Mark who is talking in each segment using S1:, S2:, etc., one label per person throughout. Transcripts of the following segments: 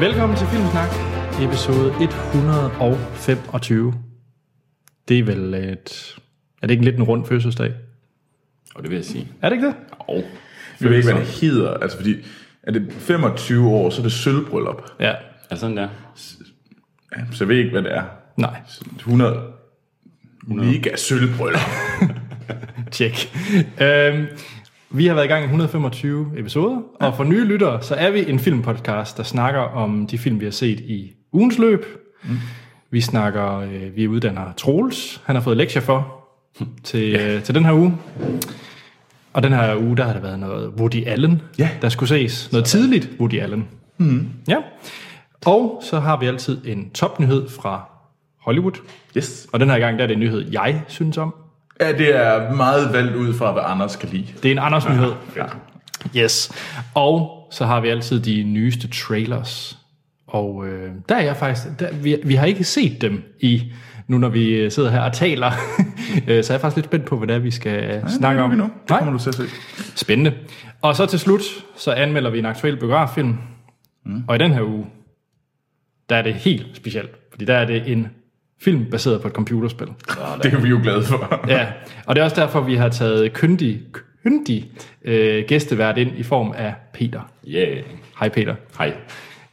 S1: Velkommen til Filmsnak, episode 125. Det er vel et... Er det ikke lidt en rund fødselsdag?
S2: Og det vil jeg sige.
S1: Er det ikke det?
S2: Og
S3: Jeg ved ikke, hvad det hedder. Altså, fordi er det 25 år, så er det sølvbryllup.
S1: Ja.
S2: er sådan der?
S3: Ja, Så jeg ved ikke, hvad det er.
S1: Nej,
S3: 100... Mega sølvbryllup.
S1: tjek. Øhm, vi har været i gang i 125 episoder, og for nye lyttere, så er vi en filmpodcast, der snakker om de film, vi har set i ugens løb. Mm. Vi snakker, øh, vi uddanner Troels, han har fået lektier for til, øh, til den her uge. Og den her uge, der har der været noget Woody Allen,
S3: Ja.
S1: der skulle ses. Noget tidligt Woody Allen. Mm. Ja. Og så har vi altid en topnyhed fra Hollywood.
S3: Yes.
S1: Og den her gang, der er det en nyhed, jeg synes om.
S3: Ja, det er meget valgt ud fra, hvad Anders kan lide.
S1: Det er en Anders nyhed.
S3: Ja.
S1: Yes. Og så har vi altid de nyeste trailers. Og øh, der er jeg faktisk... Der, vi, vi har ikke set dem i... Nu når vi øh, sidder her og taler, øh, så er jeg faktisk lidt spændt på, hvad det er, vi skal øh, snakke om.
S3: Nu. Det
S1: Nej,
S3: kommer du til at se.
S1: spændende. Og så til slut, så anmelder vi en aktuel biograffilm. Mm. Og i den her uge, der er det helt specielt. Fordi der er det en film baseret på et computerspil.
S3: Det er vi jo glade for.
S1: Ja, og det er også derfor, vi har taget kyndig, kyndig øh, gæstevært ind i form af Peter.
S2: Yeah.
S1: Hej Peter.
S2: Hej.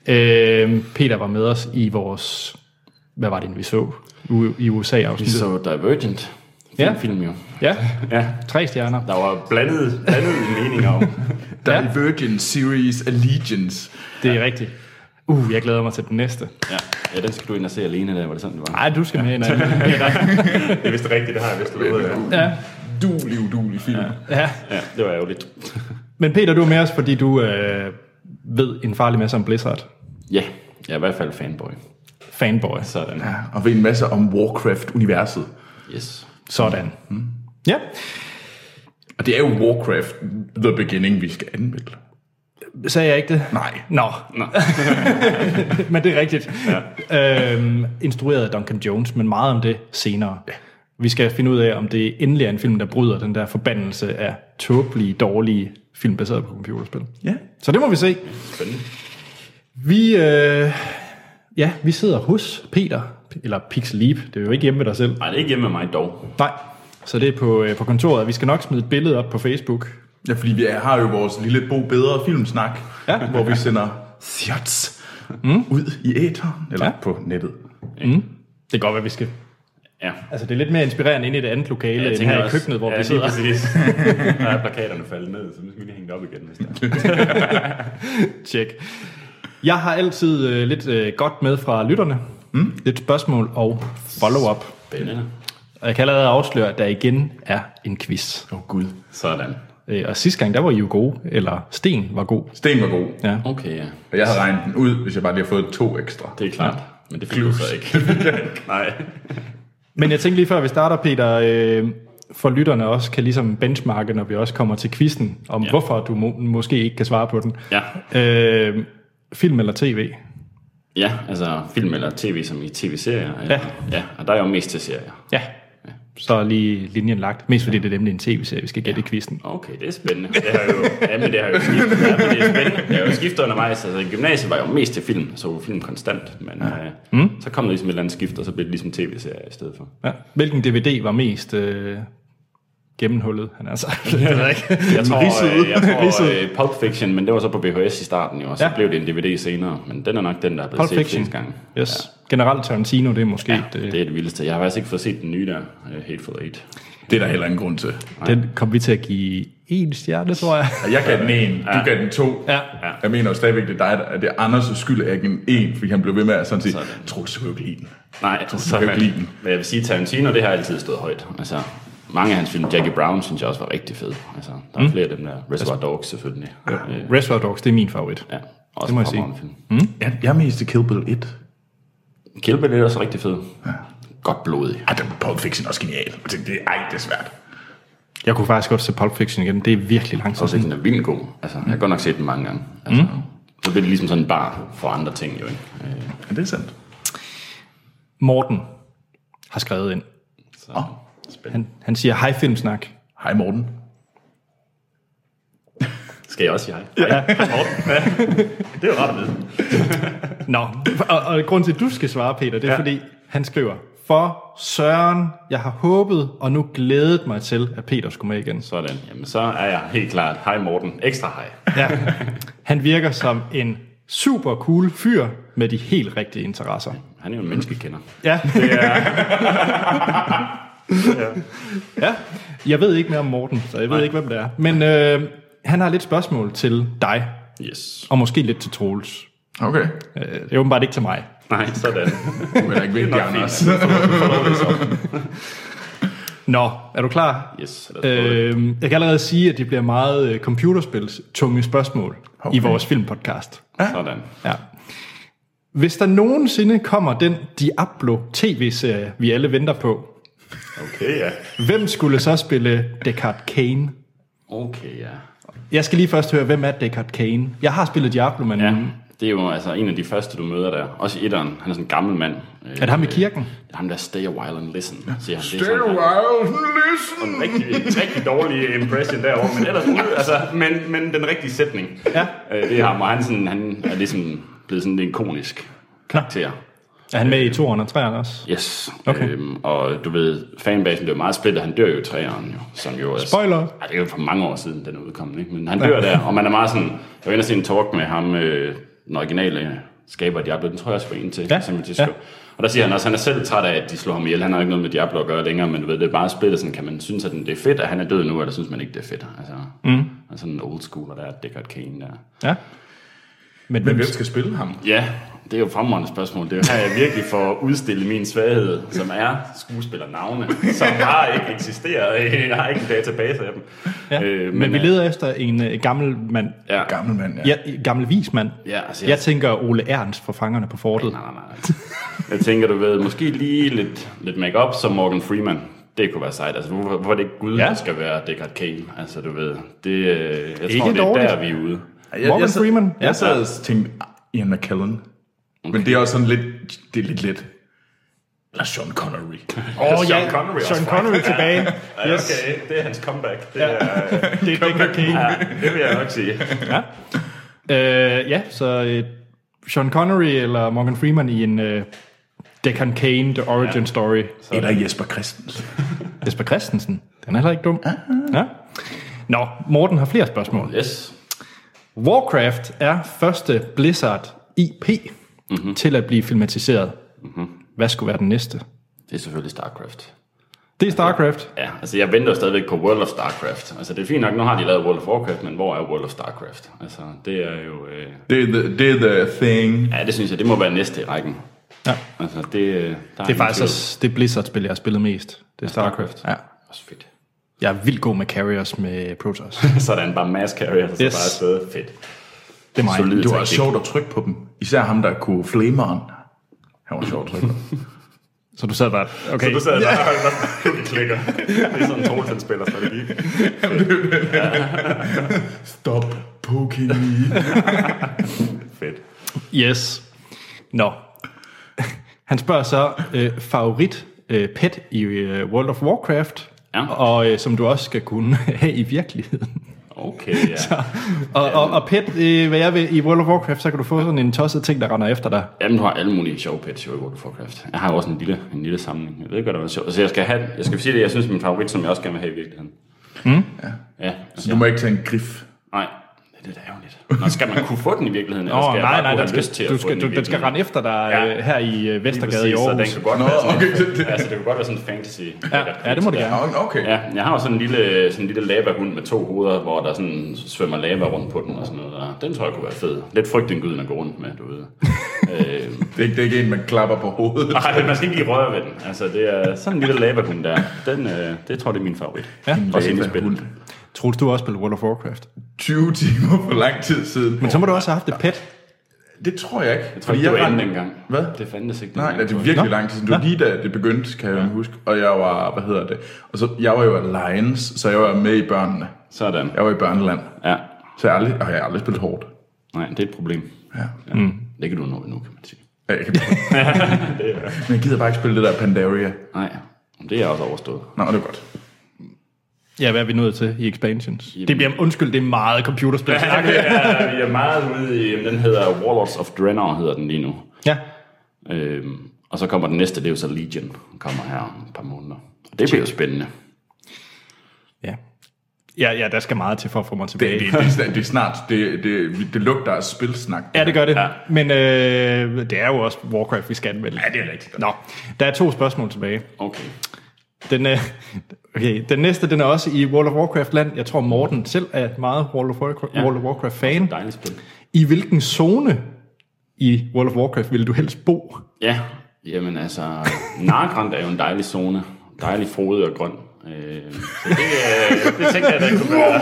S1: Øh, Peter var med os i vores, hvad var det, vi så U- i USA
S2: Vi
S1: afsnittet?
S2: så Divergent. Fin
S1: Ja.
S2: ja. film jo.
S1: Ja,
S2: Ja.
S1: tre stjerner.
S2: Der var blandet, blandet meninger om.
S1: Ja.
S3: Divergent Series Allegiance.
S1: Det er rigtigt. Uh, jeg glæder mig til den næste.
S2: Ja. ja, den skal du ind og se alene der, var det sådan, det var?
S1: Nej, du skal med ind. Anne.
S2: Det vidste rigtigt, det har jeg vidst.
S1: Ja,
S3: Dulig, Øh, udulig film. Ja.
S1: ja.
S2: Ja, det var ærgerligt.
S1: Men Peter, du er med os, fordi du øh, ved en farlig masse om Blizzard.
S2: Ja, jeg er i hvert fald fanboy.
S1: Fanboy.
S2: Sådan.
S3: Og ved en masse om Warcraft-universet.
S2: Yes.
S1: Sådan. Ja,
S3: Og det er jo Warcraft The Beginning, vi skal anmelde.
S1: sagde jeg ikke det?
S3: Nej.
S1: Nå. Nå. men det er rigtigt. Ja. Øhm, instrueret af Duncan Jones, men meget om det senere. Ja. Vi skal finde ud af, om det endelig er en film, der bryder den der forbandelse af tåbelige, dårlige film baseret på computerspil.
S3: Ja.
S1: Så det må vi se.
S2: Spændende.
S1: Vi, øh, ja, vi sidder hos Peter, eller Pixeleap. Det er jo ikke hjemme ved dig selv.
S2: Nej, det er ikke hjemme med mig dog.
S1: Nej. Så det er på, øh, på kontoret. Vi skal nok smide et billede op på Facebook.
S3: Ja, fordi vi har jo vores lille Bo Bedre filmsnak,
S1: Ja.
S3: ja. hvor vi sender shots mm. ud i æteren, eller
S1: Ja.
S3: ja. på nettet.
S1: Det kan godt være, vi skal.
S2: Ja.
S1: Altså, det er lidt mere inspirerende inde i det andet lokale, ja, end her i køkkenet, hvor
S2: ja,
S1: vi sidder.
S2: Ja, lige præcis. Der er plakaterne faldet ned, så nu skal vi lige hænge det op igen. Næste gang.
S1: Tjek. Jeg har altid øh, lidt øh, godt med fra lytterne. Mm. Lidt spørgsmål og follow-up.
S2: Spændende.
S1: Og jeg kan allerede afsløre, at der igen er en quiz.
S3: Åh oh, gud.
S2: Sådan.
S1: Øh, og sidste gang, der var I jo gode, eller Sten var god.
S3: Sten var god,
S1: Ja.
S2: Okay, ja.
S3: og jeg havde regnet den ud, hvis jeg bare lige havde fået to ekstra.
S2: Det er klart. Men det fik du så ikke. Nej.
S1: Men jeg tænkte lige før vi starter, Peter, øh, for lytterne også kan ligesom benchmarke, når vi også kommer til quizzen, om ja. hvorfor du må, måske ikke kan svare på den.
S2: Ja.
S1: Øh, film eller tv?
S2: Ja, altså film eller tv, som i tv-serier. Eller, ja. ja. Og der er jo mest til serier.
S1: Ja. Så er lige linjen lagt. Mest fordi det er nemlig en tv-serie, vi skal gætte ja. quizzen.
S2: Okay, det er spændende. Det har jo, ja, men det har jo skiftet. Ja, men det er spændende. Det har jo skiftet undervejs. Altså, i gymnasiet var jeg jo mest til film, så jo film konstant. Men ja. øh, mm. så kom der ligesom et eller andet skift, og så blev det ligesom tv-serier i stedet for.
S1: Ja. Hvilken DVD var mest øh, gennemhullet? Han er altså, det ved jeg ikke.
S2: Jeg tror,
S1: Ridset.
S2: øh, jeg tror
S1: Ridset.
S2: øh, Pulp Fiction, men det var så på VHS i starten jo, og så
S1: Ja.
S2: ja. blev det en DVD senere. Men den er nok den, der er blevet
S1: Pulp
S2: set
S1: Fiction.
S2: flest gange.
S1: Yes. Ja. Generelt Tarantino, det er måske ja,
S2: Ja,
S1: det,
S2: det er det vildeste. Jeg har faktisk ikke fået set den nye der, øh, Hateful Eight.
S3: Det er der heller ingen grund til.
S1: Den kom vi til at give en stjerne, tror jeg.
S3: Og jeg gav den en, du gav den to.
S1: Ja.
S3: Jeg mener jo stadigvæk, det er dig, der- at det er Anders' skyld, at jeg gav den en, fordi han blev ved med at sådan sige, Troels, du kan jo ikke lide den.
S2: Nej, så
S3: kan jo ikke lide
S2: men,
S3: den.
S2: men jeg vil sige, Tarantino, det har altid stået højt. Altså, mange af hans film, Jackie Brown, synes jeg også var rigtig fed. Altså, der er mm. flere af dem der. Reservoir Dogs, selvfølgelig. Øh, Ja,
S1: Reservoir Dogs, det er min favorit.
S2: ja også
S1: Det må jeg
S2: en
S1: sige.
S2: fremragende Film.
S3: Jeg, jeg er mest til Kill Bill 1.
S2: Mm. Kill Bill er også rigtig fed. Ja. Godt blodig.
S3: Ej, den Pulp Fiction er også genial. Og tænkte, det, ej, det er svært.
S1: Jeg kunne faktisk godt se Pulp Fiction igen. Det er virkelig lang tid.
S2: Også den er vildt god. Altså, jeg har godt nok set den mange gange. Altså, mm. Så bliver det ligesom sådan en bar for andre ting, jo ikke? Øh,
S3: Ja, det er sandt.
S1: Morten har skrevet ind.
S2: så.
S3: Åh,
S2: Altså, Spændende.
S1: Han, han siger, hej filmsnak.
S3: hej Morten.
S2: Skal jeg også sige hej? Ja. det er jo rart at vide.
S1: Nå, og, og grunden til, at du skal svare, Peter, det er ja.
S2: Ja.
S1: fordi, han skriver, for Søren, jeg har håbet og nu glædet mig til, at Peter skulle med igen.
S2: Sådan, jamen så er jeg helt klart. Hej Morten, ekstra hej.
S1: Ja. Han virker som en super cool fyr med de helt rigtige interesser.
S2: Han er jo en menneskekender.
S1: Ja. ja. Jeg ved ikke mere om Morten, så jeg ved ikke, hvem det er. Men øh, han har lidt spørgsmål til dig,
S2: Yes.
S1: og måske lidt til Troels.
S3: Okay.
S1: Øh, det er åbenbart ikke til mig.
S2: Nej, sådan.
S3: Du er da ikke ved,
S2: nok
S3: Anders.
S2: fint, Prøv det så.
S1: Nå, er du klar?
S2: Yes, lad os prøve det.
S1: Øh, jeg kan allerede sige, at det bliver meget øh, computerspils-tunge spørgsmål okay. i vores filmpodcast.
S2: Sådan.
S1: Øh, Ja. Hvis der nogensinde kommer den Diablo tv-serie, vi alle venter på,
S2: Okay, ja.
S1: hvem skulle så spille Deckard Kane?
S2: Okay, ja.
S1: Jeg skal lige først høre, hvem er Deckard Kane? Jeg har spillet Diablo, men ja.
S2: Ja, det er jo altså en af de første, du møder der. Også i etteren. Han er sådan en gammel mand. Øh,
S1: er det ham i kirken?
S2: Det er ham der, stay a while and listen. Siger han. Det er
S3: Stay
S2: sådan, han-
S3: wild, listen.
S2: rigtig, rigtig dårlig impression derovre, men ellers, altså, men, men den rigtige sætning.
S1: Ja.
S2: Øh, det er ham, og han, sådan, han er ligesom blevet sådan en ikonisk karakter.
S1: Er han med i 2'eren og 3'eren også?
S2: Yes.
S1: Okay.
S2: Øhm, og du ved, fanbasen blev meget splittet. Han dør jo i træeren, jo, som jo er...
S1: Spoiler.
S2: Ej, det er jo for mange år siden, den er udkommet, ikke? Men han dør der, og man er meget sådan... Jeg var inde og se en talk med ham, øh, den originale skaber af Diablo, den tror jeg også var en til,
S1: Ja,
S2: San Francisco.
S1: ja.
S2: Og der siger han også, at han er selv træt af, at de slår ham ihjel. Han har ikke noget med Diablo at gøre længere, men du ved, det er bare splittet. Sådan, kan man synes, at det er fedt, at han er død nu, eller synes man ikke, det er fedt? Altså, mm. altså sådan en old school, og der er Deckard Kane der.
S1: Ja. Men,
S3: Men
S1: hvem,
S3: hvem skal spille ham?
S2: Ja, det er jo et fremragende spørgsmål. Det er jo her, jeg virkelig får udstillet min svaghed, som er skuespillernavne, som har ikke eksisteret. Jeg har ikke en database af dem.
S1: ja. øh, men, men vi
S2: øh,
S1: leder efter en øh, gammel mand.
S2: Ja,
S3: Gammel mand, ja.
S1: Ja, gammel vismand.
S2: ja altså,
S1: Jeg tænker Ole Ernst fra Fangerne på Fortet.
S2: Nej, nej, nej. Jeg tænker, du ved, måske lige lidt, lidt makeup som Morgan Freeman. Det kunne være sejt. Altså, hvorfor, hvorfor er det ikke Gud,
S1: Ja.
S2: ja. der skal være Deckard Kane? Altså, du ved, det, øh, jeg
S1: Ikke
S2: tror, det er
S1: dårligt.
S2: der, vi er ude.
S3: Jeg,
S1: Morgan
S3: sad-
S1: Freeman.
S3: Jeg
S1: Ja.
S3: sad og tænkte, ah, Ian McKellen. Okay. Men det er også sådan lidt, det er lidt let. Eller Sean Connery.
S1: Åh
S2: Sean Connery også,
S1: Sean Connery tilbage. Yes,
S2: Okay, det er hans comeback. Det, ja. er,
S1: det er Deckard Kane.
S2: det vil jeg nok sige.
S1: Øh, ja, så øh, Sean Connery eller Morgan Freeman i en øh, Deccan Kane, The Origin ja. Story.
S3: Eller Jesper Christensen.
S1: Jesper Christensen, den er heller ikke
S2: Ah.
S1: dum. Ja. Nå, Morten har flere spørgsmål.
S2: Yes.
S1: Warcraft er første Blizzard IP
S2: Mhm.
S1: mm-hmm. til at blive filmatiseret. Mm-hmm. Hvad skulle være den næste?
S2: Det er selvfølgelig StarCraft.
S1: Det er StarCraft.
S2: Ja, altså jeg venter jo stadigvæk på World of StarCraft. Altså det er fint nok, nu har de lavet World of Warcraft, men hvor er World of StarCraft? Altså det er jo... Øh...
S3: Det er the, det er the thing.
S2: Ja, det synes jeg, det må være næste i rækken.
S1: Ja.
S2: Altså det... øh, Der
S1: Det er faktisk også det Blizzard-spil, jeg har spillet mest. Det er StarCraft.
S2: StarCraft.
S1: Ja.
S2: Også fedt.
S1: Jeg er vildt god med carriers med Protoss.
S2: Sådan, bare mass carrier, så
S1: Yes.
S2: yes. bare afsted. Fedt.
S1: Det er mig.
S2: Solid.
S3: Det var
S2: taktik.
S3: sjovt at trykke på dem. Især ham, der kunne flameren. Han var sjov at trykke på.
S1: Så du sad bare, okay.
S2: Så du sad der og holdt bare klikker. Det er sådan en Troels, spiller strategi.
S3: Stop poking me.
S2: Fedt.
S1: Yes. Nå. Han spørger så, øh, favorit øh, pet i øh, World of Warcraft,
S2: Ja.
S1: og øh, som du også skal kunne have i virkeligheden.
S2: Okay, ja.
S1: Og, og, og pet, øh, hvad jeg vil, i World of Warcraft, så kan du få sådan en tosset ting, der render efter dig.
S2: Jamen, du har alle mulige sjove pets jo i World of Warcraft. Jeg har jo også en lille, en lille samling. Jeg ved ikke, hvad der er sjovt. Så jeg skal, have, jeg skal sige det, jeg synes, min favorit, som jeg også gerne vil have i virkeligheden.
S1: Hmm?
S2: Mm. Ja. ja.
S3: Du må ikke tage en grif.
S2: Nej, det er da ærgerligt. Nå, skal man kunne få den i virkeligheden? eller
S1: Åh,
S2: skal jeg
S1: nej,
S2: bare
S1: nej, den
S2: kunne have
S1: skal,
S2: lyst til
S1: du
S2: at få
S1: skal,
S2: den i
S1: du, den skal
S2: virkeligheden?
S1: rende efter dig
S2: Ja.
S1: øh, her i øh,
S2: Lige
S1: Vestergade i
S2: præcis, så
S1: Aarhus.
S2: Den kunne godt
S3: Nå,
S2: være sådan,
S3: okay, det- det-
S2: altså, det kunne godt være sådan en fantasy.
S1: Ja, ja, det må det gerne.
S3: Nå, Okay.
S2: Ja, jeg har jo sådan en lille, sådan en lille lavahund med to hoveder, hvor der sådan svømmer lava rundt på den og sådan noget. Og den tror jeg kunne være fed. Lidt frygtindgyden at gå rundt med, du ved. øh,
S3: Det, er ikke, det er ikke en, man klapper på hovedet.
S2: nej, men man skal ikke lige røre ved den. Altså, det er sådan en lille lavahund der. Den, øh, det tror jeg, det er min favorit.
S1: Ja.
S2: Også inde i
S3: Lavahund.
S2: spillet.
S1: Troels, du har også spillet World of Warcraft.
S3: 20 timer for lang tid siden.
S1: Men så må du også have haft et pet.
S3: Det tror jeg ikke.
S2: Jeg tror ikke, det var
S3: rendte-
S2: inde dengang.
S3: Hvad?
S2: Det fandtes ikke
S3: Nej,
S2: dengang,
S3: nej, det er
S2: tror jeg.
S3: virkelig
S1: Nå.
S3: lang tid siden. Det var lige da det begyndte, kan jeg ja. huske. Og jeg var, hvad hedder det? Og så, jeg var jo af Lions, så jeg var med i børnene.
S2: Sådan.
S3: Jeg var i børneland.
S2: Ja.
S3: Så jeg, aldrig, og jeg har aldrig spillet hårdt.
S2: Nej, det er et problem.
S3: Ja.
S2: Ja. Mm. Det kan du nå endnu, kan man sige.
S3: Ja, Jeg kan... Men jeg gider bare ikke spille det der Pandaria.
S2: Nej, det er også overstået.
S3: Nå, det er godt.
S1: Ja, hvad er vi nået til i Expansions? Jamen. Det bliver, undskyld, det er meget computerspil.
S2: Ja, vi, er, vi er meget ude i, den hedder Warlords of Draenor, hedder den lige nu.
S1: ja.
S2: Øhm, og så kommer den næste, det er jo så Legion, den kommer her om et par måneder. Og det bliver jo spændende.
S1: ja. Ja, ja, der skal meget til for at få mig tilbage.
S3: Det, det, det, det, det er snart, det, det, det lugter af spilsnak.
S1: Ja, det gør det. Ja.
S2: Ja.
S1: Men øh, det er jo også Warcraft, vi skal anmelde.
S3: Ja, det er rigtigt.
S1: Nå, der er to spørgsmål tilbage.
S2: Okay.
S1: Den, øh, okay, den næste, den er også i World of Warcraft-land. Jeg tror, Morten selv er meget World of, Warcraft, ja. World of Warcraft-fan.
S2: Dejligt spil.
S1: I hvilken zone i World of Warcraft vil du helst bo?
S2: Ja, jamen altså, Nargrand er jo en dejlig zone. Dejlig frodig og grøn. Øh, så det, øh, det tænker jeg, det kunne være.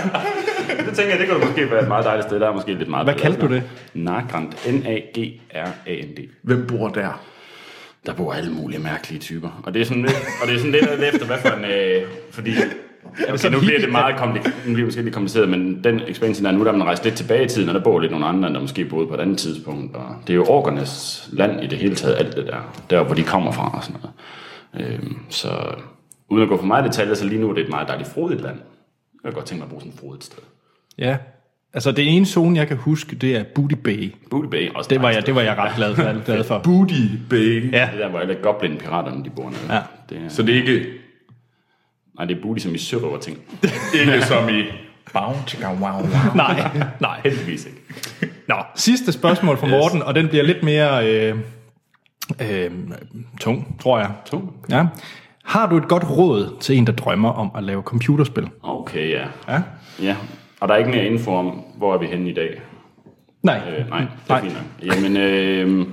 S2: det tænker jeg, det kunne måske være et meget dejligt sted. Der er måske lidt meget
S1: Hvad
S2: ballade
S1: kaldte du
S2: der.
S1: det?
S2: Nargrand. N-A-G-R-A-N-D.
S3: Hvem bor der?
S2: Der bor alle mulige mærkelige typer. Og det er sådan lidt, og det er sådan lidt alt efter, hvad for en... Øh, fordi... Okay,
S1: sådan
S2: nu bliver
S1: helt-
S2: det meget kompliceret, nu bliver det måske lidt kompliceret, men den expansion der er nu, der er man rejst lidt tilbage i tiden, og der bor lidt nogle andre, der måske boede på et andet tidspunkt. Og det er jo orkernes land i det hele taget, alt det der, der hvor de kommer fra og sådan noget. Øhm, så uden at gå for meget i detaljer, så lige nu er det et meget dejligt frodigt land. Jeg kan godt tænke mig at bo sådan et frodigt sted.
S1: Ja. Altså, det ene zone, jeg kan huske, det er Booty Bay.
S2: Booty Bay er også
S1: Det var
S2: et
S1: jeg, det var jeg ret glad for. Glad for.
S3: Booty
S1: Ja.
S2: dejligt sted.
S3: Bay.
S2: Det er der, hvor alle goblin-piraterne, de bor nede.
S1: Ja.
S2: Det er,
S3: Så det er ikke,
S2: nej, det er booty som i sørøver ting.
S3: ikke som i... Bounty, wow, wow.
S1: Nej, nej.
S2: Heldigvis ikke.
S1: Nå, sidste spørgsmål fra Morten, og den bliver lidt mere øh, øh, tung, tror jeg.
S2: To.
S1: Ja. Har du et godt råd til en, der drømmer om at lave computerspil?
S2: Okay, ja.
S1: Ja.
S2: Ja, og der er ikke mere info om, hvor er vi henne i dag.
S1: Nej.
S2: Øh, nej, det
S1: Nej.
S2: er fint nok. Jamen, øh,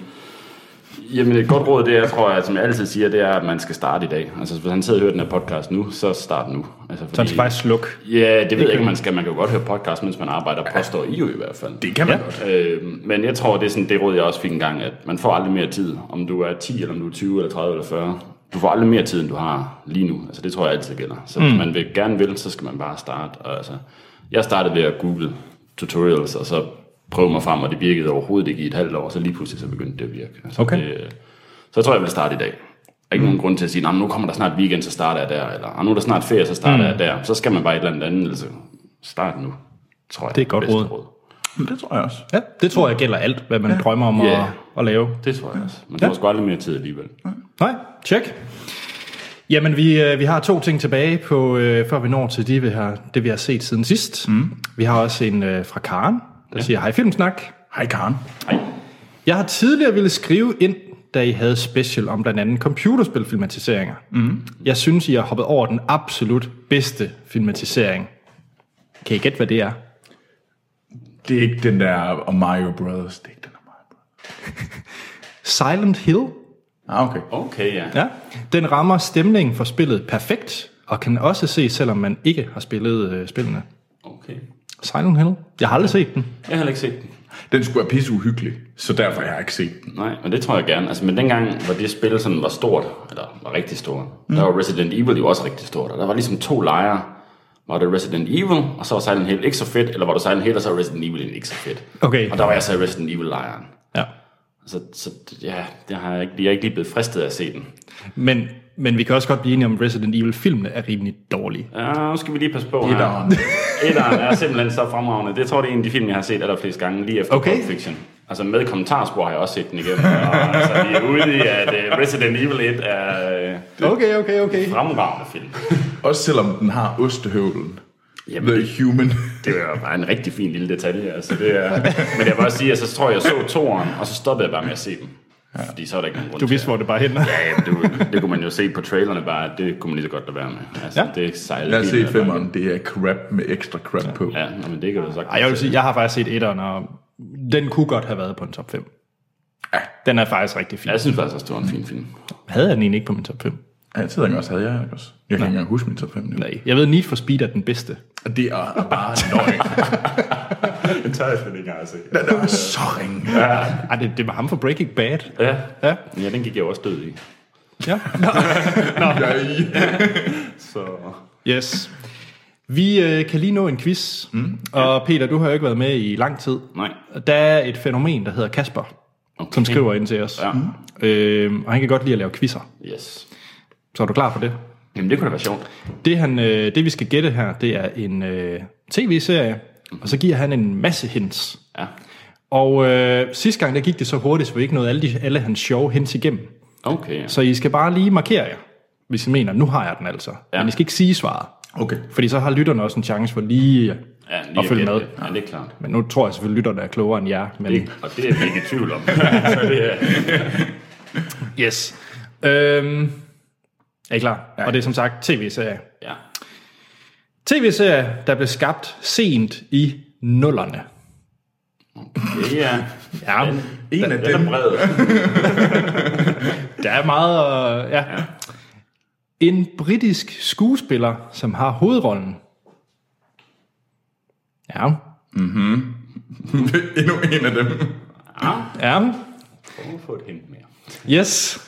S2: jamen, et godt råd, det er, tror jeg, som jeg altid siger, det er, at man skal starte i dag. Altså, hvis han sidder og hører den her podcast nu, så start nu. Altså,
S1: Så han skal faktisk slukke.
S2: Ja, det ved jeg ikke, man skal. Man kan jo godt høre podcast, mens man arbejder, påstår I jo i hvert fald.
S3: Det kan man
S1: Ja.
S3: ja. godt.
S2: Øh, men jeg tror, det er sådan det råd, jeg også fik engang, at man får aldrig mere tid, om du er 10, eller om du er 20, eller 30, eller 40. Du får aldrig mere tid, end du har lige nu. Altså, det tror jeg altid gælder. Så mm. hvis man vil, gerne vil, så skal man bare starte. Og, altså, jeg startede ved at google tutorials, og så prøve mig frem, og det virkede overhovedet ikke i et halvt år, så lige pludselig så begyndte det at virke. Altså,
S1: Okay. Mm.
S2: det, så jeg tror jeg, vil starte i dag. Der er ikke nogen grund til at sige, "Nå, men nu kommer der snart weekend, så starter jeg der, eller "Ah, nu er der snart ferie, så starter mm. jeg der. Så skal man bare et eller andet andet, så start nu, tror jeg.
S1: Det er et godt
S2: bedste
S1: råd.
S3: Men Det tror jeg også.
S1: Ja, det tror jeg gælder alt, hvad man ja. drømmer om yeah.
S2: Ja.
S1: at, at lave.
S2: Det tror jeg også. Men det var sgu aldrig mere tid alligevel.
S1: Nej, tjek. Jamen, vi, øh, vi har to ting tilbage, på, øh, før vi når til de, vi har, det, vi har set siden sidst. Mm. Vi har også en øh, fra Karen, der ja. siger, hej Filmsnak.
S3: Hej Karen.
S2: Nej.
S1: Jeg har tidligere ville skrive ind, da I havde special om blandt andet computerspilfilmatiseringer. Mm. Jeg synes, I har hoppet over den absolut bedste filmatisering. Kan I gætte, hvad det er?
S3: Det er ikke den der om Mario Brothers. Det er ikke den om Mario Brothers.
S1: Silent Hill?
S3: Ah, okay.
S2: Okay, ja.
S1: Ja. Den rammer stemningen for spillet perfekt, og kan også ses, selvom man ikke har spillet øh, spillene.
S2: Okay.
S1: Silent Hill? Jeg har aldrig set den.
S2: Jeg har heller ikke set den.
S3: Den skulle være pisse uhyggelig, så derfor har jeg ikke set den.
S2: Nej, men det tror jeg gerne. Altså, men dengang, hvor det spil sådan var stort, eller var rigtig stort, mm. der var Resident Evil jo også rigtig stort, og der var ligesom to lejre. Var det Resident Evil, og så var Silent Hill ikke så fedt, eller var det Silent Hill, og så var Resident Evil ikke så fedt.
S1: Okay.
S2: Og der var jeg så i Resident Evil-lejren.
S1: Ja.
S2: Så, så ja, det har jeg, ikke, jeg er ikke lige blevet fristet af at se den.
S1: Men, men vi kan også godt blive enige om, at Resident Evil-filmene er rimelig dårlige.
S2: Ja, nu skal vi lige passe på her.
S3: Etteren.
S2: Etteren er simpelthen så fremragende. Det tror jeg, det er en af de film, jeg har set allerflest gange lige efter
S1: Okay.
S2: okay. Pulp Fiction. Altså med kommentarspor har jeg også set den igen. Og, altså, vi er ude i, at uh, Resident Evil 1 er uh,
S1: Okay, okay, okay.
S2: fremragende film.
S3: Også selvom den har ostehøvlen.
S2: Jamen,
S3: The Human.
S2: Det var bare en rigtig fin lille detalje. Altså, det er, men jeg vil også sige, at så tror jeg, jeg så toeren, og så stoppede jeg bare med at se den. Fordi så er der ikke nogen grund
S1: Du
S2: til
S1: vidste,
S2: at-
S1: hvor det bare hænder.
S2: Ja, jamen, det, det, kunne man jo se på trailerne bare, at det kunne man lige så godt lade være med. Altså,
S1: Ja.
S2: ja. det sejlede
S3: Lad os se
S2: helt ned ad bakke.
S3: femmeren. Det er crap med ekstra crap på.
S2: Ja, nå, men det kan du sagt.
S1: Ej, jeg vil sige, jeg har faktisk set etteren, og den kunne godt have været på en top 5.
S3: Ja.
S1: Den er faktisk rigtig fin.
S2: jeg synes faktisk også, det var en fin film.
S1: Havde jeg den egentlig ikke på min top 5?
S3: Ja, jeg tænker også, havde jeg ikke også. Jeg kan ikke engang huske min top 5 nu.
S1: Nej. Jeg ved, Need for Speed er den bedste.
S3: Og det er bare løgn.
S2: Den tager jeg slet ikke engang at se.
S3: Den er så ringe. Ja.
S1: Ej, det, det var ham fra Breaking Bad.
S2: Ja.
S1: Ja.
S2: ja, den gik jeg jo også død i.
S1: Ja.
S2: Så...
S1: Yes. Vi øh, kan lige nå en quiz. Mm. Og Peter, du har jo ikke været med i lang tid.
S2: Nej.
S1: Der er et fænomen, der hedder Kasper, okay.
S2: Okay.
S1: som skriver ind til os. Mm.
S2: Ja.
S1: Øh, og han kan godt lide at lave quizzer.
S2: Yes.
S1: Så er du klar på det?
S2: Jamen, det kunne da være sjovt.
S1: Det, han, øh, det vi skal gætte her, det er en øh, tv-serie, og så giver han en masse hints.
S2: Ja.
S1: Og øh, sidste gang, der gik det så hurtigt, så vi ikke nåede alle, de, alle hans sjove hints igennem.
S2: Okay, ja.
S1: Så I skal bare lige markere jer, hvis I mener, nu har jeg den altså. Ja. Men I skal ikke sige svaret,
S3: Okay.
S1: fordi så har lytterne også en chance for lige,
S2: ja
S1: ja, at følge med.
S2: gætte det. Ja, det er klart.
S1: Men nu tror jeg selvfølgelig, lytterne er klogere end jer. Men...
S2: Og det er vi ikke i tvivl om. Så det er,
S1: Yes. Øhm, er I klar? Ja. Og det er som sagt tv-serie.
S2: ja.
S1: Tv-serie, der blev skabt sent i nullerne.
S2: Det er,
S1: Ja,
S3: En af
S2: den er
S3: dem.
S2: bred.
S1: der er meget... Øh, ja. ja. En britisk skuespiller, som har hovedrollen. Ja,
S3: Endnu en af dem.
S1: ja.
S2: Prøv at få et hint mere.
S1: Yes.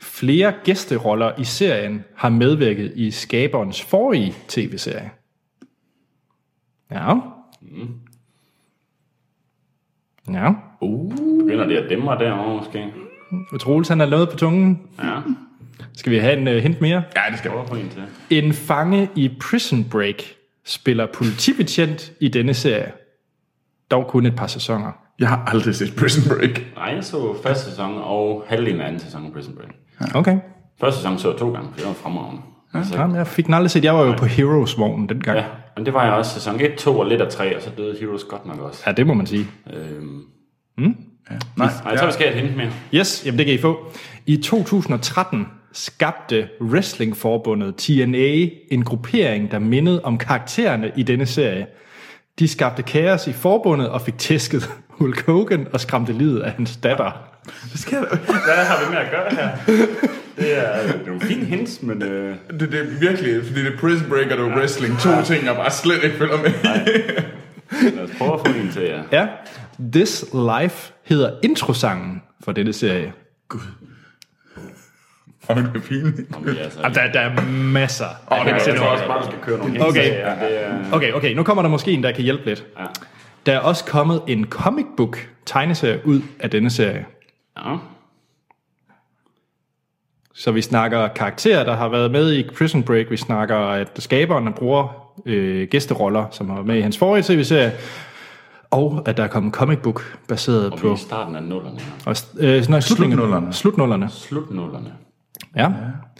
S1: Flere gæsteroller i serien har medvirket i skaberens forrige tv-serie. Ja. Ja.
S2: Begynder det at dæmre derovre måske?
S1: Troels, han er lavet på tungen.
S2: Ja.
S1: Skal vi have en uh, hint mere?
S3: Ja, det skal
S2: Prøv at få en til.
S1: En fange i Prison Break spiller politibetjent i denne serie. Dog kun et par sæsoner.
S3: Jeg har aldrig set Prison Break.
S2: Nej, jeg så første sæson og halvdelen af anden sæson af Prison Break.
S1: Okay.
S2: Første sæson så jeg to gange, for det var fremragende. Altså,
S1: Jamen, jeg fik den aldrig set. Jeg var jo på Heroes-vognen dengang.
S2: ja, men det var jeg også sæson 1, 2 og lidt af 3, og så døde Heroes godt nok også.
S1: ja, det må man sige.
S2: Øhm,
S3: Nej,
S2: nej, jeg tror, vi skal have et hint mere.
S1: Yes, jamen det kan I få. I 2013 skabte wrestlingforbundet TNA en gruppering, der mindede om karaktererne i denne serie. De skabte kaos i forbundet og fik tæsket Hulk Hogan og skræmte livet af hans datter.
S3: det skal jeg
S2: Hvad har vi med at gøre her? Det er nogle fine hints, men... Øh,
S3: det, det er virkelig, fordi det er Prison Break og det er wrestling. To ting, jeg bare slet ikke følger med.
S2: lad os prøve at få en til jer.
S1: Ja, This Life hedder introsangen for denne serie.
S3: Fuck, det er pinligt.
S2: Om det er så-
S1: Og der, der er masser.
S3: Åh, det kan jeg
S2: Jeg
S3: slet
S2: tror
S3: ikke.
S2: også bare, du skal køre nogle hints.
S1: Okay.
S2: af jer. Det er,
S1: Okay, okay, nu kommer der måske en, der kan hjælpe lidt.
S2: ja.
S1: Der er også kommet en comic book tegneserie ud af denne serie.
S2: ja.
S1: Så vi snakker karakterer, der har været med i Prison Break. Vi snakker, at skaberne bruger øh, gæsteroller, som har været med i hans forrige tv-serie. Og at der er kommet comic book baseret
S2: Og vi er
S1: på...
S2: i starten af nullerne. her.
S1: Og, øh, nej, slutnullerne.
S3: Slutnullerne.
S1: Slutnullerne,
S2: Slut nullerne.
S1: ja.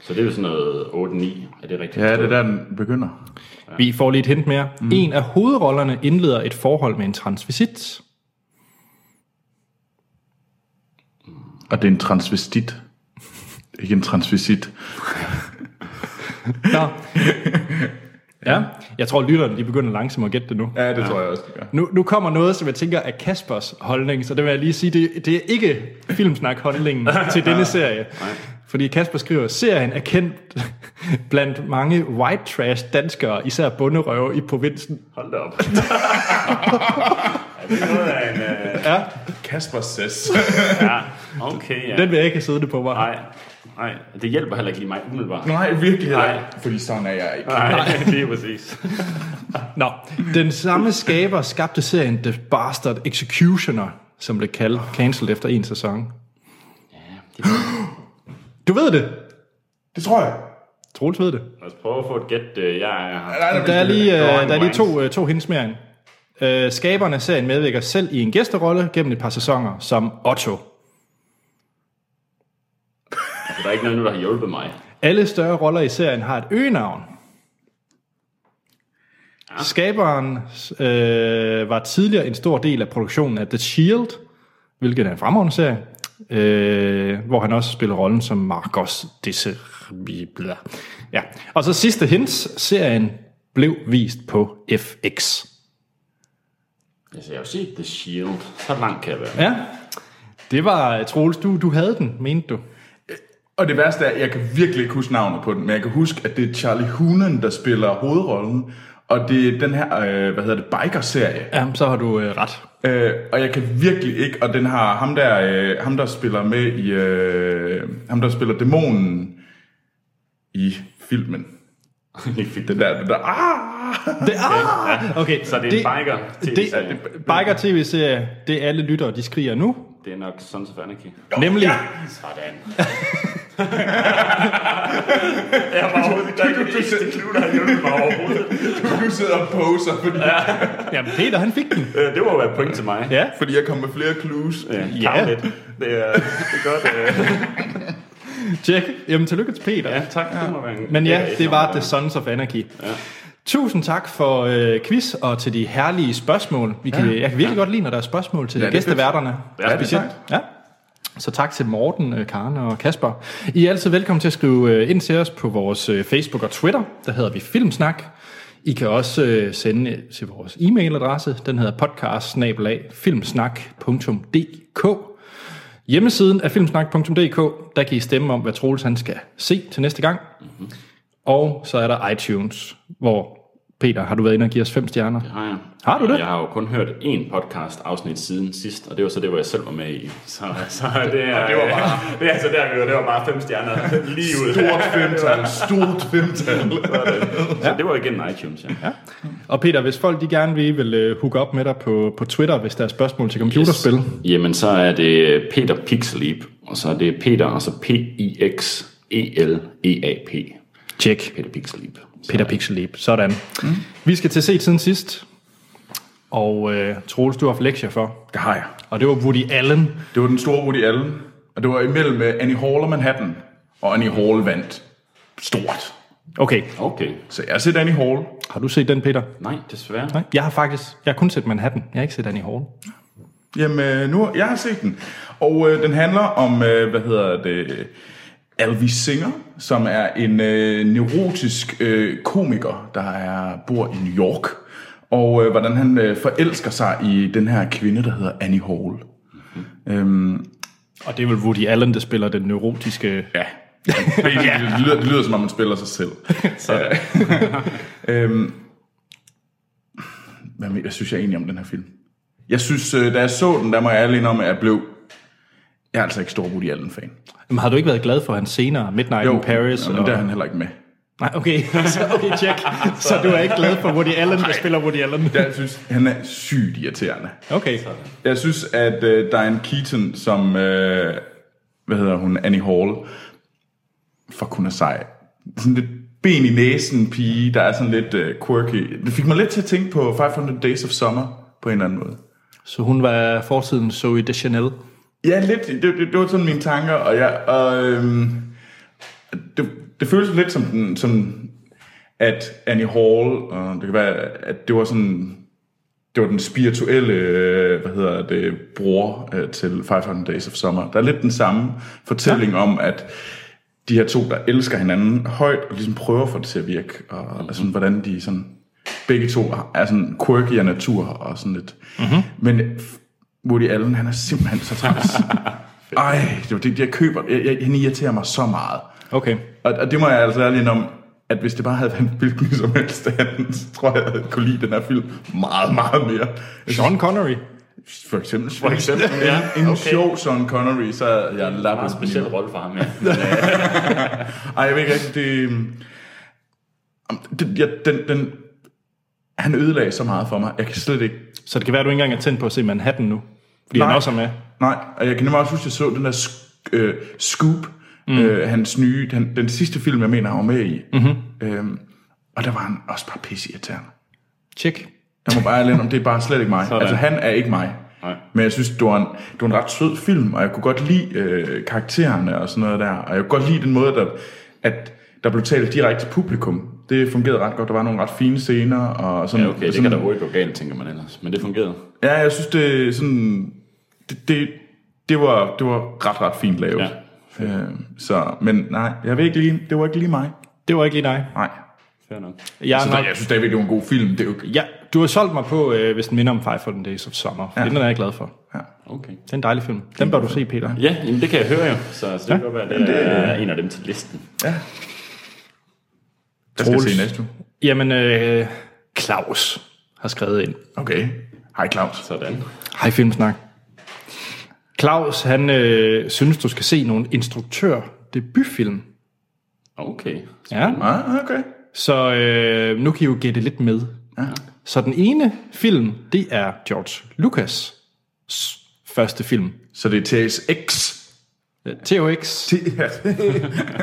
S2: Så det er jo sådan noget 8-9. Er det rigtigt?
S3: Ja, det er der, den begynder.
S1: Vi får lige et hint mere. Mm. En af hovedrollerne indleder et forhold med en transvisit.
S3: Og det er en transvestit. Ikke en transvisit.
S1: Nå. ja, jeg tror, lytterne de begynder langsomt at gætte det nu.
S3: Ja, det tror jeg også, det gør.
S1: Nu, nu kommer noget, som jeg tænker er Kaspers holdning, så det vil jeg lige sige, det, det er ikke filmsnak-holdningen til denne serie. Fordi Kasper skriver, serien er kendt blandt mange white trash danskere, især bunderøve i provinsen.
S2: Hold da op. er det noget af en... Øh...
S1: Ja,
S3: Kasper Sess.
S2: Ja, okay, ja.
S1: den vil jeg ikke have siddende på mig.
S2: Nej, nej, det hjælper heller ikke lige mig umiddelbart.
S3: Nej, virkelig
S2: Nej.
S3: ikke. Fordi sådan er jeg ikke.
S2: Nej, det er præcis.
S1: Nå, den samme skaber skabte serien The Bastard Executioner, som blev kaldt cancelled efter en sæson. Du ved det!
S3: Det tror jeg.
S1: Troels ved det.
S2: Lad os prøve at få et gæt. øh, Jeg er...
S3: Nej,
S1: Der er lige, øh,
S2: Der var en
S1: der er lige
S2: nuance.
S1: to, øh, to hints mere ind. Øh, skaberne af serien medvirker selv i en gæsterolle gennem et par sæsoner som Otto.
S2: Der er ikke noget nu, der har hjulpet mig.
S1: Alle større roller i serien har et øgenavn. Skaberen øh, var tidligere en stor del af produktionen af The Shield, hvilket er en fremragende serie, øh, hvor han også spiller rollen som Marcos Deservibla. Ja. Og så sidste hints, serien blev vist på FX.
S2: Altså, jeg har jo set The Shield. Så langt kan jeg være.
S1: Ja. Det var, øh, Troels, du, du havde den, mente du.
S3: Og det værste er, at jeg kan virkelig ikke huske navnet på den, men jeg kan huske, at det er Charlie Hunen, der spiller hovedrollen. Og det er den her, øh, hvad hedder det, biker-serie.
S1: Jamen, så har du øh, ret.
S3: Øh, og jeg kan virkelig ikke, og den har ham der, øh, ham der spiller med i, øh, ham der spiller dæmonen i filmen.
S2: Det er fint.
S3: Den der, den der, ah!
S1: Det, ah! Okay,
S2: Så det er en biker til
S1: det,
S2: det, det,
S1: Biker TV-serie, det er alle lyttere, de skriger nu.
S2: det er nok Sons of Anarchy.
S1: Nemlig,
S2: Sådan. jeg var overhovedet ikke klar det, det, er nu, der har hjulpet mig overhovedet.
S3: Du, du sidder og poser, fordi, ja.
S1: Jamen Peter, han fik den.
S2: Øh, Det må være et point til mig.
S1: Ja.
S3: fordi jeg kom med flere clues.
S2: Ja,
S1: Ja.
S2: ja. Lidt. Det, er, det er godt. øh.
S1: Tjek. Jamen tillykke til Peter.
S2: Ja, tak. Det må være en,
S1: Men ja,
S2: er
S1: det var
S2: enormt.
S1: The Sons of Anarchy. Ja. Tusind tak for øh, quiz og til de herlige spørgsmål. Vi kan, ja. Jeg kan virkelig ja. godt lide, når der er spørgsmål til
S3: Ja,
S1: ja,
S3: det er
S1: gæsteværterne.
S2: Ja, det er
S1: Ja. Så tak til Morten, øh, Karen og Kasper. I er altid velkommen til at skrive øh, ind til os på vores øh, Facebook og Twitter. Der hedder vi Filmsnak. I kan også øh, sende til vores e-mailadresse. Den hedder podcast Hjemmesiden af filmsnak.dk, der kan I stemme om, hvad Troels han skal se til næste gang. Mm-hmm. Og så er der iTunes, hvor Peter, har du været inde og give os fem stjerner?
S2: Har jeg.
S1: Har du det?
S2: Jeg har jo kun hørt én podcast afsnit siden sidst, og det var så det, hvor jeg selv var med i. Så, så det er...
S3: det var bare-
S2: det er altså der, vi var, det var bare fem stjerner lige ud.
S3: Stort femtal, stort femtal.
S2: Så det var igen iTunes, ja. ja.
S1: Og Peter, hvis folk de gerne vil, vil øh, hooke op med dig på, på Twitter, hvis der er spørgsmål til computerspil. Yes.
S2: Jamen, så er det Peter Pixelip, og så er det Peter, og så P-I-X-E-L-E-A-P.
S1: Tjek.
S2: Peter Pixelip. Så-
S1: Peter Pixelib. Sådan. Mm. Vi skal til set siden sidst. Og øh, Troels, du har haft lektier for.
S3: Det har jeg.
S1: Og det var Woody Allen.
S3: Det var den store Woody Allen, og det var imellem øh, Annie Hall og Manhattan, og Annie Hall vandt stort.
S1: Okay,
S2: Okay.
S3: Så jeg har set Annie Hall.
S1: har du set den, Peter?
S2: Nej, desværre.
S1: Nej. Jeg har faktisk, jeg har kun set Manhattan. Jeg har ikke set Annie Hall.
S3: Jamen, øh, nu, jeg har set den. Og øh, den handler om, øh, hvad hedder det, Alvis Singer, som er en øh, neurotisk øh, komiker, der er, bor i New York. Og øh, hvordan han øh, forelsker sig i den her kvinde, der hedder Annie Hall. Mm-hmm. Øhm,
S1: Og det er vel Woody Allen, der spiller den neurotiske...
S3: ja. Det, lyder, det lyder, som om man spiller sig selv. Sådan. øhm, hvad mere synes jeg egentlig om den her film? Jeg synes, øh, da jeg så den, der må jeg alene om, at jeg blev... Jeg er altså ikke stor Woody Allen-fan.
S1: Jamen, har du ikke været glad for hans senere Midnight in Paris?
S3: Jamen,
S1: og...
S3: der er han heller ikke med.
S1: Nej, okay. Så, okay, check. Så du er ikke glad for Woody Allen, der spiller Woody Allen?
S3: Jeg synes, han er sygt irriterende.
S1: Okay.
S3: Jeg synes, at øh, Diane Keaton, som... Øh, hvad hedder hun? Annie Hall. Fuck, hun er sej. Sådan lidt ben i næsen pige, der er sådan lidt øh, quirky. Det fik mig lidt til at tænke på 500 Days of Summer på en eller anden måde.
S1: Så hun var fortiden Zoe Deschanel.
S3: Ja, lidt. Det, det, det var sådan mine tanker, og jeg... Og, øhm, det, det føles lidt som, den, som at Annie Hall, og det kan være, at det var sådan... Det var den spirituelle, øh, hvad hedder det, bror øh, til 500 Days of Summer. Der er lidt den samme fortælling ja. om, at de her to, der elsker hinanden højt, og ligesom prøver at få det til at virke, og mm-hmm. sådan, hvordan de sådan, begge to er sådan quirky af natur, og sådan lidt. Mm-hmm. Men Woody Allen, han er simpelthen så træls. Ej, det var det, jeg køber. Jeg, jeg, han irriterer mig så meget.
S1: Okay.
S3: Og, og det må jeg altså ærligt om, at hvis det bare havde været en hvilken som helst anden, så tror jeg, jeg kunne lide den her film meget, meget mere.
S1: Sean Connery.
S3: For eksempel,
S2: For eksempel, ja.
S3: en
S2: Okay.
S3: sjov Sean Connery, så havde jeg
S2: Meget
S3: lappet
S2: speciel rolle for ham, ja.
S3: Ej, jeg ved ikke rigtigt, det... øhm, Om- det jeg, den, den, han ødelagde så meget for mig. Jeg kan slet ikke...
S1: Så det kan være, at du ikke engang er tændt på at se Manhattan nu. Fordi Nej.
S3: Nej.
S1: han også er med.
S3: Nej, og jeg kan nemlig også huske, at jeg så den der sk- øh, Scoop, mm. øh, hans nye, den, den sidste film, jeg mener, han var med i.
S2: Mhm.
S3: Mm-hmm. Øhm, og der var han også bare pisseirriterende.
S1: Tjek.
S3: Jeg må bare alene om, det er bare slet ikke mig. Sådan. Altså, han er ikke mig.
S2: Nej.
S3: Men jeg synes, det var, en, det var en ret sød film, og jeg kunne godt lide øh, karaktererne og sådan noget der. Og jeg kunne godt lide den måde, der, at der blev talt direkte til publikum. Det fungerede ret godt. Der var nogle ret fine scener. Og sådan,
S2: Ja, okay, det
S3: sådan,
S2: kan da hurtigt gå galt, tænker man ellers. Men det fungerede.
S3: Ja, jeg synes, det, er sådan, det, det, det, var, det var ret, ret fint lavet. Ja. Øh, så, men nej, jeg ved ikke lige, det var ikke lige mig.
S1: Det var ikke lige dig.
S3: Nej.
S2: Fair nok.
S1: Jeg,
S3: Så
S1: er
S3: der,
S1: nok,
S3: jeg synes stadigvæk, Altså, det var en god film. Det er jo,
S1: ja, du har solgt mig på, øh, hvis den minder om 500 Days of Summer. Ja. Den er jeg glad for.
S3: ja.
S2: Okay.
S1: Det er en dejlig film. Den bør du se, Peter.
S2: Ja, jamen det kan jeg høre jo. Så, så det kan godt være, at det, det er en af dem til listen.
S3: Jeg skal
S1: Troels.
S3: se næste uge.
S1: Jamen, øh, Claus har skrevet ind.
S3: Okay. Hej Claus.
S2: Sådan.
S1: Hej Filmsnak. Claus, han øh, synes, du skal se nogle instruktør debutfilm.
S2: Okay.
S1: Ja.
S3: Ah, okay.
S1: Så øh, nu kan I jo gætte lidt med. Ja. Så den ene film, det er George Lucas' første film. Øh,
S3: Så det er TSX.
S1: THX.
S3: Det er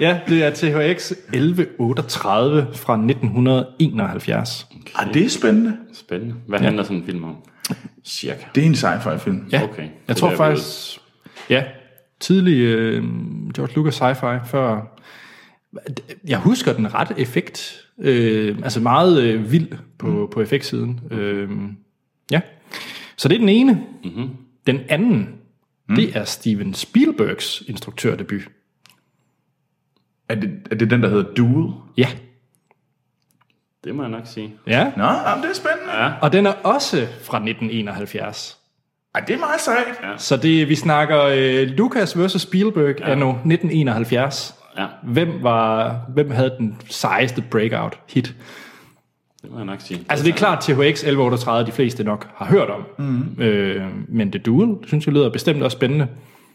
S1: ja, det er THX 1138 fra 1971.
S3: Ah, det er spændende.
S2: Spændende. Hvad handler sådan en film om? Cirka.
S3: Det er en sci-fi film.
S1: Ja,
S2: Okay.
S1: jeg
S2: Det
S1: tror
S2: er
S1: faktisk, ja, tidlig øh, George Lucas sci-fi før. Jeg husker den ret effekt, øh, altså meget øh, vild på, mm. på effektsiden. Øh, ja, så det er den ene. Mm-hmm. Den anden, mm. det er Steven Spielbergs instruktørdebut.
S3: Er det, er det den, der hedder Duel?
S1: Ja,
S2: Det må jeg nok sige.
S1: ja.
S3: Nå, jamen, det er spændende. Ja.
S1: Og den er også fra 1971.
S3: Ej, det er meget sejt. Ja.
S1: Så det, vi snakker øh, Lucas versus Spielberg ja. anno 1971.
S2: Ja,
S1: Hvem, var, hvem havde den sejeste breakout hit?
S2: det må jeg nok sige.
S1: Altså det er klart, THX 1138, de fleste nok har hørt om.
S3: Mhm.
S1: Mm. Øh, men The Duel, synes jeg, lyder bestemt også spændende.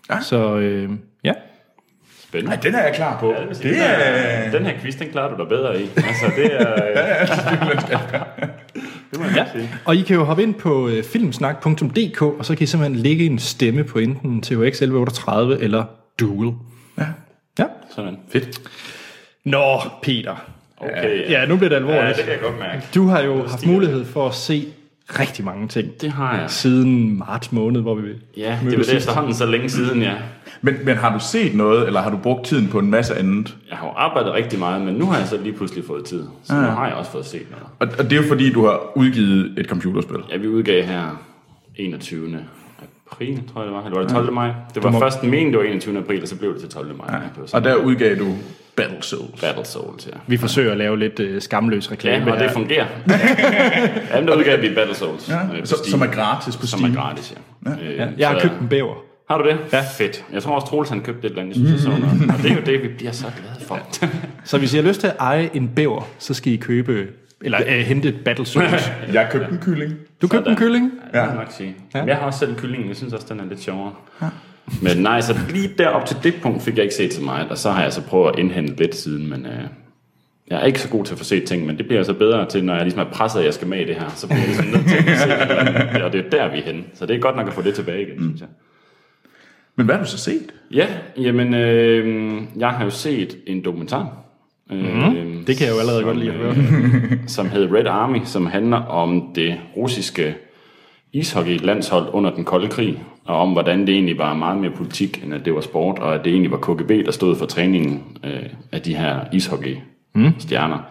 S3: Ja.
S1: Så øh, ja.
S2: Spændende.
S3: Ej, den er jeg klar på. Ja,
S2: vil sige,
S3: det er...
S2: Den her quiz, den klarer du dig bedre i. Altså, det er... Øh, det må jeg nok sige.
S1: Og I kan jo hoppe ind på øh, filmsnak.dk, og så kan I simpelthen lægge en stemme på enten THX 1138 eller Duel.
S3: Ja.
S1: Ja.
S2: Sådan.
S3: Fedt.
S1: Nå, Peter.
S2: Okay.
S1: Ja, nu bliver det alvorligt.
S2: ja, det kan jeg godt mærke.
S1: Du har jo haft mulighed for at se rigtig mange ting
S2: Det har jeg.
S1: siden marts måned, hvor vi...
S2: Ja,
S1: mødtes
S2: det var det
S1: sidst.
S2: efterhånden så længe siden, ja.
S3: Men, men har du set noget, eller har du brugt tiden på en masse andet?
S2: Jeg har jo arbejdet rigtig meget, men nu har jeg så lige pludselig fået tid. Så nu har jeg også fået set noget.
S3: Og, og det er jo fordi, du har udgivet et computerspil.
S2: Ja, vi udgav her 21. april, tror jeg det var. Eller var det 12. maj? Det var først meningen, det var 21. april, og så blev det til 12. maj. Ja.
S3: Og der udgav du Battle Souls.
S2: Battle Souls, ja.
S1: Vi forsøger at lave lidt øh, skamløs reklame.
S2: Ja, og
S1: her.
S2: det fungerer. Jamen, der udgav vi Battle Souls. øh,
S3: Ja,
S2: på
S3: så,
S2: Steam,
S3: som er gratis på Steam.
S2: som er gratis, ja. Øh,
S1: Jeg har
S2: så-
S1: købt en bæver.
S2: Har du det? Ja. Fedt. Jeg tror også, Troels han købte et eller andet, jeg synes, jeg så noget. Og det er jo det, vi bliver så glade for.
S1: Så hvis I har lyst til at eje en bæver, så skal I købe... Eller øh, hente et battle Suit.
S3: Jeg købte en kylling.
S1: Du købte en kylling?
S2: Ja. Det må jeg nok sige. Ja. Jeg har også selv kyllingen, jeg synes også, den er lidt sjovere. Men nej, så lige derop til det punkt fik jeg ikke set så meget, og så har jeg så prøvet at indhente lidt siden, men øh, jeg er ikke så god til at få set ting, men det bliver jeg så bedre til, når jeg ligesom er presset, at jeg skal med i det her, så bliver jeg ligesom nødt til at se det, eller andet. og det er der, vi er henne. Så det er godt nok at få det tilbage igen, synes jeg.
S3: Men hvad har du så set?
S2: Ja, jamen, øh, jeg har jo set en dokumentar. Mm-hmm.
S1: Det kan jeg jo allerede godt lide at høre.
S2: som hed Red Army, som handler om det russiske ishockey-landshold under den kolde krig, og om hvordan det egentlig var meget mere politik, end at det var sport, og at det egentlig var KGB, der stod for træningen øh, af de her ishockey-stjerner.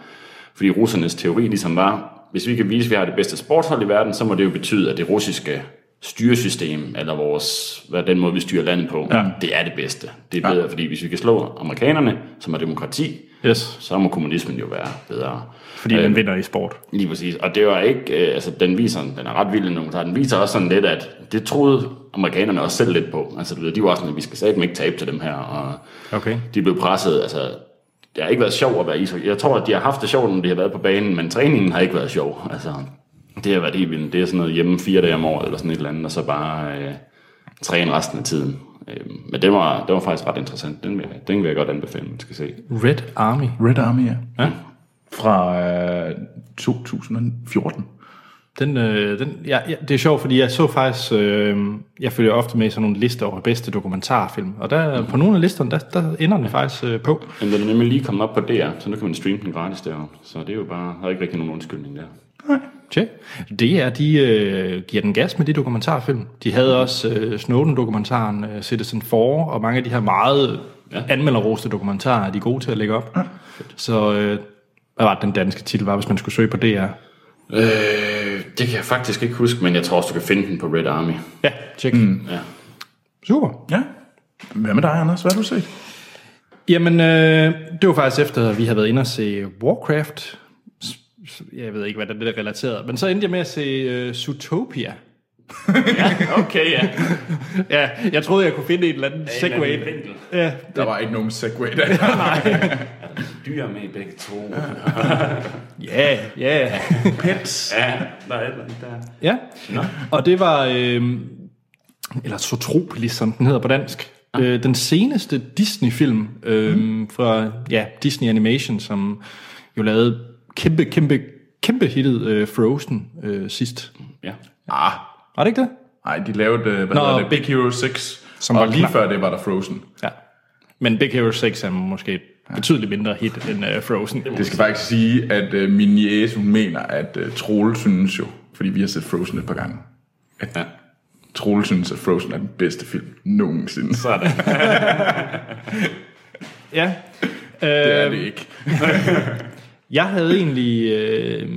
S2: Fordi russernes teori ligesom var, hvis vi kan vise, at vi har det bedste sportshold i verden, så må det jo betyde, at det russiske styresystem, eller vores, hvad den måde, vi styrer landet på, ja. det er det bedste. Det er bedre, ja. fordi hvis vi kan slå amerikanerne, som har demokrati,
S1: Yes.
S2: så må kommunismen jo være bedre.
S1: Fordi
S2: Øh,
S1: den vinder i sport.
S2: Lige præcis. Og det var ikke, øh, altså den viser, den er ret vild, den dokumentar. Den viser også sådan lidt, at det troede amerikanerne også selv lidt på. Altså du ved, de var sådan, at vi skal satme ikke tabe til dem her, og
S1: Okay.
S2: de blev presset. Altså, det har ikke været sjovt at være ishockey. Jeg tror, at de har haft det sjovt, når de har været på banen, men træningen har ikke været sjov. Altså, det har været helt vildt. Det er sådan noget hjemme fire dage om året, eller sådan et eller andet, og så bare øh, træne resten af tiden. Øh, men det var, det var faktisk ret interessant. Den vil, jeg- den vil jeg godt anbefale, man skal se.
S1: Red Army.
S3: Red Army, ja.
S1: Ja.
S3: Fra øh, 2014.
S1: Den, øh, den, ja, ja, det er sjovt, fordi jeg så faktisk, øh, jeg følger ofte med i sådan nogle lister over bedste dokumentarfilm, og der, på nogle af listerne, der, der ender den faktisk øh, på.
S2: Men den er nemlig lige kommet op på DR, så nu kan man streame den gratis derovre. Så det er jo bare, der er ikke rigtig nogen undskyldning der.
S1: Tjek. Det er, de øh, giver den gas med de dokumentarfilm. De havde også øh, Snowden-dokumentaren øh, Citizen 4, og mange af de her meget ja.
S2: Ja.
S1: anmelderroste dokumentarer, er de er gode til at lægge op. Ja. Så øh, hvad var det, den danske titel var, hvis man skulle søge på DR?
S2: Øh, det kan jeg faktisk ikke huske, men jeg tror også, du kan finde den på Red Army.
S1: Ja, tjek. Mm.
S2: Ja.
S1: Super.
S3: Ja. Hvad med dig, Anders? Hvad har du set?
S1: Jamen, øh, det var faktisk efter, at vi havde været inde og se Warcraft. S- s- Jeg ved ikke, hvad der er relateret. Men så endte jeg med at se øh, Zootopia.
S2: ja, okay, ja.
S1: Ja, jeg troede, jeg kunne finde en eller anden segway. Ja,
S3: Der var ikke nogen segway der.
S2: Dyr med i begge to.
S1: ja, ja.
S3: Pets.
S2: Ja, der er et eller andet der.
S1: Ja, og det var, øh, eller Zootropolis, som den hedder på dansk,
S3: Ah.
S1: øh, den seneste Disney-film øh,
S3: Mm.
S1: fra ja, Disney Animation, som jo lavede kæmpe, kæmpe, kæmpe hittet øh, Frozen øh, sidst.
S2: Ja.
S3: Ah,
S1: Var det ikke det?
S3: nej, de lavede, øh, hvad
S1: Nå,
S3: hedder det, Big Hero 6. Som
S1: var
S3: og lige
S1: knap-
S3: før det var der Frozen.
S1: Ja. Men Big Hero 6 er måske et betydeligt mindre hit end uh, Frozen.
S3: Det skal faktisk sige, at øh, min jæse, hun mener, at øh, Troel synes jo, fordi vi har set Frozen et par gange, at ja. Troel synes, at Frozen er den bedste film nogensinde. Så
S2: Sådan.
S1: Ja.
S3: det
S1: Øh,
S3: er det ikke.
S1: jeg havde egentlig øh,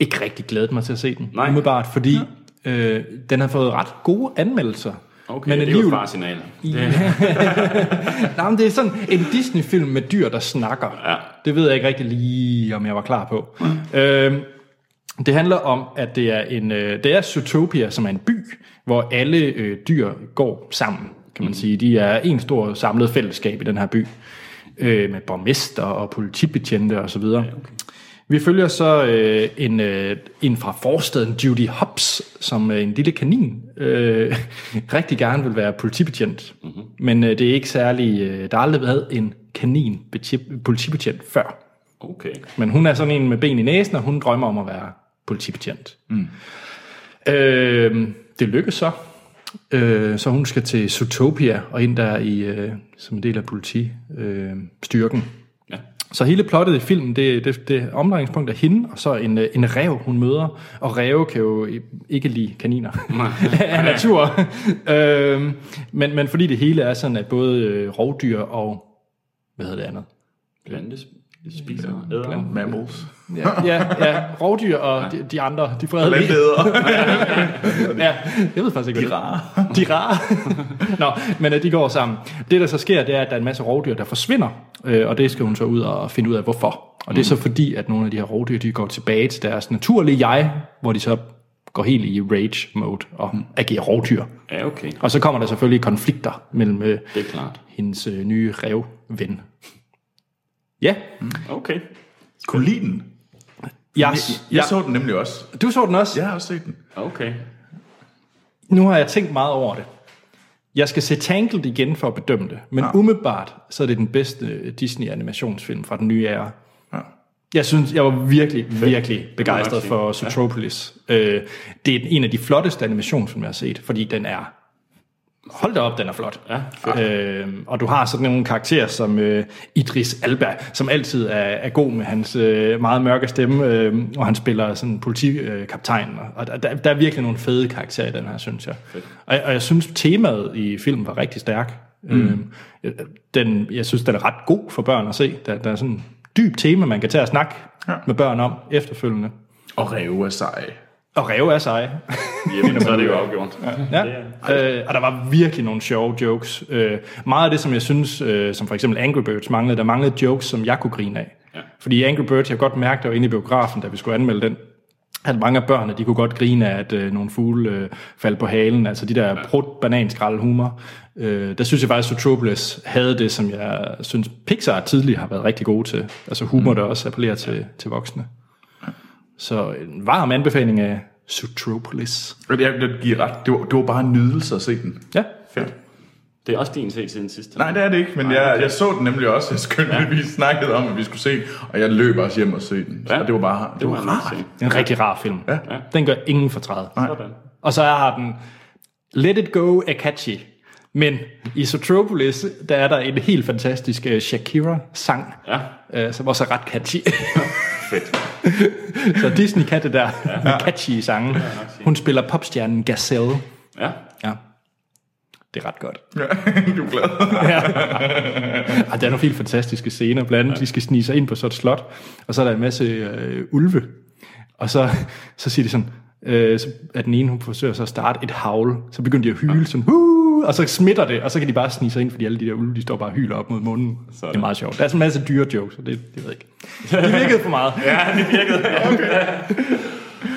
S1: ikke rigtig glædet mig til at se den,
S2: Nej.
S1: umiddelbart, fordi øh, den har fået ret gode anmeldelser.
S2: Okay, men det er jo et farsignal. Det,
S1: Nej, men det er sådan en Disney-film med dyr, der snakker.
S2: Ja.
S1: Det ved jeg ikke rigtig lige, om jeg var klar på. øhm, det handler om, at det er en øh, det er Zootopia, som er en by, hvor alle øh, dyr går sammen, kan man sige. De er en stor samlet fællesskab i den her by, øh, med borgmester og politibetjente osv. Og okay. Vi følger så øh, en, øh, en fra forstaden, Judy Hobbs, som øh, en lille kanin øh, rigtig gerne vil være politibetjent. Mm-hmm. Men øh, det er ikke særlig... Øh, der har aldrig været en kanin beti- politibetjent før.
S2: okay.
S1: Men hun er sådan en med ben i næsen, og hun drømmer om at være politibetjent. Mm. Øh, det lykkes så. Øh, så hun skal til Zootopia og ind der i, øh, som en del af politistyrken. Øh, styrken.
S2: Ja.
S1: Så hele plottet i filmen, det, det, det omdrejningspunkt er hende, og så en, øh, en rev, hun møder. Og ræve kan jo i- ikke lide kaniner af natur. øhm, men, men fordi det hele er sådan, at både øh, rovdyr og... Hvad hedder det andet?
S2: Plante spiser, æder.
S3: Mammals.
S1: Ja, ja, ja rovdyr og de, de andre, de fredelige.
S3: Planteder.
S1: Ja, jeg ved faktisk ikke, hvad de rare. De rare. Nå, men at de går sammen. Det, der så sker, det er, at der er en masse rovdyr, der forsvinder, øh, og det skal hun så ud og finde ud af, hvorfor. Og det er så fordi, at nogle af de her rovdyr, de går tilbage til deres naturlige jeg, hvor de så går helt i rage mode og agerer rovdyr.
S2: Ja, okay.
S1: Og så kommer der selvfølgelig konflikter mellem øh,
S2: Det er klart.
S1: hendes øh, nye revven. Ja,
S2: Okay.
S3: Kunne lide den.
S1: jeg,
S3: Jeg, jeg så den nemlig også.
S1: du så den også?
S3: Jeg har også set den.
S2: Okay.
S1: Nu har jeg tænkt meget over det. Jeg skal se Tangled igen for at bedømme det, men ja. umiddelbart så er det den bedste øh, Disney-animationsfilm fra den nye æra.
S3: Ja.
S1: Jeg synes, jeg var virkelig, virkelig begejstret
S2: sige.
S1: for Zootropolis. Øh, det er en af de flotteste animationsfilm, jeg har set, fordi den er... Hold da op, den er flot.
S2: Ja,
S1: øh, og du har sådan nogle karakterer som øh, Idris Alba, som altid er, er god med hans øh, meget mørke stemme, øh, og han spiller sådan politikaptajn. Øh, kaptajn, og- og der, der er virkelig nogle fede karakterer i den her, synes jeg. Og, og jeg synes, temaet i filmen var rigtig stærk. Mm. Øh, den, jeg synes, den er ret god for børn at se. Der, der er sådan et dybt tema, man kan tage og snakke ja. med børn om efterfølgende.
S3: Og ræve er seje.
S1: Og ræve er seje.
S2: Jamen, så er det jo afgjort.
S1: Ja, øh, og der var virkelig nogle sjove jokes. Øh, meget af det, som jeg synes, øh, som for eksempel Angry Birds manglede, der manglede jokes, som jeg kunne grine af.
S2: Ja.
S1: Fordi i Angry Birds, jeg kunne godt mærke, der var inde i biografen, da vi skulle anmelde den, at mange af børnene, de kunne godt grine af, at øh, nogle fugle øh, faldt på halen, altså de der brudt bananskrald humor. Øh, der synes jeg faktisk, at Zootropolis havde det, som jeg synes, Pixar tidligere har været rigtig gode til. Altså humor, der også appellerer til, til voksne. Så en varm anbefaling af Zootropolis.
S3: Og det, er- det giver ret. Det var, det var bare en nydelse at se den.
S1: Ja,
S3: Fedt.
S2: Det er også din set siden sidst.
S3: Nej, det er det ikke, men jeg, jeg så den nemlig også. Jeg skyndte, ja. vi snakkede om, at vi skulle se den, og jeg løb også hjem og se den. Ja.
S2: Ja.
S3: Og det var bare det, det var
S2: må jeg nok
S3: rart.
S2: sige.
S1: Det er en rigtig rar film. Ja. Den gør ingen fortræd.
S2: Sådan.
S1: Og så har den Let It Go er catchy. Men i Zootropolis, der er der en helt fantastisk øh, Shakira-sang,
S2: Ja,
S1: øh, som også er ret catchy.
S2: fedt.
S1: så Disney kan det der med catchy sange. Hun spiller popstjernen Gazelle.
S2: Ja,
S1: Ja. Det er ret godt.
S3: Ja, du er glad.
S1: Og der er nogle helt fantastiske scener. Blandt andet, de skal snige sig ind på sådan et slot, og så er der en masse øh, ulve. Og så, så siger de sådan, øh, så, at den ene hun forsøger så at starte et havl. Så begynder de at hyle sådan, Huu! og så smitter det, og så kan de bare snige sig ind, fordi alle de der ulve, de står bare og hyler op mod munden. Sådan. Det er meget sjovt. Der er sådan en masse dyre jokes, og det, det ved jeg ikke. Det virkede for meget. ja, det virkede. okay.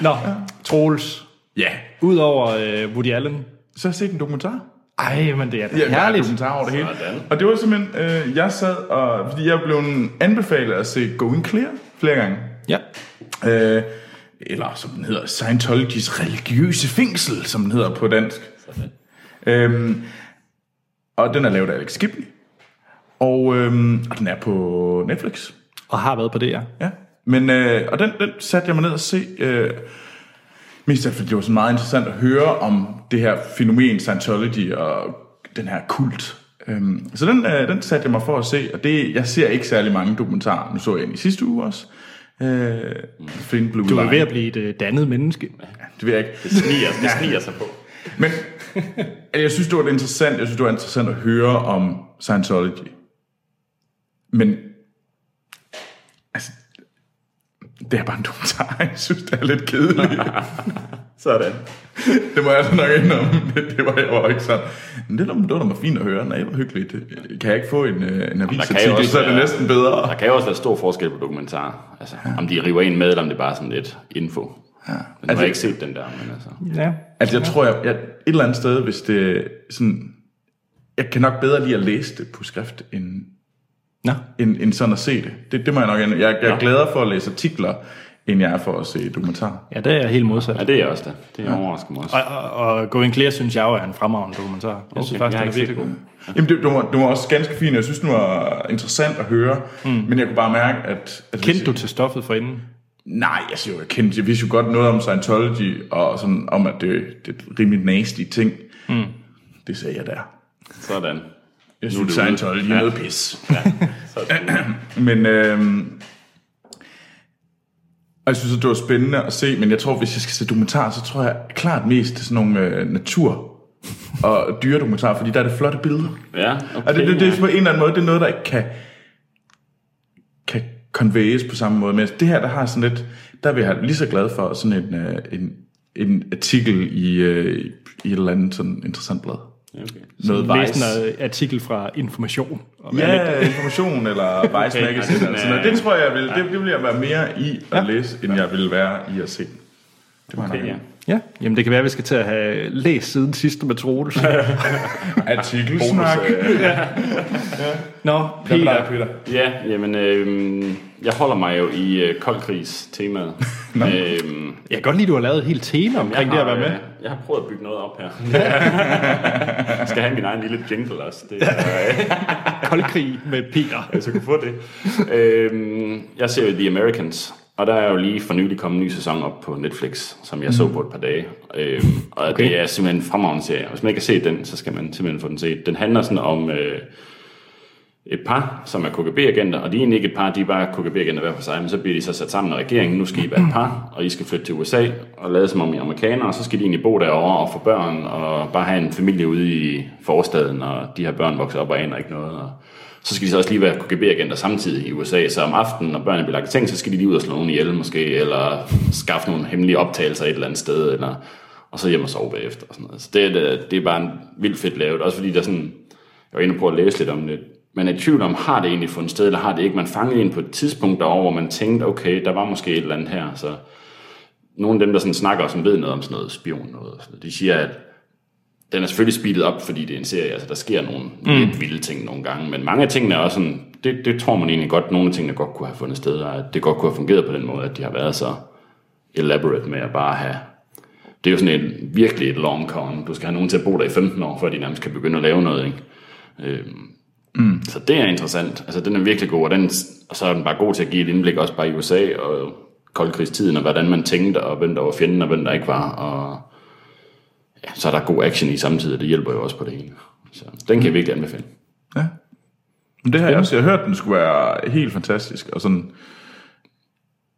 S1: Nå, Troels.
S3: Ja.
S1: Udover øh, Woody Allen.
S3: Så har jeg set en dokumentar.
S1: Ej, men det er da
S3: Ja, der er
S1: herligt.
S3: dokumentarer over det hele.
S2: Sådan.
S3: Og det var simpelthen, øh, jeg sad og... Fordi jeg blev anbefalet at se Going Clear flere gange.
S1: Ja.
S3: Øh, eller som den hedder, Scientologys religiøse fængsel, som den hedder på dansk. Øhm, og den er lavet af Alex Skippy. Og, øhm, og den er på Netflix.
S1: Og har været på det, ja.
S3: Ja. Men, øh, og den, den satte jeg mig ned og se. Øh, mest af alt, fordi det var så meget interessant at høre om det her fænomen Scientology og den her kult, Øhm, så den, øh, den satte jeg mig for at se, og det, jeg ser ikke særlig mange dokumentarer. Nu så jeg en i sidste uge også. Øh, Flynn Blue
S1: Du er ved
S3: Line.
S1: at blive et øh, dannet menneske.
S3: Det vil jeg ikke.
S2: Det sniger, det sniger sig på.
S3: Men altså, jeg synes, det var interessant. Jeg synes, det var interessant at høre om Scientology. Men altså, det er bare en dokumentar. Jeg synes, det er lidt kedeligt.
S2: Sådan.
S3: det må jeg altså nok indrømme. Det, det var jeg var ikke sådan. Men det, var- det var da meget fint at høre. Nej, hvor hyggeligt. Kan jeg ikke få en, øh,
S2: kan
S3: en
S2: jo
S3: avisartikel,
S2: også
S3: så er det
S2: være-
S3: næsten bedre.
S2: Der kan jo også være stor forskel på dokumentarer. Altså, om de river en med, eller om det er bare sådan lidt info. Ja. Altså, jeg har ikke set den der, men altså...
S1: Ja.
S3: Altså, jeg tror, jeg, jeg, et eller andet sted, hvis det sådan... Jeg kan nok bedre lide at læse det på skrift, end,
S1: Nå.
S3: end, end sådan at se det. Det, det må jeg nok indrømme. Jeg, jeg er gladere for at læse artikler, end jeg er for at se dokumentar.
S1: Ja, det er jeg helt modsat.
S2: Ja, det er jeg også da. Det er ja. overrasker mig også.
S1: Og, og, og Going Clear synes jeg jo er en fremragende dokumentar. Jeg okay, synes
S2: Okay,
S1: faktisk,
S2: jeg har
S1: den er
S2: ikke
S1: virkelig god.
S2: set
S3: Jamen, det, det, var, det var også ganske fint, og jeg synes, det var interessant at høre. Mm. Men jeg kunne bare mærke, at... at
S1: Kendte du til stoffet forinden?
S3: Nej, jeg siger jo, jeg kendte, jeg vidste jo godt noget om Scientology, og sådan om, at det, det er et rimelig nasty ting. Mm. Det sagde jeg der.
S2: Sådan.
S3: Jeg
S2: Nu er
S3: synes,
S2: det ude.
S3: Scientology er noget pis.
S2: Sådan.
S3: Men øhm, og jeg synes, at det var spændende at se, men jeg tror, hvis jeg skal se dokumentar, så tror jeg klart mest til sådan nogle øh, natur- og dyredokumentarer, fordi der er det flotte billeder.
S2: Ja,
S3: Og
S2: okay.
S3: det, det, det, er på en eller anden måde, det er noget, der ikke kan, kan conveys på samme måde. Men det her, der har sådan lidt, der vil jeg have lige så glad for sådan en, øh, en, en artikel i, øh, i et eller andet sådan interessant blad.
S2: ja. Okay.
S3: Noget
S1: Læs
S3: Vice.
S1: en øh, artikel fra Information. Om alt det.
S3: Ja, information eller Vice
S1: Okay,
S3: Magazine.
S2: ja,
S3: eller sådan noget. Det tror jeg, jeg vil, det, det vil jeg være mere i at læse, end jeg vil være i at se. Det var okay,
S2: Ja.
S3: nok.
S1: ja. Jamen, det kan være, at vi skal til at have læst siden sidste med Troels.
S3: Artikelsnak.
S1: Nå,
S3: Hvad med
S1: Peter.
S3: dig, Peter?
S2: ja, jamen, øhm, jeg holder mig jo i øh, koldkrigs-temaet. øhm,
S1: Jeg kan godt lide, at du har lavet et helt tema omkring det at være med.
S2: øh, Jeg har prøvet at bygge noget op her. jeg skal have min egen lille jingle også. Det, er, øh,
S1: Koldkrig med Peter.
S2: hvis jeg kunne få det. øhm, jeg ser jo The Americans, og der er jo lige for nylig kommet en ny sæson op på Netflix, som jeg så på et par dage. Øhm, og okay. det er simpelthen en fremragende serie. Hvis man ikke har set den, så skal man simpelthen få den set. Den handler sådan om... Øh, et par, som er KGB-agenter, og de er egentlig ikke et par, de er bare KGB-agenter hver for sig, men så bliver de så sat sammen af regeringen, nu skal I være et par, og I skal flytte til USA og lade som om I er amerikanere, og så skal de egentlig bo derovre og få børn, og bare have en familie ude i forstaden, og de her børn vokser op og aner ikke noget, og så skal de så også lige være KGB-agenter samtidig i USA, så om aftenen, når børnene bliver lagt i seng, så skal de lige ud og slå nogen ihjel måske, eller skaffe nogle hemmelige optagelser et eller andet sted, eller, og så hjem og sove bagefter. Og sådan noget. Så det, er- det er bare en vildt fedt lavet, også fordi der er sådan, jeg var inde og prøve at læse lidt om det. Man er i tvivl om, har det egentlig fundet sted, eller har det ikke? Man fangede en på et tidspunkt derovre, hvor man tænkte, okay, der var måske et eller andet her. Så nogle af dem, der sådan snakker og som ved noget om sådan noget spion, noget, og sådan noget, de siger, at den er selvfølgelig speedet op, fordi det er en serie, altså der sker nogle mm. lidt vilde ting nogle gange, men mange af tingene er også sådan, det, det tror man egentlig godt, nogle af tingene godt kunne have fundet sted, og at det godt kunne have fungeret på den måde, at de har været så elaborate med at bare have det er jo sådan en, virkelig et long con. Du skal have nogen til at bo der i 15 år, før de nærmest kan begynde at lave noget. Ikke? Øhm, mm. Så det er interessant. Altså, den er virkelig god, og, den, og så er den bare god til at give et indblik også bare i USA og koldkrigstiden, og hvordan man tænkte, og hvem der var fjenden, og hvem der ikke var. Og ja, så er der god action i samtidig, og det hjælper jo også på det hele. Så den kan jeg virkelig anbefale.
S3: Ja. Men det har jeg også. Jeg har hørt, den skulle være helt fantastisk, og sådan...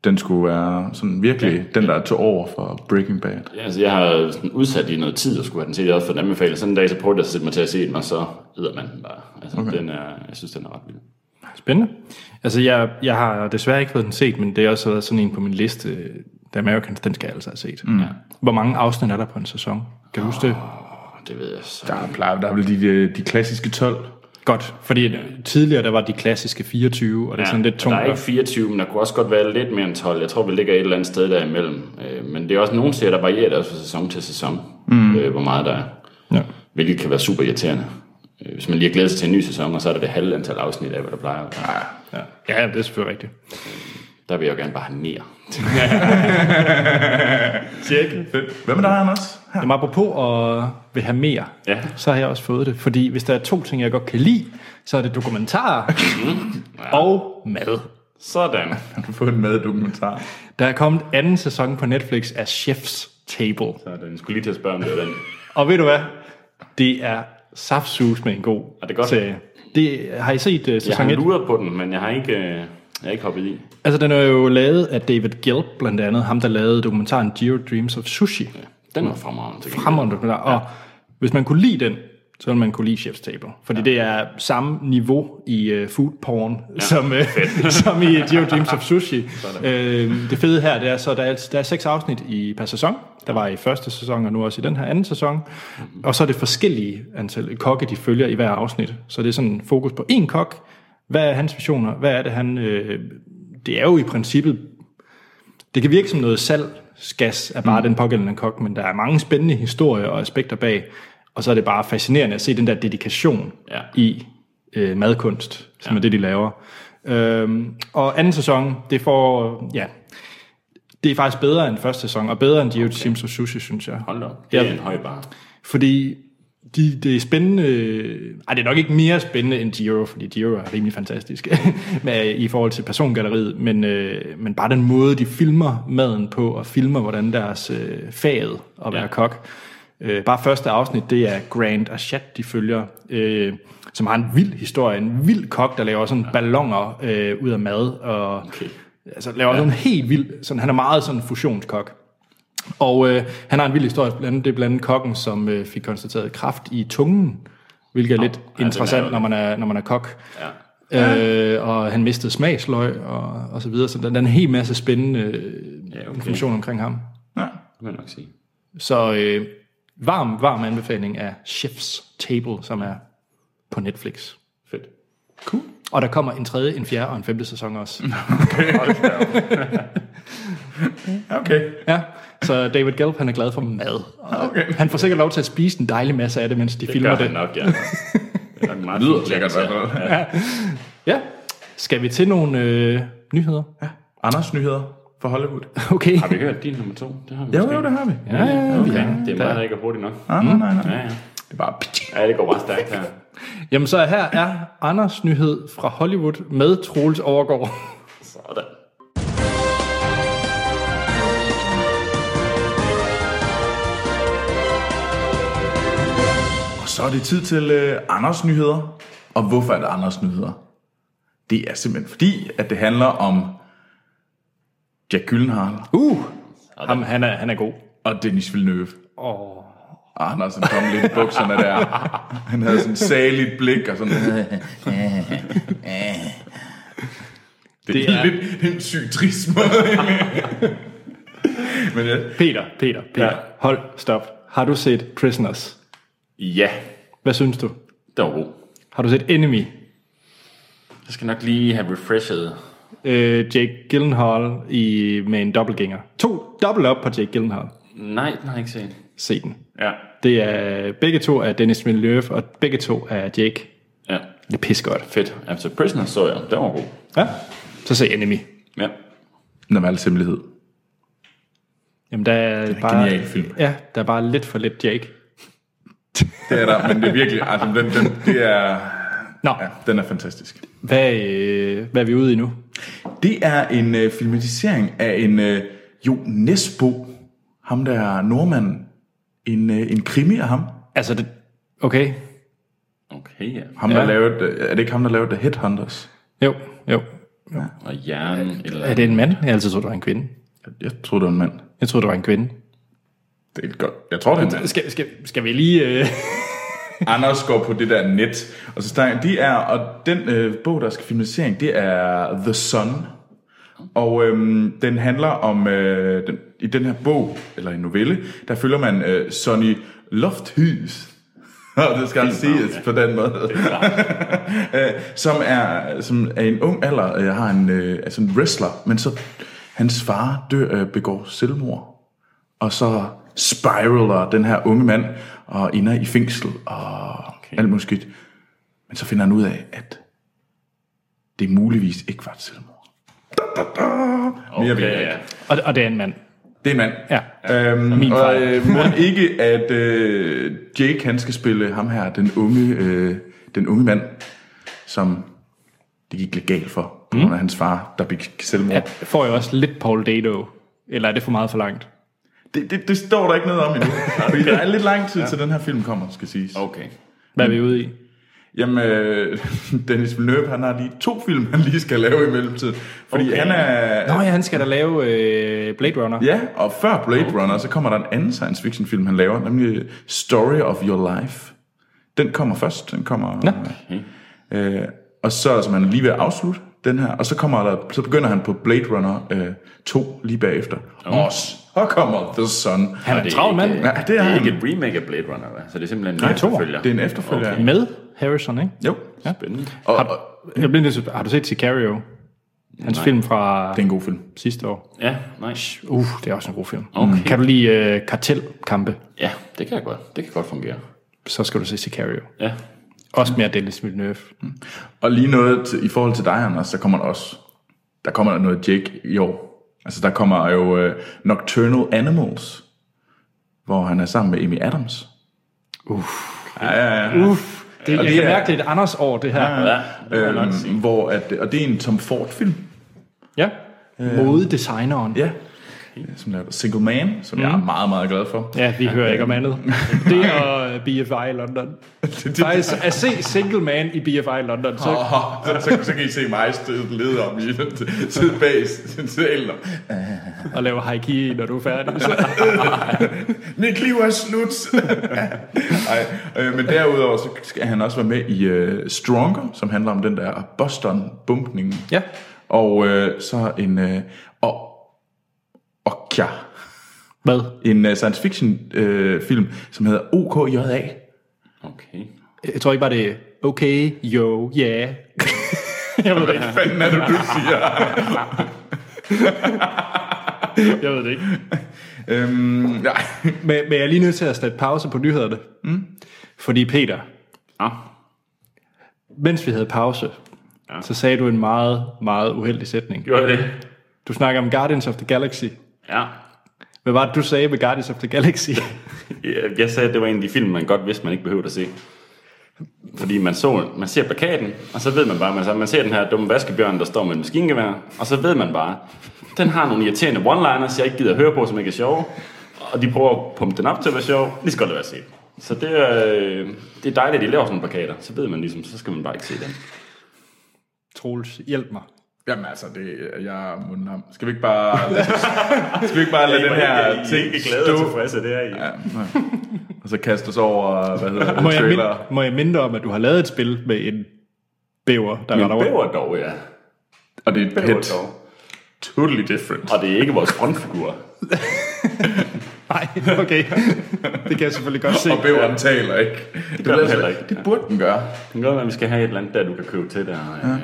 S3: Den skulle være sådan virkelig den, der er til over for Breaking Bad.
S2: Ja, altså, jeg har sådan udsat i noget tid, og skulle have den set, jeg også for den anbefaling. Sådan en dag, så prøvede jeg at sætte mig til at se den, og så æder man den bare. Altså, okay. den er, jeg synes, den er ret vild.
S1: Spændende. Altså, jeg, jeg har desværre ikke fået den set, men det har også været sådan en på min liste. øh, The Americans, den skal jeg altså have set. Mm. Hvor mange afsnit er der på en sæson? Kan du huske det?
S2: Det ved jeg så.
S3: Der plejer, der er vel de, øh, de klassiske 12.
S1: Godt, fordi tidligere der var de klassiske 24, og det er sådan lidt tungt.
S2: Der er ikke 24, men der kunne også godt være lidt mere end 12. Jeg tror, vi ligger et eller andet sted derimellem. Øh, men det er også nogle serier, der varierer det også fra sæson til sæson, mm. øh, hvor meget der er.
S1: Ja.
S2: Hvilket kan være super irriterende. Øh, Hvis man lige har glædet sig til en ny sæson, og så er der det halve antal afsnit af, hvad der plejer. at være.
S1: Ja. ja, det er selvfølgelig rigtigt.
S2: Der vil jeg jo gerne bare have mere.
S3: Hvad med dig, Anders?
S1: Jamen apropos at vil have mere,
S2: Ja.
S1: så har jeg også fået det. Fordi hvis der er to ting, jeg godt kan lide, så er det dokumentarer
S2: Mhm.
S1: og mad.
S2: Sådan.
S3: Har du fået en maddokumentar?
S1: Der er kommet anden sæson på Netflix af Chef's Table.
S2: Sådan. Jeg skulle lige til at spørge, om det var den.
S1: Og ved du hvad? Det er saftsus med en god
S2: Er det godt?
S1: serie. Det, har I set uh,
S2: Jeg har
S1: sæson 1?
S2: luret på den, men jeg har ikke, øh, jeg har ikke hoppet i.
S1: Altså, den er jo lavet af David Gelb, blandt andet. Ham, der lavede dokumentaren Geo Dreams of Sushi.
S2: Den var fremragende. til gengæld.
S1: Fremragende dokumentar. Og hvis man kunne lide den, så ville man kunne lide Chef's Table. Fordi ja. det er samme niveau i uh, food porn, ja. som, uh, som i Geo Dreams of Sushi. Uh, det fede her, det er så, der er, der er seks afsnit i per sæson. Der var i første sæson, og nu også i den her anden sæson. Og så er det forskellige antal kokke, de følger i hver afsnit. Så det er sådan fokus på én kok. Hvad er hans visioner? Hvad er det, han... Øh, det er jo i princippet det kan virke som noget salgsgas af bare mm. den pågældende kok, men der er mange spændende historier og aspekter bag, og så er det bare fascinerende at se den der dedikation
S2: Ja.
S1: i øh, madkunst, som ja. er det, de laver. Øhm, og anden sæson, det får, ja, det er faktisk bedre end første sæson, og bedre end Geo okay. Sims og Sushi, synes jeg.
S2: Hold da op. Det er
S1: Ja.
S2: en høj bar.
S1: Fordi de, det er spændende... Ej, det er nok ikke mere spændende end Giro, fordi Giro er rimelig fantastisk med, i forhold til persongalleriet, men, øh, men bare den måde, de filmer maden på, og filmer, hvordan deres øh, faget at være
S2: Ja.
S1: ja. kok. Øh, bare første afsnit, det er Grand Achat, de følger, øh, som har en vild historie, en vild kok, der laver sådan ballonger øh, ud af mad, og okay. altså, laver ja. sådan helt vild... Sådan, han er meget sådan en fusionskok. Og øh, han har en vild historie, blandt andet, det er blandt andet kokken, som øh, fik konstateret kraft i tungen, hvilket er lidt
S2: ja, den
S1: ja,
S2: er
S1: interessant,
S2: jo-
S1: når, man er, når man er kok.
S2: Ja.
S1: Ja. Øh, og han mistede smagsløg og, og så videre. Så der, der er en hel masse spændende øh,
S2: Ja, okay.
S1: information omkring ham.
S3: Ja.
S2: Det vil jeg nok sige.
S1: Så øh, varm, varm anbefaling af Chef's Table, som er på Netflix.
S2: Fedt.
S1: Cool. Og der kommer en tredje, en fjerde og en femte sæson også.
S2: Mm.
S3: Okay.
S1: Ja, så David Gelb, han er glad for mad. Og
S3: Okay.
S1: Han får sikkert lov til at spise en dejlig masse af det, mens de det
S2: Det
S1: filmer
S2: gør
S1: det.
S2: han nok, ja. Det er nok en meget
S3: Lyder
S2: fin
S3: lækkert i
S2: chance,
S3: hvert fald.
S1: Ja. Skal vi til nogle øh, nyheder?
S3: Ja. Anders nyheder fra Hollywood.
S1: Okay.
S2: Har vi hørt din nummer to? Det har vi
S3: Jo,
S2: måske.
S3: jo, det har vi.
S1: Ja, ja, okay.
S2: Ja, det er meget, der ikke er hurtigt nok.
S3: Ah, nej, nej, nej.
S2: Ja, ja.
S3: Det er bare...
S2: Ja, det går bare stærkt her.
S1: Jamen så her er Anders nyhed fra Hollywood med Troels Overgaard.
S2: Sådan.
S3: Og så er det tid til øh, Anders nyheder. Og hvorfor er det Anders nyheder? Det er simpelthen fordi, at det handler om Jack Gyllenhaal
S1: Uh! Ham, han, er, han er god.
S3: og Dennis Villeneuve.
S1: Oh.
S3: Og Anders han kom lidt i bukserne der. Han havde sådan et saligt blik og sådan... Det
S1: Det
S3: er
S1: er-
S3: lidt det er en syg trist måde. Men ja,
S1: Peter, Peter, Peter.
S2: Ja.
S1: Ja. Hold, stop. Har du set Prisoners?
S2: Ja,
S1: Hvad synes du?
S2: det var god.
S1: Har du set Enemy?
S2: Jeg skal nok lige have refreshet.
S1: Øh, Jake Gyllenhaal i, med en dobbeltgænger. To dobbelt op på Jake Gyllenhaal.
S2: Nej, den har jeg ikke set.
S1: Se den.
S2: Ja.
S1: Det er begge to af Dennis Villeneuve, og begge to af Jake.
S2: Ja,
S1: Det er pissegodt.
S2: fedt. Altså, Prisoner så jeg. Det var god.
S1: Ja. Så se Enemy.
S2: Ja.
S3: den er simpelhed.
S1: Jamen, der er, det er bare,
S3: genial film.
S1: Ja, der er bare lidt for lidt Jake.
S3: Det er der, men det er virkelig... Altså, den, den, det er,
S1: Nå,
S3: ja, den er fantastisk.
S1: hvad, øh, hvad er vi ude i nu?
S3: Det er en øh, filmatisering af en øh, Jo Nesbo, ham der er nordmanden. En, øh, en krimi af ham.
S1: Altså, det, okay.
S2: Okay, ja.
S3: ham ja. der lavede, øh, er det ikke ham, der lavede The Headhunters?
S1: Jo, jo.
S2: Og hjernen, eller...
S1: Er det en mand? Jeg altid troede, det var en kvinde.
S3: Jeg troede, det var en mand.
S1: Jeg troede, det var en kvinde.
S3: Det er et godt. Jeg tror, det er en mand.
S1: Skal, skal, skal vi lige... Øh...
S3: Anders går på det der net, og så snakker de er, og den øh, bog, der skal filmatisering, det er The Sun. Og øhm, den handler om, øh, den, i den her bog, eller en novelle, der følger man øh, Sonny Lofthus. Og det skal altså siges på den måde. Øh, som, er, som er en ung alder, øh, har en, øh, altså en wrestler, men så hans far dør, øh, begår selvmord. Og så spiraler den her unge mand og ender i fængsel og okay. alt muligt. skidt. Men så finder han ud af, at det muligvis ikke var et selvmord. Da, da, da. Mere ved jeg
S2: Okay,
S3: ikke.
S2: ja.
S1: og, og det er en mand.
S3: Det er en mand.
S1: Ja.
S3: Øhm,
S1: Min
S3: og
S1: fejl.
S3: øh, må ikke, at øh, Jake han skal spille ham her, den unge, øh, den unge mand, som det gik legalt for, på grund af hans far, der begik selvmord.
S1: Mm. Ja, får jeg også lidt Paul Dado. Eller er det for meget for langt?
S3: Det, det, det står der ikke noget om endnu. Fordi der er lidt lang tid, ja. til den her film kommer, skal siges.
S2: Okay.
S1: Hvad er vi ude i?
S3: Jamen, øh, Dennis Villeneuve, han har lige to film, han lige skal lave i mellemtiden. Fordi okay. han er...
S1: Nå ja, han skal da lave øh, Blade Runner.
S3: Ja, og før Blade okay. Runner, så kommer der en anden science fiction film, han laver, nemlig Story of Your Life. Den kommer først, den kommer...
S1: Nå.
S3: Øh, og så, som han er lige ved at afslutte den her, og så, kommer der, så begynder han på Blade Runner øh, 2 lige bagefter. Oh. Og så kommer The Sun.
S1: Han er en travl mand.
S2: Ikke,
S3: Ja,
S2: ja,
S3: det er
S2: det, er det er
S3: han.
S2: ikke et remake af Blade Runner, hvad? så det er simpelthen en
S1: Nej, toer.
S2: efterfølger.
S3: Det er en efterfølger. Okay.
S1: Med Harrison, ikke?
S3: Jo.
S2: Ja. Spændende.
S3: Og,
S1: Har,
S3: og,
S1: du- jeg bliver lidt, har du set Sicario? Hans
S2: Nej.
S1: film fra
S3: det er en god film.
S1: sidste år.
S2: Ja, nice.
S1: Uh, det er også en god film.
S2: Okay.
S1: Kan du lide øh, kartelkampe,
S2: Ja, det kan jeg godt. Det kan godt fungere.
S1: så skal du se Sicario.
S2: Ja.
S1: Også mere Dennis Villeneuve.
S3: Og lige noget til, i forhold til dig, Anders, så kommer der også... Der kommer der noget Jake i år. Altså, der kommer jo øh, Nocturnal Animals, hvor han er sammen med Amy Adams. Uff. Ja, ja, ja.
S1: Uff, det, jeg
S3: det
S1: kan
S3: er-
S1: mærke, det er et Anders år, Mm. det her. Ja.
S2: Ja, det må jeg nok sige.
S3: Øhm, hvor at, og det er en Tom Ford-film.
S1: ja. Øh. Modedesigneren.
S3: Ja. Som laver Single Man, som mm. jeg er meget, meget glad for.
S1: Ja, vi hører ikke om andet. Det øh, og BFI London. Faktisk, at se Single Man i BFI London, så
S3: Oh, så, så, så, kan I se mig støde lede om i den sidde bag salen.
S1: og lave haiki, når du er færdig. Så.
S3: Mit liv er slut. Ej, øh, men derudover så skal han også være med i øh, Stronger, som handler om den der Boston-bumpning.
S1: Ja.
S3: Og øh, så en... Øh, og, og kja,
S1: Hvad?
S3: en uh, science fiction øh, film, som hedder OKJA.
S2: Okay.
S1: Jeg tror ikke bare, det er okay, yo, yeah. jeg ved det ikke.
S3: Hvad fanden er det, du siger?
S1: Jeg ved det ikke.
S3: øhm, nej.
S1: Men, men jeg er lige nødt til at sætte pause på nyhederne. Mm. Fordi Peter,
S2: Ah,
S1: mens vi havde pause, ja. så sagde du en meget, meget uheldig sætning.
S2: gjorde det?
S1: Du snakker om Guardians of the Galaxy.
S2: Ja.
S1: Hvad var det, du sagde med Guardians of the Galaxy?
S2: Ja, Jeg sagde, at det var en af de film, man godt vidste, man ikke behøvede at se. Fordi man, så, man ser plakaten, og så ved man bare, man, så, man ser den her dumme vaskebjørn, der står med en maskingevær, og så ved man bare, den har nogle irriterende one-liners, jeg ikke gider at høre på, som ikke er sjove, og de prøver at pumpe den op til at være sjov, lige så godt at være set. Så det, øh, det er dejligt, at de laver sådan nogle plakater, så ved man ligesom, så skal man bare ikke se den.
S1: Troels, hjælp mig.
S3: Jamen altså, det, jeg er mundlam. Skal vi ikke bare, skal vi ikke bare lade den her ting stå?
S2: tilfredse, det er I. Ja.
S3: Og så kaste os over, hvad hedder det,
S1: Må jeg,
S3: trailer?
S1: minde, må jeg minde om, at du har lavet et spil med en bæver, der render rundt?
S2: Bæver dog, ja.
S3: Og det er et
S2: Bæver
S3: pet.
S2: dog.
S3: Totally different.
S2: Og det er ikke vores frontfigur.
S1: Nej, okay. Det kan jeg selvfølgelig godt se.
S3: Og bæveren taler ikke. Det,
S2: gør den
S3: altså-
S2: heller ikke.
S3: Det burde den gøre.
S2: Det kan godt være, at vi skal have et eller andet, der du kan købe til der. øh. Ja.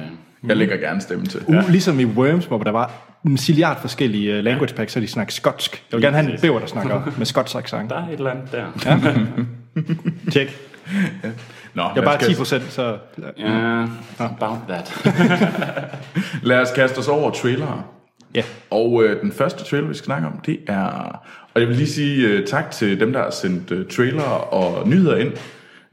S3: Jeg lægger gerne stemme til.
S1: Uh, ligesom i Worms, hvor der var en milliard forskellige øh, language packs, så de snakker skotsk. Jeg vil gerne have en bæver, der snakker med skotsk accent.
S2: Der er et eller andet der.
S1: Tjek.
S3: Nå,
S1: Jeg er bare 10
S3: 10
S1: procent, så...
S2: Ja, about that.
S3: Lad os kaste os over trailere.
S1: Ja.
S3: Og øh, den første trailer, vi skal snakke om, det er... Og jeg vil lige sige øh, tak til dem, der har sendt øh, trailer og nyheder ind.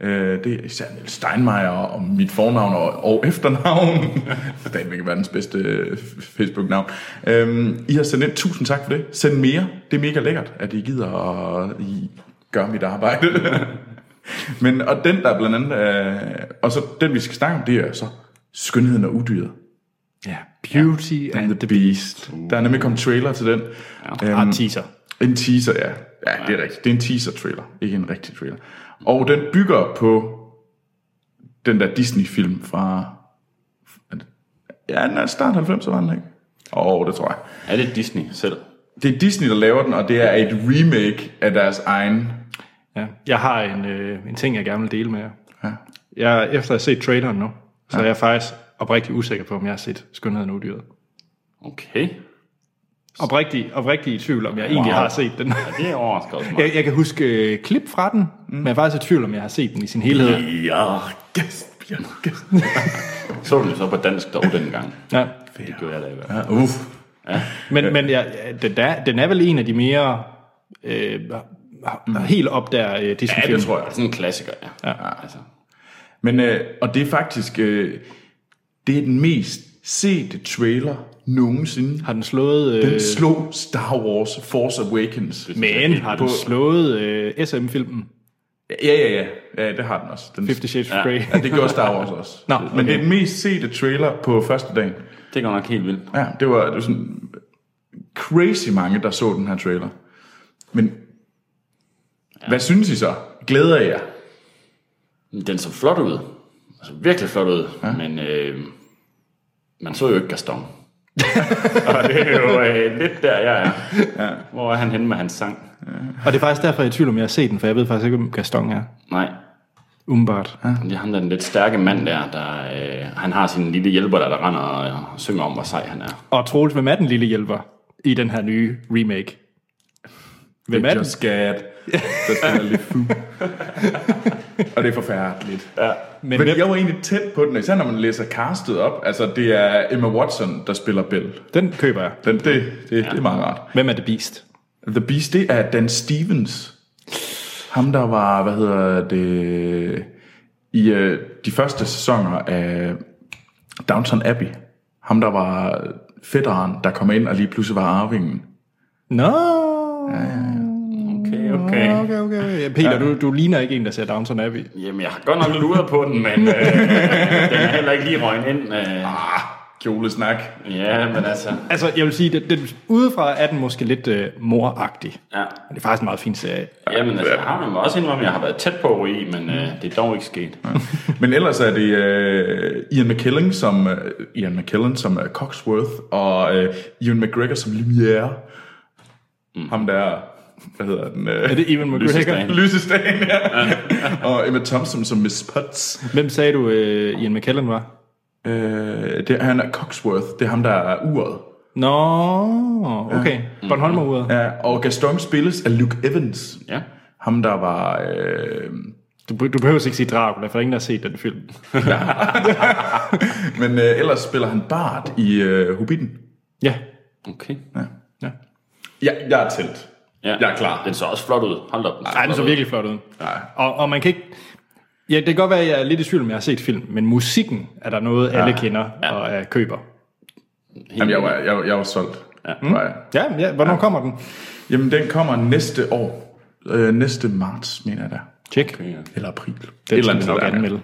S3: Øh, det er især Niels Steinmeier og mit fornavn og, og efternavn. Stadigvæk verdens bedste øh, Facebook-navn. Øhm, I har sendt ind. Tusind tak for det. Send mere. Det er mega lækkert, at I gider at I gør mit arbejde. Men, og den, der er blandt andet... Øh, og så den, vi skal snakke om, det er så skønheden og udyret.
S1: ja. Beauty and
S3: The Beast. Der er nemlig kommet trailer til den. Ja.
S1: Ah, teaser.
S3: En teaser, ja. Ja, det er rigtigt. Det er en teaser-trailer, ikke en rigtig trailer. Og den bygger på den der Disney-film fra... Ja, den er start 90'er, var den ikke? Åh, oh, det tror jeg.
S2: er det Disney selv?
S3: Det er Disney, der laver den, og det er et remake af deres egen...
S1: Ja. Jeg har en, øh, en ting, jeg gerne vil dele med jer.
S3: Ja.
S1: Jeg, efter at have set traileren nu, så er jeg faktisk oprigtigt usikker på, om jeg har set Skønheden og Udyret.
S2: Okay.
S1: Oprigtigt oprigtig i tvivl, om jeg egentlig
S2: Wow.
S1: har set den.
S2: Det er overrasker også mig.
S1: Jeg, jeg kan huske øh, klip fra den, mm. men jeg er faktisk i tvivl, om jeg har set den i sin helhed.
S2: Ja.
S3: Yes, Bjørn, yes.
S2: Så du det så på dansk dog dengang.
S1: Ja.
S2: Det gjorde jeg da i hvert fald.
S3: Ja, uff.
S1: Men, men jeg, den, er, den er vel en af de mere øh, helt op der øh, Disney-film.
S3: Ja, det tror jeg.
S2: Det er sådan en klassiker, ja. ja. Altså,
S3: Men, øh, og det er faktisk... Øh, det er den mest sete trailer nogensinde.
S1: Har den slået... Øh,
S3: Den slog Star Wars Force Awakens.
S1: men har den slået øh, SM-filmen?
S3: Ja, ja, ja. ja det har den også. Den,
S1: Fifty Shades of Grey.
S3: ja, det gjorde Star Wars også.
S1: Nå,
S3: Men det
S1: okay.
S3: er den mest sete trailer på første dagen.
S2: Det går nok helt vildt.
S3: Ja, det var, det var sådan crazy mange, der så den her trailer. Men ja. hvad synes I så? Glæder jeg jer?
S2: Den så flot ud. Altså virkelig flot ud. Ja. Men øh, man så jo ikke Gaston. og det er jo øh, lidt der, jeg er. Ja. Hvor er han henne med hans sang?
S1: Og det er faktisk derfor, jeg er i tvivl om, jeg har set den, for jeg ved faktisk ikke, om Gaston er.
S2: Nej,
S1: Umiddelbart. Ja.
S2: det er ham, der er den lidt stærke mand der. der øh, han har sin lille hjælper, der, der render og, og synger om, hvor sej han er.
S1: Og Troels, hvem er den lille hjælper i den her nye remake? Hvem er den?
S3: Just Gad. Der spiller lidt fu. Og det er forfærdeligt. Ja. Men Fordi
S1: hvem-
S3: jeg var egentlig tæt på den, især når man læser castet op. Altså, det er Emma Watson, der spiller Belle.
S1: Den køber jeg.
S3: Den, det, det, ja. det er meget rart.
S1: Hvem er det Beast?
S3: The Beast, det er Dan Stevens. Ham, der var, hvad hedder det, i øh, de første sæsoner af Downton Abbey. Ham, der var fætteren, der kom ind og lige pludselig var arvingen.
S1: Nå,
S2: Okay, okay.
S1: okay, okay. Ja, Peter, du, du ligner ikke en, der ser Downton Abbey.
S2: Jamen, jeg har godt nok luret på den, men øh, den er heller ikke lige røgnet ind. Øh.
S3: Ah, kjolesnak.
S2: Ja, men altså...
S1: Altså, jeg vil sige, det, det, udefra er den måske lidt øh, moragtig.
S2: Ja.
S1: Men det er faktisk en meget fin serie.
S2: Jamen, altså, jeg har man også indrømme, jeg har været tæt på at ryge i, men øh, det er dog ikke sket.
S3: Men ellers er det øh, Ian McKellen som øh, Ian McKellen som øh, Coxworth og øh, Ian McGregor som Lumiere. Mm. Ham der, hvad hedder den? Øh,
S1: Er det Ewan
S2: Lysestagen.
S1: McGregor?
S3: Lysestagen, ja. og Emma Thompson som Miss Potts.
S1: Hvem sagde du, øh, Ian McKellen var?
S3: Øh, det er, han er Coxworth, det er ham, der er uret.
S1: Nå, okay. Bornholmer-uret.
S3: Ja, og Gaston spilles af Luke Evans.
S2: Ja.
S3: Ham, der var... Øh,
S1: Du, du behøver ikke sige Dracula, for der er ingen der har set den film.
S3: men øh, ellers spiller han Bart i øh, Hobbiten.
S1: Ja.
S2: Okay.
S1: ja.
S3: Ja, jeg er tændt.
S2: Ja.
S3: Jeg er klar.
S2: Den så også flot ud. Hold op. Den
S1: Ej, den så
S2: flot ud.
S1: virkelig flot ud.
S3: Ja.
S1: Og, og man kan ikke... Ja, det kan godt være, at jeg er lidt i tvivl om, jeg har set film, men musikken er der noget, alle kender og er køber.
S2: Helt
S3: Jamen, jeg var,
S2: vildt.
S3: jeg, var- jeg var solgt.
S2: Ja.
S3: Var jeg.
S1: Ja, ja hvornår kommer den?
S3: Jamen, den kommer næste år. Øh, næste marts, mener jeg der.
S1: Tjek.
S2: Okay, ja.
S3: Eller april. Det
S1: Den skal vi nok anmelde.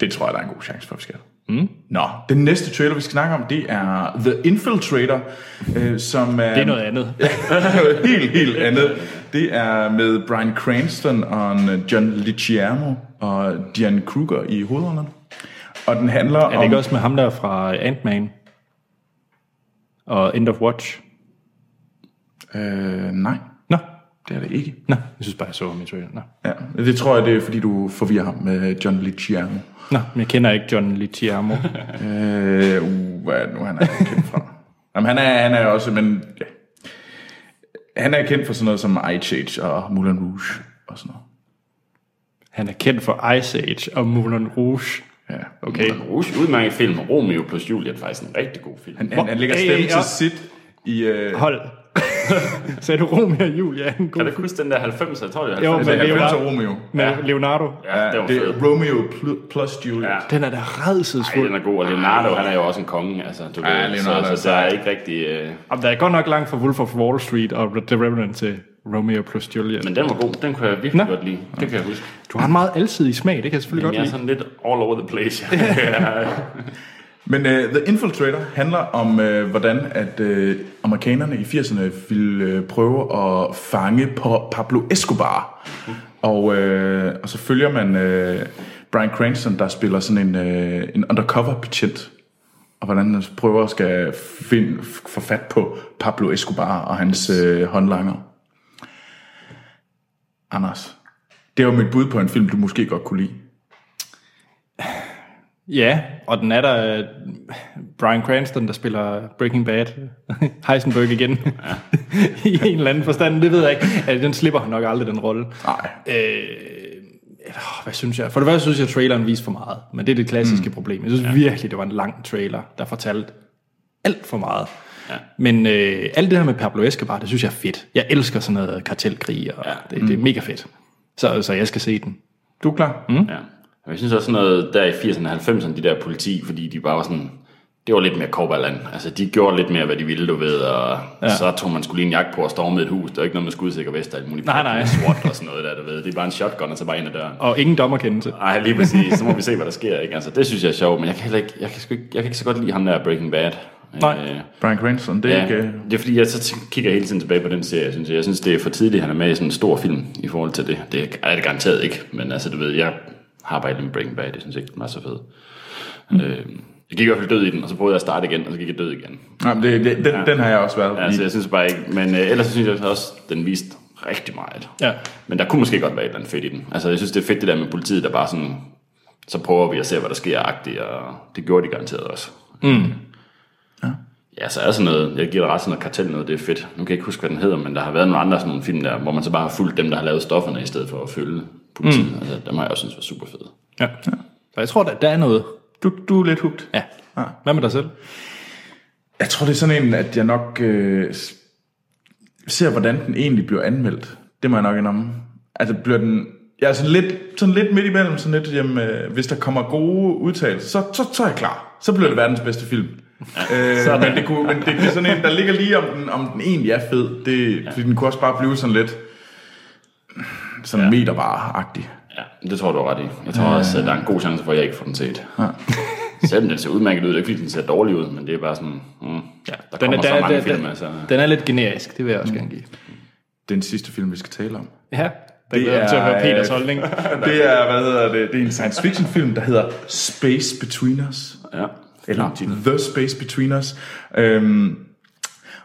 S3: Det tror jeg, der er en god chance for, at vi skal. Mm. Nå, den næste trailer, vi skal snakke om, det er The Infiltrator, øh, som er...
S1: Det er noget andet.
S3: noget helt, helt andet. Det er med Brian Cranston og en, øh, John Liciamo og Diane Kruger i hovedrollerne. Og den handler
S1: Er det
S3: om...
S1: ikke også med ham der fra Ant-Man? Og End of Watch?
S3: Øh, nej,
S1: Nå,
S3: det er det ikke.
S1: nå. Jeg synes bare, jeg så ham i traileren. Nå.
S3: Ja, det tror jeg, det er, fordi du forvirrer ham med John Liciamo.
S1: nå, men jeg kender ikke John Litiamo.
S3: Øh, uh, hvad er det nu, han er kendt fra? Jamen, han er, han er også, men... Ja. Han er kendt for sådan noget som Eye Change og Moulin Rouge og sådan noget.
S1: Han er kendt for Ice Age og Moulin Rouge.
S3: Ja.
S1: Okay.
S2: Den Rouge, udmærket film. Romeo plus Juliet er faktisk en rigtig god film.
S3: Han, han lægger
S1: Hey,
S3: stemme
S1: hey,
S3: til
S1: op.
S3: sit i... Øh,
S1: Hold. Sagde du Romeo og Julia? er En god
S2: Kan du ikke huske den der 90'er, tror jeg?
S1: Jo,
S2: Jo,
S1: men
S2: men...
S3: altså,
S1: det er jo
S3: 90'er
S1: bare-
S3: Romeo.
S1: med
S2: Ja.
S1: Leonardo.
S2: Ja, det
S3: Ja,
S2: var
S3: det
S2: fedt.
S3: er Romeo pl- plus Juliet.
S2: Ja.
S3: Ja.
S1: Den er da
S2: Ej, den
S1: redselsfuld.
S2: er god, og Leonardo, han er jo også en konge, altså, du
S3: Ja,
S2: ved,
S3: Leonardo er
S2: så, så der er ikke rigtig... Øh...
S1: Jamen, der er godt nok langt fra Wolf of Wall Street og The Revenant til Romeo plus Julia. Men
S2: Men den var god, den kunne jeg virkelig
S1: Nå.
S2: godt lide, det kan jeg huske.
S1: du har en meget alsidig smag, det kan jeg selvfølgelig
S2: Men jeg er
S1: godt lide.
S2: sådan lidt all over the place.
S3: Men uh, The Infiltrator handler om, uh, hvordan at uh, amerikanerne i 80'erne ville uh, prøve at fange pa- Pablo Escobar.
S2: Mhm.
S3: Og, uh, og så følger man uh, Brian Cranston, der spiller sådan en, uh, en undercover betjent. Og hvordan han prøver at skal finde, f- få fat på Pablo Escobar og hans uh, håndlanger. Anders, det var mit bud på en film, du måske godt kunne lide.
S1: Ja, og den er der øh, Bryan Cranston, der spiller Breaking Bad. Heisenberg igen. Ja. I en eller anden forstand, det ved jeg ikke. Altså, den slipper han nok aldrig, den rolle.
S3: Nej.
S1: Åh, Hvad synes jeg? For det første synes jeg, at traileren viste for meget. Men det er det klassiske mm. problem. Jeg synes ja. virkelig, det var en lang trailer, der fortalte alt for meget. Ja. Men øh, alt det her med Pablo Escobar, det synes jeg er fedt. Jeg elsker sådan noget kartelkrig, og ja. Mm. det, det er mega fedt. Så, så jeg skal se den.
S3: Du er klar? Mm.
S2: Ja. Og jeg synes også sådan noget der i 80'erne og 90'erne, de der politi, fordi de bare var sådan, det var lidt mere Kobaland. Altså, de gjorde lidt mere, hvad de ville, du ved, og ja. så tog man skulle lige en jagt på og storme et hus. Det var ikke noget med skudsikker vest og alt muligt.
S1: Nej, nej.
S2: Og SWAT og sådan noget der, du ved. Det er bare en shotgun, og så bare ind ad døren.
S1: Og ingen dommerkendelse.
S2: Ej, lige præcis. Så må vi se, hvad der sker, ikke? Altså, det synes jeg er sjovt, men jeg kan, heller ikke, jeg kan, sgu ikke, jeg kan ikke så godt lide ham der Breaking Bad.
S1: Nej.
S2: Øh,
S3: Brian Cranston, det er
S2: Ja,
S3: ja. ikke... øh,
S2: det er fordi, jeg så t- kigger hele tiden tilbage på den serie, synes jeg. Jeg synes, det er for tidligt, han er med i sådan en stor film i forhold til det. Det er det garanteret ikke, men altså, du ved, jeg har bare lidt med Breaking Bad, det synes jeg ikke den var så fed. Mm. Øh, jeg gik i hvert fald død i den, og så prøvede jeg at starte igen, og så gik jeg død igen.
S3: Nej, men det, det, den, ja. den har jeg også været
S2: Ja,
S3: i.
S2: altså, jeg synes bare ikke, men øh, ellers så synes jeg også, den viste rigtig meget.
S1: Ja.
S2: Men der kunne måske godt være et eller andet fedt i den. Altså, jeg synes, det er fedt det der med politiet, der bare sådan, så prøver vi at se, hvad der sker, agtigt, og det gjorde de garanteret også. Mm. Ja. ja, så er sådan noget, jeg giver dig ret sådan noget kartel noget, det er fedt. Nu kan jeg ikke huske, hvad den hedder, men der har været nogle andre sådan nogle film der, hvor man så bare har fulgt dem, der har lavet stofferne, i stedet for at følge politiet. Mm. Altså, dem har jeg også synes var super fede.
S1: Ja. Så jeg tror, der, der er noget.
S3: Du, du er lidt hugt.
S1: Ja. Hvad med dig selv?
S3: Jeg tror, det er sådan en, at jeg nok øh, s- ser, hvordan den egentlig bliver anmeldt. Det må jeg nok indrømme. Altså bliver den... Jeg er sådan lidt, sådan lidt midt imellem, sådan lidt, jamen, øh, hvis der kommer gode udtalelser, så, så, så er jeg klar. Så bliver det verdens bedste film. øh, men, det kunne, men det, det er sådan en, der ligger lige om den, om den egentlig er fed. Det, ja. Fordi den kunne også bare blive sådan lidt sådan ja. metervare-agtig.
S2: Ja, det tror jeg, du har ret i. Jeg tror også, at der er en god chance for, at jeg ikke får den set. Ja. Selvom den ser udmærket ud, det er ikke fordi, den ser dårlig ud, men det er bare sådan, mm, ja, der
S1: Den
S2: kommer
S1: er,
S2: så mange film,
S1: den,
S2: altså.
S1: den er lidt generisk, det vil jeg også gerne give.
S3: Den sidste film, vi skal tale om.
S1: Ja, der glæder jeg mig til at
S3: er,
S1: høre
S3: øh,
S1: Peters holdning.
S3: Det er, hvad hedder det, det er en science fiction film, der hedder Space Between Us.
S2: Ja.
S3: Eller The Space Between Us. Øhm,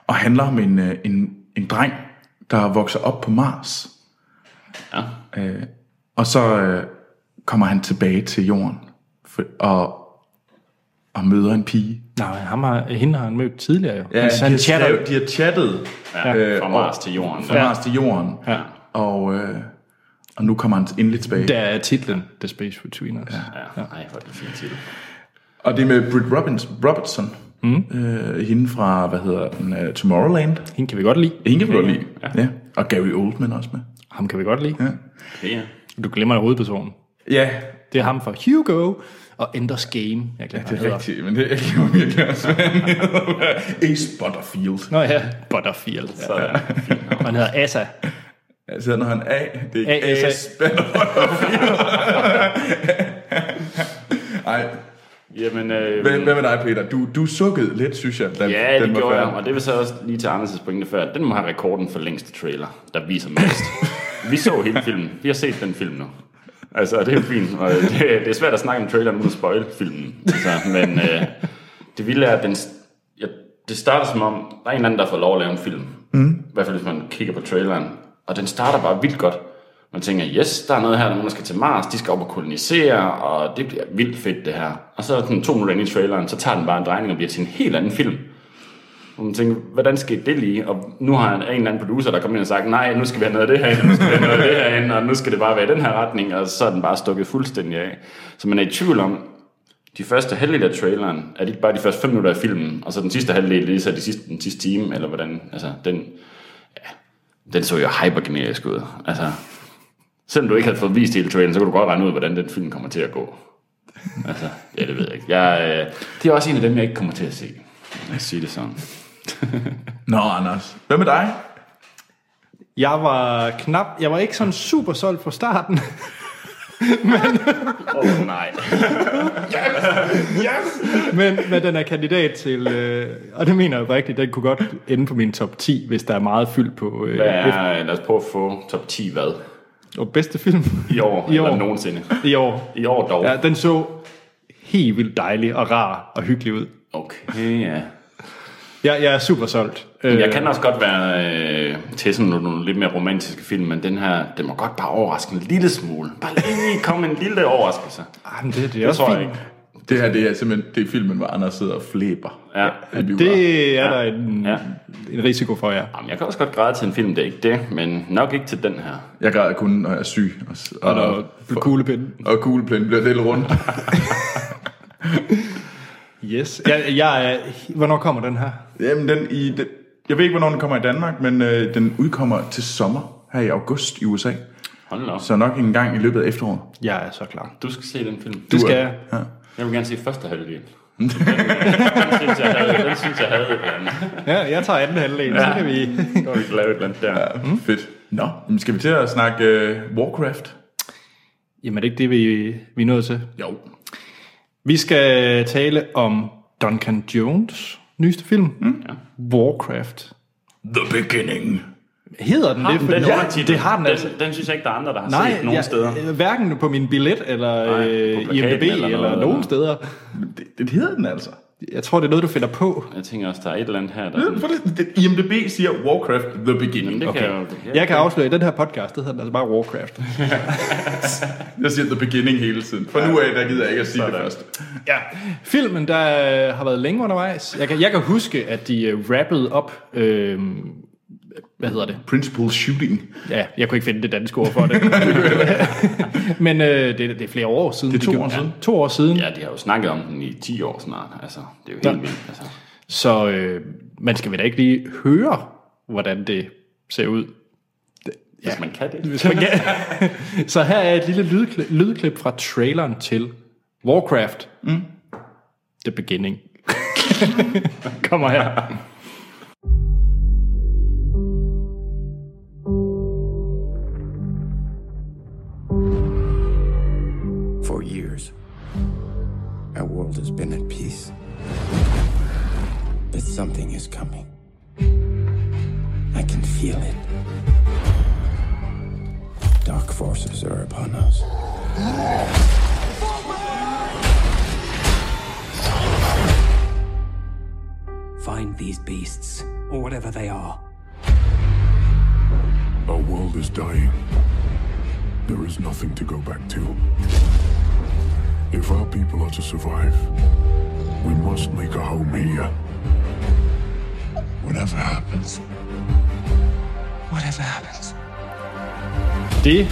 S3: og handler om en, øh, en, en dreng, der vokser op på Mars.
S2: Ja.
S3: Øh, og så øh, kommer han tilbage til jorden for, og, og møder en pige.
S1: Nej, ham har, hende har han mødt tidligere jo. Ja,
S3: de,
S1: han
S3: har
S1: chatter.
S3: skrevet- de har chattet
S2: Ja,
S3: øh,
S2: fra
S3: og-
S2: Mars til jorden.
S3: fra
S2: Ja.
S3: Mars til jorden.
S1: Ja.
S3: Og, øh, og nu kommer han endelig tilbage.
S1: Der er titlen, The Space Between Us. Ja.
S2: Ja. Ej, hvor er det en fin titel.
S3: Og det er med Britt Robbins, Robertson. Mm. Øh, hende fra, hvad hedder den, uh, Tomorrowland.
S1: Hende kan vi godt lide.
S3: Hende kan du lide. Ja. ja. Og Gary Oldman også med.
S1: Ham kan vi godt lide.
S3: Ja.
S2: Okay, ja.
S1: Du glemmer hovedpersonen.
S3: Ja,
S1: Det er ham fra Hugo og Enders Game. Jeg glemmer, ja,
S3: det er rigtigt, men det er jo virkelig også, hvad han hedder. Ace Butterfield.
S1: Nå ja, Butterfield. Ja.
S2: Så, ja.
S1: Og han hedder Asa.
S3: Altså, når han A, det er ikke
S1: A, S, A.
S3: Ace Butterfield. Ej,
S2: Jamen, øh,
S3: hvad, hvad med dig, Peter? Du, du sukkede lidt, synes jeg. Da,
S2: ja, det
S3: var
S2: gjorde jeg.
S3: færdig.
S2: Og det vil så også lige til Anders' pointe før. Den må have rekorden for længste trailer, der viser mest. vi så hele filmen. Vi har set den film nu. Altså, det er jo fint. Og det, det er svært at snakke om traileren uden at spoil filmen. Altså, men øh, det vilde er, at den, ja, det starter som om, der er en eller anden, der får lov at lave en film. Mm. I hvert fald, hvis man kigger på traileren. Og den starter bare vildt godt. Man tænker, yes, der er noget her, der er nogen, der skal til Mars, de skal op og kolonisere, og det bliver vildt fedt, det her. Og så sådan to minutter ind i traileren, så tager den bare en drejning og bliver til en helt anden film. Og man tænker, hvordan skete det lige? Og nu har en, en eller anden producer, der kommer ind og sagt, nej, nu skal vi have noget af det herinde, nu skal vi have noget af det herinde, og nu skal det bare være i den her retning, og så er den bare stukket fuldstændig af. Så man er i tvivl om, de første halvdel af traileren, er det ikke bare de første fem minutter af filmen, og så den sidste halvdel, det er så de sidste, den sidste time, eller hvordan, altså, den, ja, den så jo hypergenerisk ud. Altså, selvom du ikke havde fået vist hele traileren, så kunne du godt regne ud, hvordan den film kommer til at gå. Altså, ja, det ved jeg ikke. Jeg, øh, det er også en af dem, jeg ikke kommer til at se. Lad os sige det sådan.
S3: Nå, Anders. Hvad med dig?
S1: Jeg var knap, jeg var ikke sådan super solgt fra starten.
S2: Åh oh, nej.
S1: Men, men den er kandidat til, øh, og det mener jeg rigtigt, den kunne godt ende på min top 10, hvis der er meget fyld på øh,
S2: Hvad er, lad os prøve at få top 10 hvad?
S1: og bedste film
S2: I år,
S1: I
S2: I eller
S1: år.
S2: nogensinde.
S1: i år.
S2: I år dog.
S1: Ja, den så helt vildt dejlig og rar og hyggelig ud.
S2: Okay, ja.
S1: Jeg, jeg er super solgt. Øh,
S2: Jeg kan også godt være øh, til sådan nogle, nogle lidt mere romantiske film, men den her, den må godt bare overraske en lille smule. Bare lige komme en lille overraskelse.
S1: ah, men det, det er
S2: Det
S1: også
S2: tror jeg
S1: fint.
S2: ikke.
S3: Det her, det er simpelthen det er filmen, hvor Anders sidder og flæber.
S2: Ja.
S1: Det er der en,
S2: Ja.
S1: en risiko for jer.
S2: Jamen, jeg kan også godt græde til en film, det er ikke det, men nok ikke til den her.
S3: Jeg græder kun, når jeg er syg. Og, s- og,
S1: Og der er kuglepinden.
S3: og kuglepinden bliver lidt rundt.
S1: Yes. Jeg, jeg er, hvornår kommer den her?
S3: Jamen, den i, den, jeg ved ikke, hvornår den kommer i Danmark, men øh, den udkommer til sommer her i august i USA.
S2: Hold da op.
S3: Så nok en gang i løbet af efteråret.
S1: Jeg er så klar.
S2: Du skal se den film.
S1: Det
S3: Du er-
S1: skal jeg.
S3: Ja.
S2: Jeg vil gerne se første halvdel. den, synes jeg havde, den synes jeg havde et eller andet.
S1: Ja, jeg tager anden halvdel, ja. så kan vi...
S2: Så vi kan lave et eller andet der.
S3: Mm. Fedt. Nå, jamen skal vi til at snakke øh, Warcraft?
S1: Jamen er det ikke det, vi, vi er nået til?
S3: Jo.
S1: Vi skal tale om Duncan Jones' nyeste film, mm. Warcraft.
S3: The Beginning.
S1: Hedder den det?
S2: Ah, Den, den,
S1: ja, det har den altså.
S2: den, den synes jeg ikke, der er andre, der har
S1: Nej,
S2: set nogen
S1: jeg-
S2: steder.
S1: hverken på min billet, eller
S2: Nej, på
S1: Nej, øh,
S2: plakaten
S1: IMDB,
S2: eller
S1: eller,
S2: noget,
S1: eller
S2: eller-
S1: nogen steder.
S3: Det, det hedder den altså.
S1: Jeg tror, det er noget, du finder på.
S2: Jeg tænker også, der er et eller andet
S1: Mm.
S2: her, der...
S3: Det, for det, det, IMDB siger Warcraft The Beginning.
S2: Jamen, det okay. kan jeg jo...
S1: Jeg kan afsløre, i den her podcast, det hedder den altså bare Warcraft.
S3: Jeg siger The Beginning hele tiden. For nu af, der gider jeg ikke at sige det først.
S1: Ja, filmen der øh, har været længe undervejs. Jeg kan, jeg kan huske, at de øh, wrappede op... Øh, hvad hedder det?
S3: Principal Shooting.
S1: Ja, jeg kunne ikke finde det danske ord for det. Men øh, det, det er flere år siden.
S3: Det er to
S1: de
S3: år
S1: gjorde-
S3: siden.
S1: Ja, to år siden. Ja.
S2: Ja, de har jo snakket om den i 10 år snart. Altså, det er jo helt vildt. Altså.
S1: Så øh, man skal vel da ikke lige høre, hvordan det ser ud.
S2: Hvis man kan det.
S1: Hvis man kan. Så her er et lille lydklip, lydklip fra traileren til Warcraft. Mm. The Beginning. Kommer her.
S4: For years, our world has been at peace. But something is coming. I can feel it. Dark forces are upon us.
S5: Find these beasts, or whatever they are.
S6: Our world is dying. There is nothing to go back to. If our people are to survive, we must make a home here. Whatever happens.
S4: Whatever happens.
S1: Det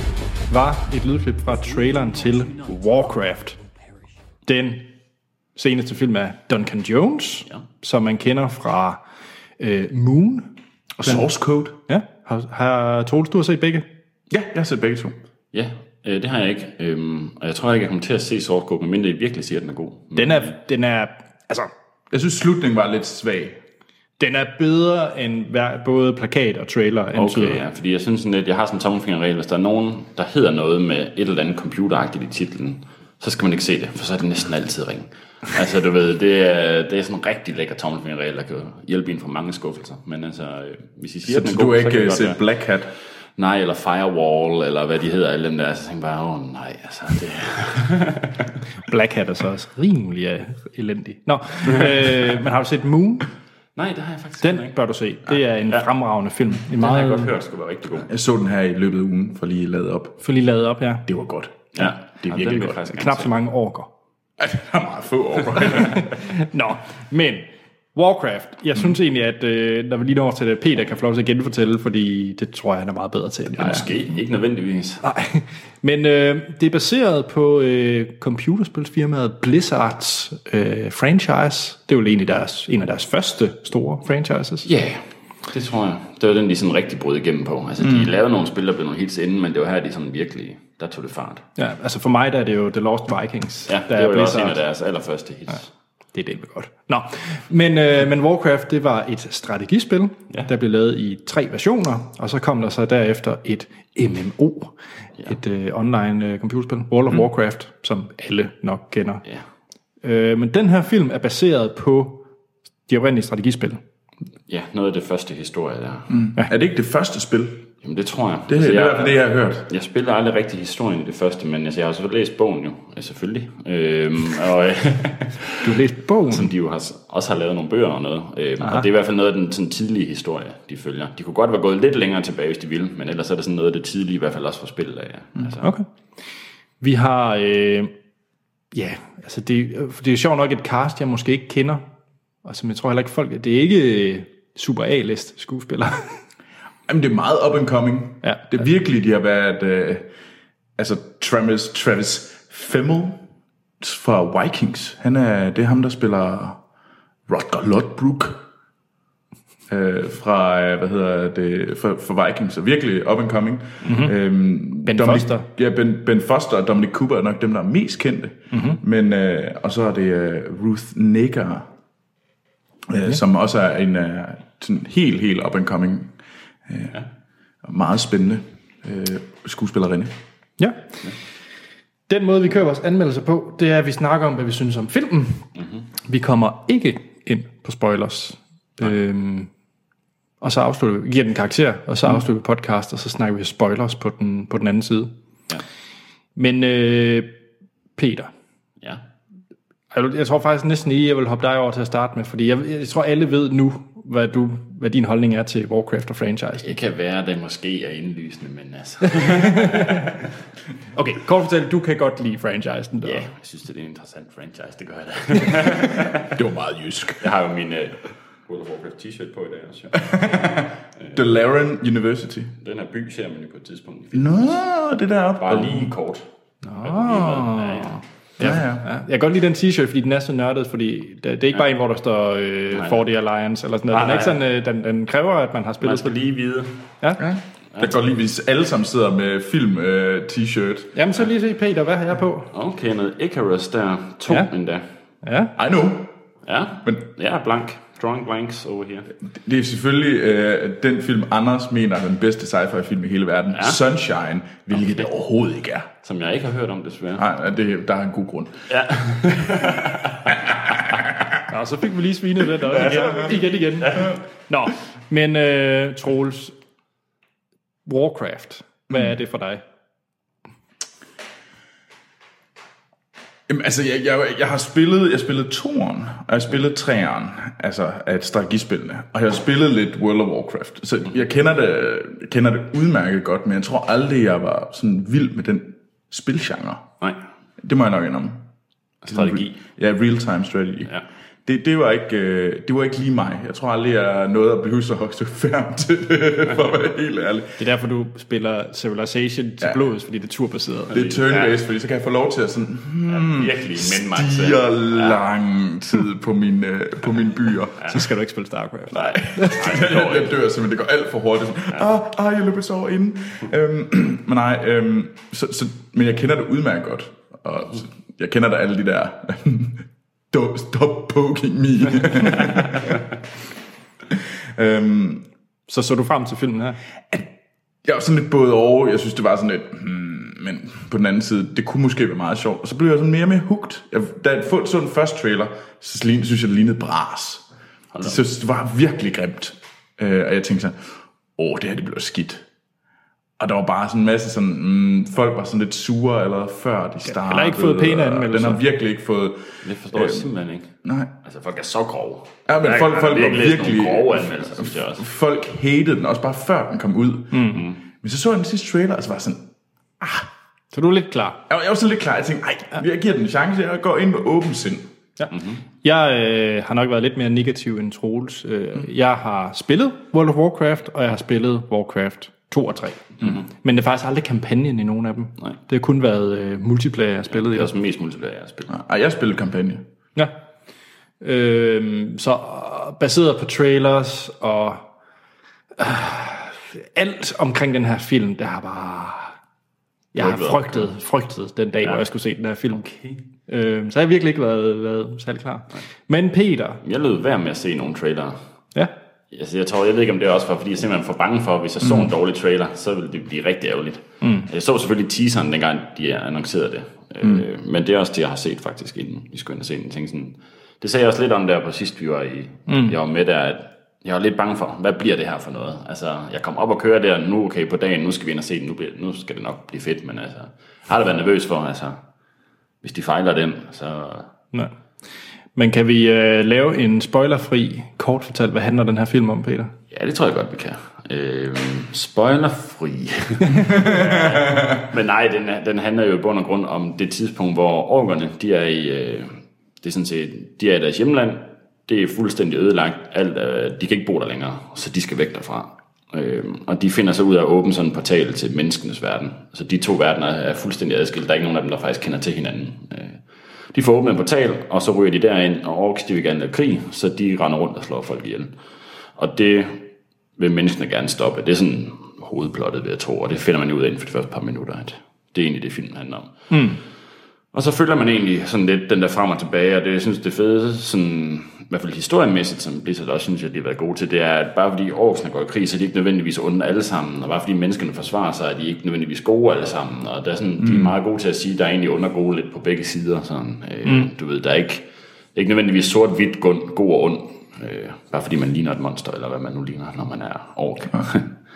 S1: var et lydklip fra traileren til Warcraft. Den seneste film er Duncan Jones, ja. som man kender fra øh, Moon.
S3: Og Source Code.
S1: Ja, har, har Troels, du har set begge?
S2: Mm.
S3: Ja, jeg har set begge to.
S2: Ja, øh, det har jeg ikke. Øhm, og jeg tror ikke, jeg kommer til at se Sort Code, medmindre I virkelig siger, at den er god. Men
S1: Den er, den er, altså,
S3: Jeg synes, slutningen var lidt svag.
S1: den er bedre end hver, både plakat og trailer antyder.
S2: Okay, ja, fordi jeg synes sådan lidt, jeg har sådan en tommelfingerregel, hvis der er nogen, der hedder noget med et eller andet computeragtigt i titlen, så skal man ikke se det, for så er det næsten altid ring. Altså, du ved, det er, det er sådan en rigtig lækker tommelfingerregel, der kan hjælpe en fra mange skuffelser. Men altså, øh, hvis I siger,
S3: Så
S2: at den er
S3: du
S2: god,
S3: har
S2: så kan
S3: ikke
S2: det
S3: øh,
S2: godt
S3: set
S2: være.
S3: Black Hat.
S2: Nej, eller Firewall, eller hvad de hedder, alle dem der. Så tænkte jeg bare, åh nej, altså, det,
S1: Black Hat er så også rimelig øh, elendig. Nå, øh, men har du set Moon?
S2: nej, det har jeg faktisk
S1: Den
S2: heller ikke.
S1: bør du se. Det er en fremragende film. En
S2: Den har jeg godt
S1: meget,
S2: hørt, skulle være rigtig god.
S3: Jeg så den her i løbet af ugen, for lige at lade op.
S1: for lige lavet op her. Ja.
S3: Det var godt.
S2: Ja,
S3: det er
S2: og den
S3: virkelig
S2: vil jeg
S3: godt.
S2: faktisk gerne
S1: Knap
S2: se.
S1: så mange orker.
S3: Der er meget få over.
S1: Nå, men Warcraft. Jeg
S2: Mm.
S1: synes egentlig, at øh, når vi lige når til det, Peter kan få lov til at genfortælle, fordi det tror jeg, han er meget bedre til. End jeg.
S2: Måske, ikke nødvendigvis.
S1: Nej. Men øh, det er baseret på øh, computerspilsfirmaet Blizzards øh, franchise. Det er jo egentlig deres, en af deres første store franchises.
S2: Ja, yeah, det tror jeg. Det var den, de sådan rigtig brød igennem på. Altså, mm. de lavede nogle spil, der blev nogle hits inden, men det var her, de sådan virkelig, der tog det fart.
S1: Ja, altså for mig der er det jo The Lost Vikings.
S2: Ja,
S1: der
S2: det
S1: er
S2: var jo også en
S1: Blizzard.
S2: af deres allerførste hits. Ja.
S1: Det er delt med godt. Nå, men, øh, men Warcraft, det var et strategispil, ja. der blev lavet i tre versioner, og så kom der så derefter et MMO, ja. et øh, online øh, computerspil, World of mm. Warcraft, som alle nok kender.
S2: ja.
S1: Øh, men den her film er baseret på de oprindelige strategispil.
S2: Ja, noget af det første historie der. Mm.
S3: er det ikke det første spil? Det,
S2: Jamen, det tror jeg.
S3: Altså,
S2: Altså,
S3: det er
S2: jeg,
S3: i hvert fald det, jeg har hørt.
S2: jeg spiller aldrig rigtig historien i det første, men altså, jeg har selvfølgelig læst bogen jo, ja, selvfølgelig. Øhm, og,
S1: Du har læst bogen.
S2: som de jo har, også har lavet nogle bøger og noget. Øhm, og det er i hvert fald noget af den sådan, tidlige historie, de følger. De kunne godt være gået lidt længere tilbage, hvis de ville, men ellers er det sådan noget af det tidlige, i hvert fald også for spillet af. ja. Altså,
S1: Okay. Vi har, øh, ja, altså det, det er sjovt nok et cast, jeg måske ikke kender, og som jeg tror heller ikke folk, det er ikke øh, super A-list skuespillere.
S3: Jamen, det er meget up and coming.
S1: Ja.
S3: Det er virkelig, de har været... Øh, altså, Travis, Travis Fimmel fra Vikings. Han er, det er ham, der spiller Rodger Lodbrok. øh, fra, øh, hvad hedder det, fra, fra Vikings, så virkelig up and coming. Mm-hmm. Øhm,
S1: Ben Foster.
S3: Ja, ben, ben Foster og Dominic Cooper er nok dem, der er mest kendte. Mm-hmm. Men, øh, og så er det øh, Ruth Negger, øh, som også er en øh, sådan helt, helt up and coming. Øh, og Meget spændende øh, skuespillerinde.
S1: Ja. Den måde, vi kører vores anmeldelser på, det er, at vi snakker om, hvad vi synes om filmen. Mm-hmm. Vi kommer ikke ind på spoilers. Øhm, og så afslutter vi, giver den karakter, og så afslutter vi podcast, og så snakker vi spoilers på den, på den anden side.
S2: Ja.
S1: Men øh, Peter,
S2: Ja.
S1: jeg, jeg tror faktisk næsten lige, jeg vil hoppe dig over til at starte med, fordi jeg, jeg tror, alle ved nu, hvad, du, hvad din holdning er til Warcraft og franchise.
S2: Det kan være, det måske er indlysende, men altså,
S1: Okay, kort fortalt, du kan godt lide franchisen.
S2: ja,
S1: Yeah.
S2: jeg synes, det er en interessant franchise, det gør jeg da.
S3: Det var meget jysk.
S2: Jeg har jo min uh, World of Warcraft t-shirt på i dag også. jo.
S3: DeLaren University.
S2: Den her by ser man jo på et tidspunkt.
S3: Nå, det der op.
S2: Bare lige kort. Nå. Ja, ja.
S3: Ja, ja.
S1: Ja, jeg kan godt lide den t-shirt, fordi den er så nørdet, fordi det, det er ikke bare en, hvor der står øh, 4D Alliance eller sådan noget. Den, er
S2: nej,
S1: ikke sådan, øh, den, den kræver, at man har
S2: Man
S1: spillet
S2: skal
S1: spillet.
S2: lige vide.
S1: Ja.
S3: Jeg kan godt lide, hvis alle sammen sidder med film øh, t-shirt.
S1: Jamen, så lige se, Peter, hvad har jeg på?
S2: Okay, noget Icarus der. To
S1: Ja.
S2: ja. endda.
S1: Ja,
S3: I know.
S2: Ja,
S3: Men-
S2: men ja, blank. Drawing blanks over here.
S3: Det er selvfølgelig øh, den film, Anders mener er den bedste sci-fi film i hele verden. Ja. Sunshine, hvilket okay. det overhovedet ikke er.
S2: Som jeg ikke har hørt om, desværre.
S3: Nej, det, der er en god grund.
S1: Nå, så fik vi lige svinet den også igen, igen, igen. Nå, men øh, Troels, Warcraft, hvad er det for dig?
S3: Jamen, altså, jeg, jeg, jeg har spillet, jeg spillede toeren, og jeg spillede træeren, altså af et strategispillene, og jeg har spillet lidt World of Warcraft, så jeg kender det, jeg kender det udmærket godt, men jeg tror aldrig, jeg var sådan vild med den spilgenre.
S2: Nej,
S3: Det må jeg nok indrømme.
S2: strategi.
S3: Ja, real-time strategy.
S2: Ja.
S3: Det, det, var ikke, øh, det var ikke lige mig. Jeg tror aldrig, jeg nåede at behøve så højst færm til det, for at være helt ærlig.
S1: Det er derfor, du spiller Civilization til
S3: Ja.
S1: blods, fordi det er turbaseret.
S3: Det er turn-based, fordi så kan jeg få lov til at sådan,
S2: Virkelig, men mig selv.
S3: Hmm. stiger lang tid på mine, øh, på mine byer.
S1: Så skal du ikke spille StarCraft.
S3: Nej, jeg, jeg dør simpelthen, det går alt for hurtigt. Ah, ah jeg løber så over inden. Øhm, men nej, øhm, så, så, men jeg kender det udmærket godt. Og så- jeg kender da alle de der, don't stop poking me. øhm,
S1: Så så du frem til filmen her?
S3: jeg var sådan lidt både over, jeg synes det var sådan lidt, hmm, men på den anden side, det kunne måske være meget sjovt. Og så blev jeg sådan mere og mere hugt. Jeg, da jeg få- så den første trailer, så lign- synes jeg, det lignede bras. Det, så, det var virkelig grimt. Øh, og jeg tænkte sådan, åh, det her det blev skidt. Og der var bare sådan en masse sådan, mm, folk var sådan lidt sure allerede før de startede.
S1: heller ikke fået pæne
S3: og Den
S1: anmeldelser.
S3: har virkelig ikke fået...
S2: Det forstår jeg simpelthen ikke.
S3: Nej.
S2: Altså, folk er så grove.
S3: Ja, men
S2: Der er-
S3: folk-
S2: der er
S3: folk var
S2: læst nogle
S3: virkelig-
S2: grove anmeldelser, Mhm. synes jeg også.
S3: Folk hated den, også bare før den kom ud. Mm-hmm. Men så så jeg den sidste trailer, og så var jeg sådan,
S1: Så du er lidt klar.
S3: Jeg var, jeg var sådan lidt klar. Jeg tænkte, ej, jeg giver den en chance. Jeg går ind med åben sind.
S1: Ja. Mm-hmm. Jeg øh, har nok været lidt mere negativ end Troels. Øh, mm. Jeg har spillet World of Warcraft, og jeg har spillet Warcraft 2 og 3. Mm-hmm. Men det er faktisk aldrig kampagnen i nogen af dem.
S2: Nej.
S1: Det har kun været øh, multiplayer, jeg har spillet
S2: Det
S1: i.
S2: er også mest multiplayer, jeg har spillet.
S3: Ej, jeg spillede kampagne.
S1: Ja. Øhm, så baseret på trailers og øh, alt omkring den her film, der har bare... Jeg har
S2: Frygtet.
S1: frygtet, frygtet den dag, ja. hvor jeg skulle se den her film. Okay. Øhm, så har jeg virkelig ikke været, været særlig klar. Men Peter,
S2: Jeg lød værd med at se nogle trailere.
S1: ja,
S2: Altså, jeg tror, jeg ved ikke, om det også var, fordi jeg simpelthen var for bange for, at hvis jeg så en dårlig trailer, så ville det blive rigtig ærgerligt. Mm. Jeg så selvfølgelig teaseren, dengang de annoncerede det. Mm. Øh, men det er også det, jeg har set faktisk, inden vi skulle ind og se den. Jeg tænkte sådan, det sagde jeg også lidt om der på sidst, vi var i, mm. jeg var med der, at jeg var lidt bange for, hvad bliver det her for noget? Altså, jeg kom op og kører der, nu okay på dagen, nu skal vi ind og se den, nu, bliver, nu skal det nok blive fedt, men altså, har det været nervøs for, altså, hvis de fejler den, så...
S1: Nej. Men kan vi øh, lave en spoilerfri kort fortalt, hvad handler den her film om, Peter?
S2: Ja, det tror jeg godt, vi kan. Øh, spoilerfri. Men nej, den, den handler jo i bund og grund om det tidspunkt, hvor orkerne, de er i, øh, det er sådan set, de er i deres hjemland. Det er fuldstændig ødelagt. Alt, øh, de kan ikke bo der længere, så de skal væk derfra. Øh, og de finder så ud af at åbne sådan en portal til menneskenes verden. Så de to verdener er fuldstændig adskilt. Der er ikke nogen af dem, der faktisk kender til hinanden. Øh, de får åbnet en portal, og så ryger de derind, og orks de vil gerne lave krig, så de render rundt og slår folk ihjel. Og det vil menneskene gerne stoppe. Det er sådan hovedplottet ved at tro, og det finder man jo ud af inden for de første par minutter, at det er egentlig det, filmen handler om. Mm. Og så følger man egentlig sådan lidt den der frem og tilbage, og det, jeg synes, det fede, sådan, i hvert fald historiemæssigt, som Blizzard også synes, jeg, de har været gode til, det er, at bare fordi orksene går i krig, så er de ikke nødvendigvis onde alle sammen, og bare fordi menneskene forsvarer sig, er de ikke nødvendigvis gode alle sammen, og der er sådan, mm. de er meget gode til at sige, der er egentlig under gode lidt på begge sider, sådan, øh, mm. du ved, der er ikke, ikke nødvendigvis sort-hvidt god, god og ond, øh, bare fordi man ligner et monster, eller hvad man nu ligner, når man er ork.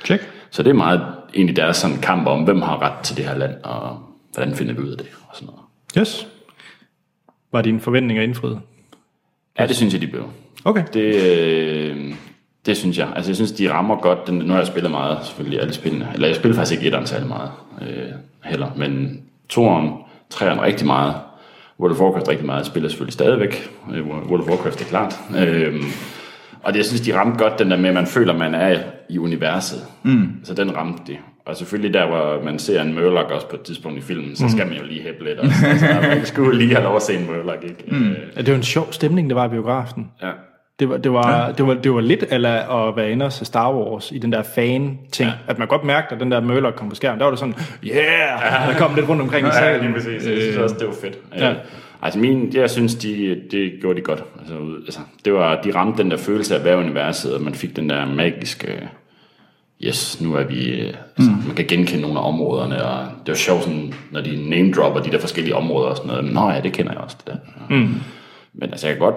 S1: Check.
S2: så det er meget egentlig deres sådan kamp om, hvem har ret til det her land, og hvordan finder vi ud af det, og sådan noget.
S1: Yes. Var dine forventninger indfriet?
S2: Ja, det synes jeg, de blev.
S1: Okay.
S2: Det, øh, det synes jeg. Altså, jeg synes, de rammer godt. Den, nu har jeg spillet meget, selvfølgelig, alle spillene. Eller jeg spiller faktisk ikke etteren særlig meget øh, heller. Men toeren, treeren rigtig meget. World of Warcraft rigtig meget. Jeg spiller selvfølgelig stadigvæk. Øh, World of Warcraft det er klart. Øh, og det, jeg synes, de ramte godt den der med, at man føler, man er i universet. Mm. Så den ramte de. Og selvfølgelig der, hvor man ser en Murloc også på et tidspunkt i filmen, så skal man jo lige hæppe lidt. Også. Altså, man skulle lige have lov at se en Murloc, ikke? Mm. Øh,
S1: Ja, det var en sjov stemning, der var i biografen.
S2: ja.
S1: Det var, det var, ja. det var, det var lidt eller at være inde og se Star Wars i den der fan-ting. Ja. At man godt mærkte, at den der Møller kom på skærmen. Der var det sådan, yeah! Ja. Der kom lidt rundt omkring i
S2: Ja, lige
S1: salen.
S2: præcis. Jeg synes også, det var fedt.
S1: Ja.
S2: Ja. Altså min, jeg synes, de, det gjorde de godt. Altså, ud- altså, det var, de ramte den der følelse af at være i universet, og man fik den der magiske, øh, yes, nu er vi, øh, altså, mm. man kan genkende nogle af områderne, og det var sjovt, sådan, når de name dropper de der forskellige områder og sådan noget, nå ja, det kender jeg også, det der. Mm. Men altså, jeg kan godt,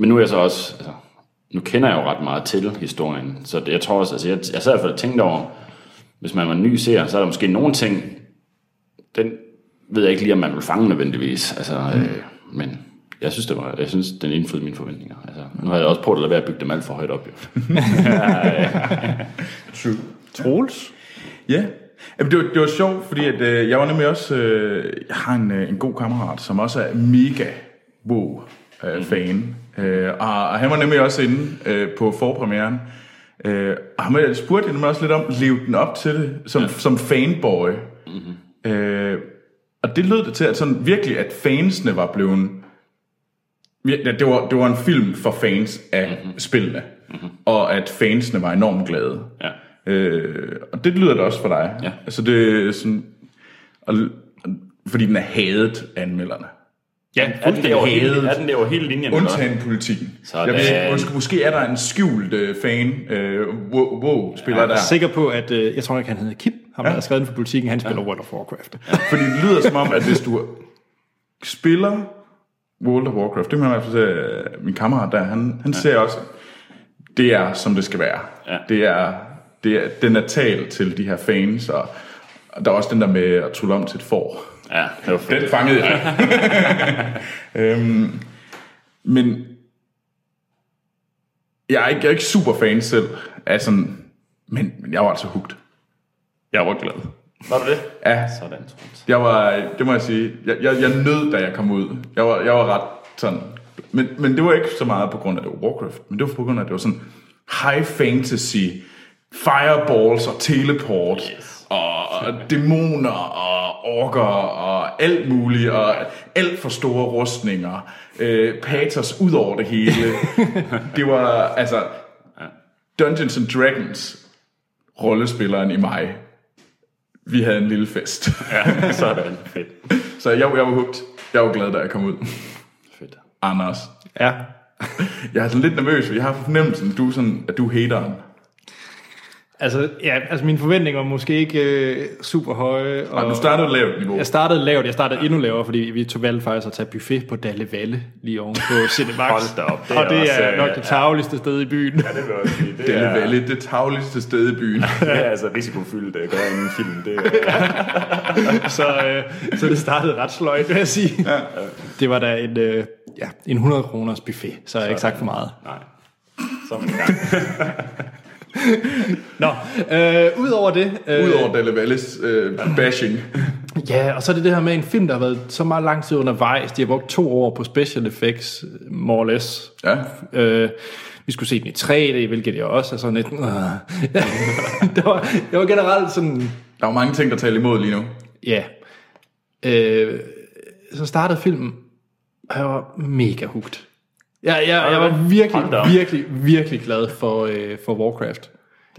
S2: men nu er jeg så også, altså, nu kender jeg jo ret meget til historien, så det, jeg tror også, altså, jeg, jeg sad i hvert fald og tænkte over, hvis man var en ny seer, så er der måske nogle ting, den ved jeg ikke lige, om man vil fange nødvendigvis. Altså, mm. øh, men jeg synes, det var, jeg synes, den indfriede mine forventninger. Altså, nu har jeg også prøvet at lade være at bygge dem alt for højt op. Jo.
S3: True.
S1: Troels?
S3: Ja. Jamen, det, var, det var sjovt, fordi at, øh, jeg var nemlig også... Øh, jeg har en, øh, en god kammerat, som også er mega WoW-fan. Øh, og, og han var nemlig også inde øh, på forpremieren. Øh, og han var- spurgte jeg nemlig også lidt om, levede den op til det som, ja. som fanboy?
S2: Mhm.
S3: Mm-hmm. Øh, og det lød det til, at sådan virkelig, at fansene var blevet... vir- ja, Det var, det var en film for fans af
S2: Mhm.
S3: mm-hmm. spillene. Mm-hmm. Og at fansene var enormt glade.
S2: Ja.
S3: Øh, og det lyder det også for dig.
S2: Ja.
S3: Altså det er sådan, og, og- fordi den er hadet af anmelderne.
S2: Ja, er den, det over hele,
S3: hævet.
S2: er den det over hele linjen? eller hvad?
S3: Undtagen politikken.
S2: Sådan.
S3: Jeg vil sige, måske, måske er der en skjult øh, fan, øh, wow, wow, spiller
S1: Jeg
S3: der.
S1: er sikker på, at øh, jeg tror ikke, han hedder Kip. Ham, ja. der
S3: Ja.
S1: har skrevet den for politikken, han spiller ja. World of Warcraft.
S3: Fordi det lyder som om, at hvis du spiller World of Warcraft, det må jeg i hvert fald sige, øh, min kammerat der, han, han ja. ser også, det er som det skal være.
S2: Ja.
S3: Det er, det er, den er talt til de her fans, og, og der er også den der med at tulle om til et får.
S2: Ja, det var fedt.
S3: Den fangede jeg. øhm, men jeg er, ikke, jeg er ikke super fan selv af sådan, men, men jeg var altså hugt. Jeg var glad.
S2: Var du det?
S3: Ja,
S2: Sådan, Troels.
S3: jeg var, det må jeg sige, jeg, jeg, jeg nød, da jeg kom ud. Jeg var, jeg var ret sådan, men, men det var ikke så meget på grund af, at det var Warcraft, men det var på grund af, at det var sådan high fantasy, fireballs og teleport, yes. og, og dæmoner og orker og alt muligt, og alt for store rustninger, øh, patos ud over det hele. det var, altså, Dungeons and Dragons, rollespilleren i mig, vi havde en lille fest.
S2: Ja, sådan. Fedt.
S3: Så jeg, jeg var hugt. Jeg var glad, da jeg kom ud.
S2: Fedt.
S3: Anders,
S1: Ja.
S3: jeg er sådan lidt nervøs, for jeg har fornemmelsen, du er sådan, at du er hateren.
S1: Altså, ja, altså mine forventninger var måske ikke øh, super høje.
S3: Og du startede lavt niveau.
S1: Jeg startede lavt, jeg startede endnu lavere, fordi vi tog valgte faktisk at tage buffet på Dalle Valle lige oven på Cinemax.
S2: Hold da op, det er
S1: og det
S2: også,
S1: er
S2: øh,
S1: nok det tavligste sted i byen.
S2: Ja, det vil jeg også sige. Det
S3: Det er Valle, det tavligste sted i byen.
S2: det er altså risikofyldt at gøre en film. Det er,
S1: så, øh, så det startede ret sløjt, vil jeg sige. Ja. Det var da en, øh, ja, en 100 kroners buffet, så jeg har ikke sagt for meget.
S2: nej. Så er man i gang.
S1: Nå, øh, udover det... Øh,
S3: Udover Dalle Valles øh, bashing.
S1: Ja, og så er det det her med en film, der har været så meget lang tid undervejs. De har brugt to år på special effects, more or less.
S3: Ja.
S1: Øh, vi skulle se den i 3D, hvilket jeg også er sådan lidt... Øh. der var, jeg var generelt sådan...
S3: Der er jo mange ting, der taler imod lige nu.
S1: Ja. Øh, så startede filmen, og jeg var mega hugt. Ja, ja, jeg var
S2: Hold da
S1: virkelig,
S2: op.
S1: virkelig, virkelig glad for, øh, for Warcraft.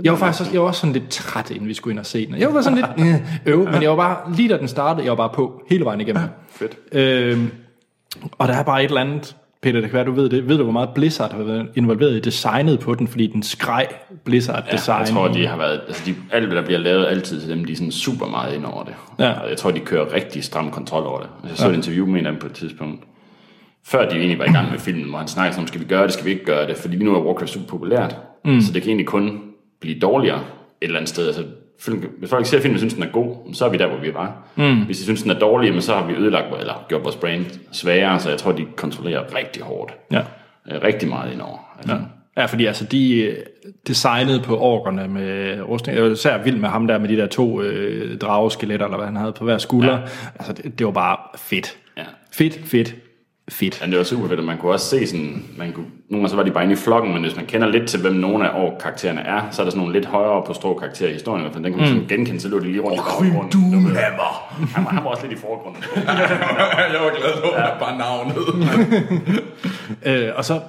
S1: Jeg var faktisk også, jeg var også sådan lidt træt, inden vi skulle ind og se den. Jeg var sådan lidt øh, øv, men jeg var bare, lige da den startede, jeg var bare på hele vejen igennem.
S2: Fedt.
S1: Øhm, og der er bare et eller andet, Peter, det kan være, du ved det. Ved du, hvor meget Blizzard har været involveret i designet på den, fordi den skreg Blizzard-design.
S2: Jeg tror, de har været, altså de, alt, hvad der bliver lavet altid til dem, de er sådan super meget ind over det.
S1: Ja.
S2: Og jeg tror, de kører rigtig stram kontrol over det. Altså, jeg så ja. et interview med en af dem på et tidspunkt, før de egentlig var i gang med filmen, hvor han snakkede om, skal vi gøre det, skal vi ikke gøre det, fordi lige nu er Warcraft super populært, mm. så det kan egentlig kun blive dårligere et eller andet sted. Altså, film- hvis folk ser filmen og synes, den er god, så er vi der, hvor vi var. Mm. Hvis de synes, den er dårlig, jamen, så har vi ødelagt, eller gjort vores brand svagere, så jeg tror, de kontrollerer rigtig hårdt.
S1: Ja.
S2: Øh, Rigtig meget indover. Altså, ja.
S1: Ja, fordi altså, de øh, designede på orkerne med rustning. Jeg var især vild med ham der med de der to øh, drageskeletter, eller hvad han havde på hver skulder. Ja. Altså, det, det var bare fedt.
S2: Ja.
S1: Fedt, fedt, fedt.
S2: Ja, det var super fedt, og man kunne også se sådan, man kunne, nogle gange så var de bare inde i flokken, men hvis man kender lidt til, hvem nogle af år karaktererne er, så er der sådan nogle lidt højere på strå karakterer i historien, i hvert fald. den kan man mm. sådan genkende, så lå de lige rundt i baggrunden.
S3: Doomhammer.
S2: Han var, han var også lidt i forgrunden.
S3: jeg var glad for, at bare navnet.
S1: Øh, og så,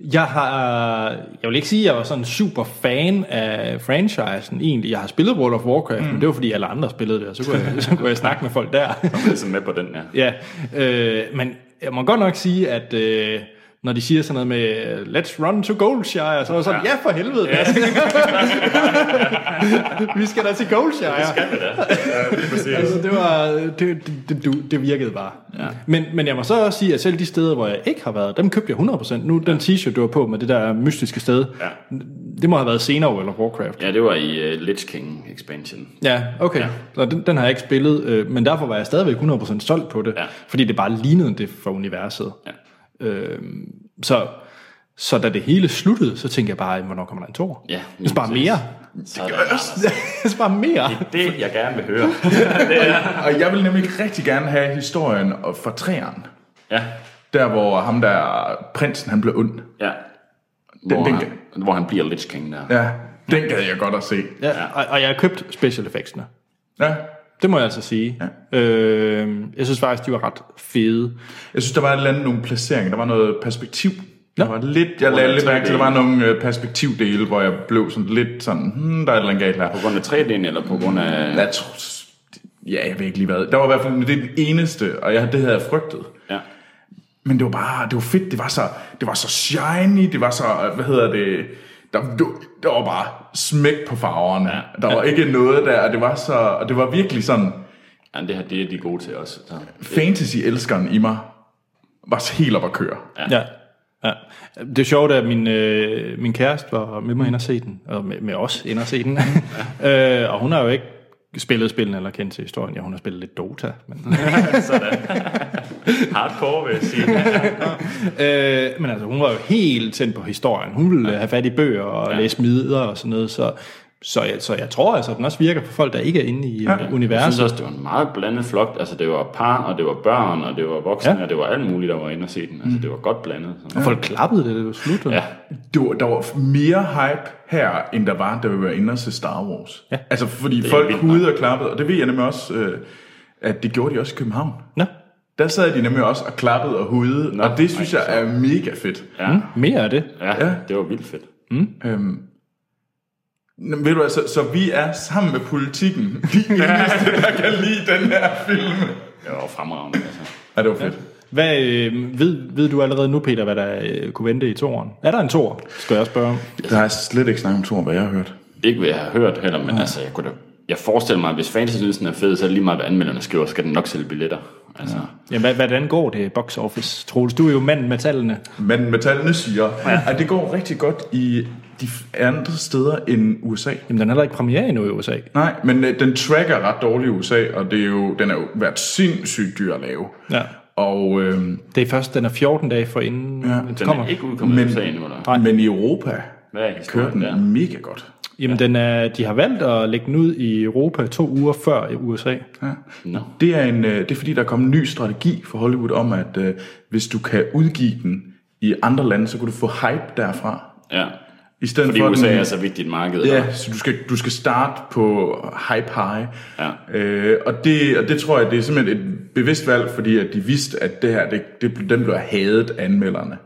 S1: jeg har, jeg vil ikke sige, at jeg var sådan super fan af franchisen egentlig. Jeg har spillet World of Warcraft, mm. men det var fordi alle andre spillede det, og så kunne jeg, så kunne jeg snakke med folk der.
S2: Jeg er sådan ligesom med på den, ja.
S1: Ja, øh, men jeg må godt nok sige, at øh, når de siger sådan noget med, let's run to Goldshire, så er jeg sådan, ja, ja for helvede. Ja. vi skal da til Goldshire. Det skal vi da. Ja, altså, det, var, det, det, det, du- det virkede bare. Ja. Men, men jeg må så også sige, at selv de steder, hvor jeg ikke har været, dem købte jeg 100%. Nu, den t-shirt, du var på med det der mystiske sted, ja. det må have været senere World of Warcraft.
S2: Ja, det var i uh, Lich King expansion.
S1: Ja, okay. Ja. Så den, den har jeg ikke spillet, øh, men derfor var jeg stadigvæk 100% solgt på det,
S2: Ja.
S1: fordi det bare lignede det fra universet.
S2: Ja.
S1: Øhm, så, så da det hele sluttede, så tænkte jeg bare, hvornår kommer der en tor?
S2: Ja,
S1: jeg sparer
S2: lige
S1: mere.
S2: Så er det,
S1: jeg sparer mere.
S2: det, jeg gerne vil høre.
S3: Og jeg vil nemlig rigtig gerne have historien fra træeren.
S2: Ja,
S3: Der hvor ham der, prinsen, han blev ond.
S2: ja.
S3: Den-
S2: Hvor,
S3: den-
S2: han, hvor han bliver Lich King der.
S3: Ja, den gad jeg godt at se.
S1: Ja, og, og jeg har købt special effectsene.
S3: Ja.
S1: Det må jeg altså sige. Ja. Øhm, jeg synes faktisk, de var ret fede.
S3: Jeg synes, der var et eller andet, nogle placeringer. Der var noget perspektiv. Der
S1: Nå.
S3: var lidt, jeg lagde lidt mærke til, der var nogle øh, perspektivdele, hvor jeg blev sådan lidt sådan, hmm, der er et eller andet galt her.
S2: På grund af 3D'en, eller på grund af...
S3: Jeg tror, ja, jeg ved ikke lige hvad. Der var i hvert fald, det er den eneste, og jeg, det havde jeg frygtet.
S2: Ja.
S3: Men det var bare, det var fedt, det var så, det var så shiny, det var så, hvad hedder det, der, der var bare smæk på farverne. Ja. Der var ikke noget der, og det var så, og det var virkelig sådan,
S2: ja, det her, det er de gode til også. Så.
S3: fantasy-elskeren i mig var så helt op at køre.
S1: Ja. ja. Det er sjovt, at min, øh, min kæreste var med mig ind og se den, og med, med os ind og se den. Ja. øh, og hun har jo ikke spillet spillene eller kendt til historien. Ja, hun har spillet lidt Dota. Men,
S2: Hardcore, vil jeg sige.
S1: øh, men altså, hun var jo helt tændt på historien. Hun ville ja. have fat i bøger og ja. læse midler og sådan noget, så... Så jeg, så jeg tror altså, at den også virker for folk, der ikke er inde i ja,
S2: Jeg synes
S1: universet.
S2: også, det var en meget blandet flok. Altså, det var par, og det var børn, og det var voksne, ja.
S1: Ja.
S2: og det var alt muligt, der var inde og se den.
S3: Mm.
S2: Altså, det var godt blandet. Så.
S1: Og folk klappede det, det var slut.
S2: Ja.
S3: Det var, der var mere hype her, end der var, da vi var inde og se Star Wars. Ja. Altså, fordi det folk
S2: vildt
S3: hudede og klappede, og det ved jeg nemlig også, øh, at det gjorde de også i København.
S1: Nå,
S3: Der sad de nemlig også og klappede og hudede, Nå, og det synes
S2: ej,
S3: jeg er mega fedt.
S1: mere af det.
S2: Ja, ja, det var vildt fedt.
S3: Øhm, Nå, ved du hvad, så, så vi er sammen med politikken de eneste, der kan lide den her film.
S2: Det var fremragende, altså.
S3: Ja, det var fedt.
S1: Hvad, øh, ved, ved du allerede nu, Peter, hvad der øh, kunne vente i toren? Er der en tor, skal jeg spørge om.
S3: Der er slet ikke snak om Thor, hvad jeg har hørt.
S2: Ikke hvad jeg har hørt heller, men ja. altså, jeg kunne da... Jeg forestiller mig, at hvis fansen synes, den er fed, så er det lige meget, hvad anmelderne skriver, skal den nok sælge billetter. Altså, ja.
S1: Jamen, hvad- hvordan går det box office, Troels? Du er jo manden med tallene.
S3: Men metallene siger, ja. at det går rigtig godt i de andre steder end USA.
S1: Jamen, den er heller ikke premiere endnu i USA.
S3: Nej, men øh, den tracker ret dårligt i USA, og det er jo, den har jo været sindssygt dyr at lave.
S1: Ja.
S3: Og, øhm,
S1: Det er først, den er 14 dage for inden ja, den
S2: den
S1: kommer.
S2: er ikke udkommet i
S3: Men-
S2: USA endnu, eller?
S3: men i Europa
S2: Hvad er historien
S3: kører den
S2: der?
S3: mega godt.
S1: Jamen, den er, de har valgt at lægge den ud i Europa to uger før i USA.
S2: No.
S3: Det er, en, øh, det er fordi, der er kommet en ny strategi for Hollywood om, at øh, hvis du kan udgive den i andre lande, så kan du få hype derfra.
S2: Ja.
S3: I stedet
S2: Fordi
S3: for
S2: USA
S3: den,
S2: er så vigtigt et marked.
S3: Ja,
S2: eller?
S3: så du skal, du skal starte på hype high.
S2: Ja.
S3: Øh, og, det, og det tror jeg, det er simpelthen et bevidst valg, fordi at de vidste, at det her, det, det, den bliver hadet af anmelderne.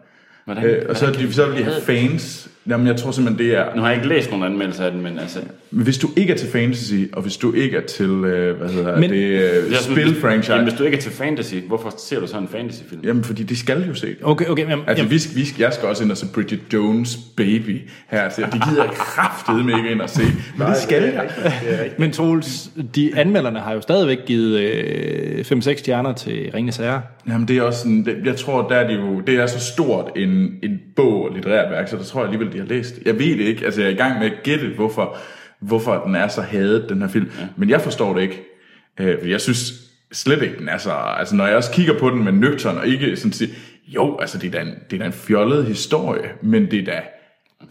S2: Hvordan?
S3: Øh, og så, de, så vil de have fans. Jamen, jeg tror simpelthen, det er...
S2: Nu har jeg ikke læst nogen anmeldelser af den, men altså...
S3: Men Hvis du ikke er til fantasy, og hvis du ikke er til, øh, hvad hedder
S1: Men-
S3: men, det, øh,
S2: Jeg synes, hvis-
S3: spil-franchise...
S2: Jamen,
S3: Jamen,
S2: hvis du ikke er til fantasy, hvorfor ser du så en fantasyfilm?
S3: jamen, fordi det skal jo se. det.
S1: Okay, okay. Jamen,
S3: Altså,
S1: jamen,
S3: vi, skal- vi, skal- jeg skal også ind og se Bridget Jones' Baby her til. Det gider jeg kraftedeme ikke ind og se. Men det skal jeg.
S1: men Troels, de anmelderne har jo stadigvæk givet øh, 5-6 stjerner til Ringe Sager.
S3: Jamen, det er også sådan, det, jeg tror, der er det jo, det er så stort en, en bog og litterært værk, så der tror jeg alligevel, de har læst. det. Jeg ved det ikke, altså jeg er i gang med at gætte, hvorfor, hvorfor den er så hadet, den her film. Ja. Men jeg forstår det ikke, øh, for jeg synes slet ikke, den er så, altså når jeg også kigger på den med nøgtern og ikke sådan sige, jo, altså det er da en, det er da en fjollet historie, men det er da,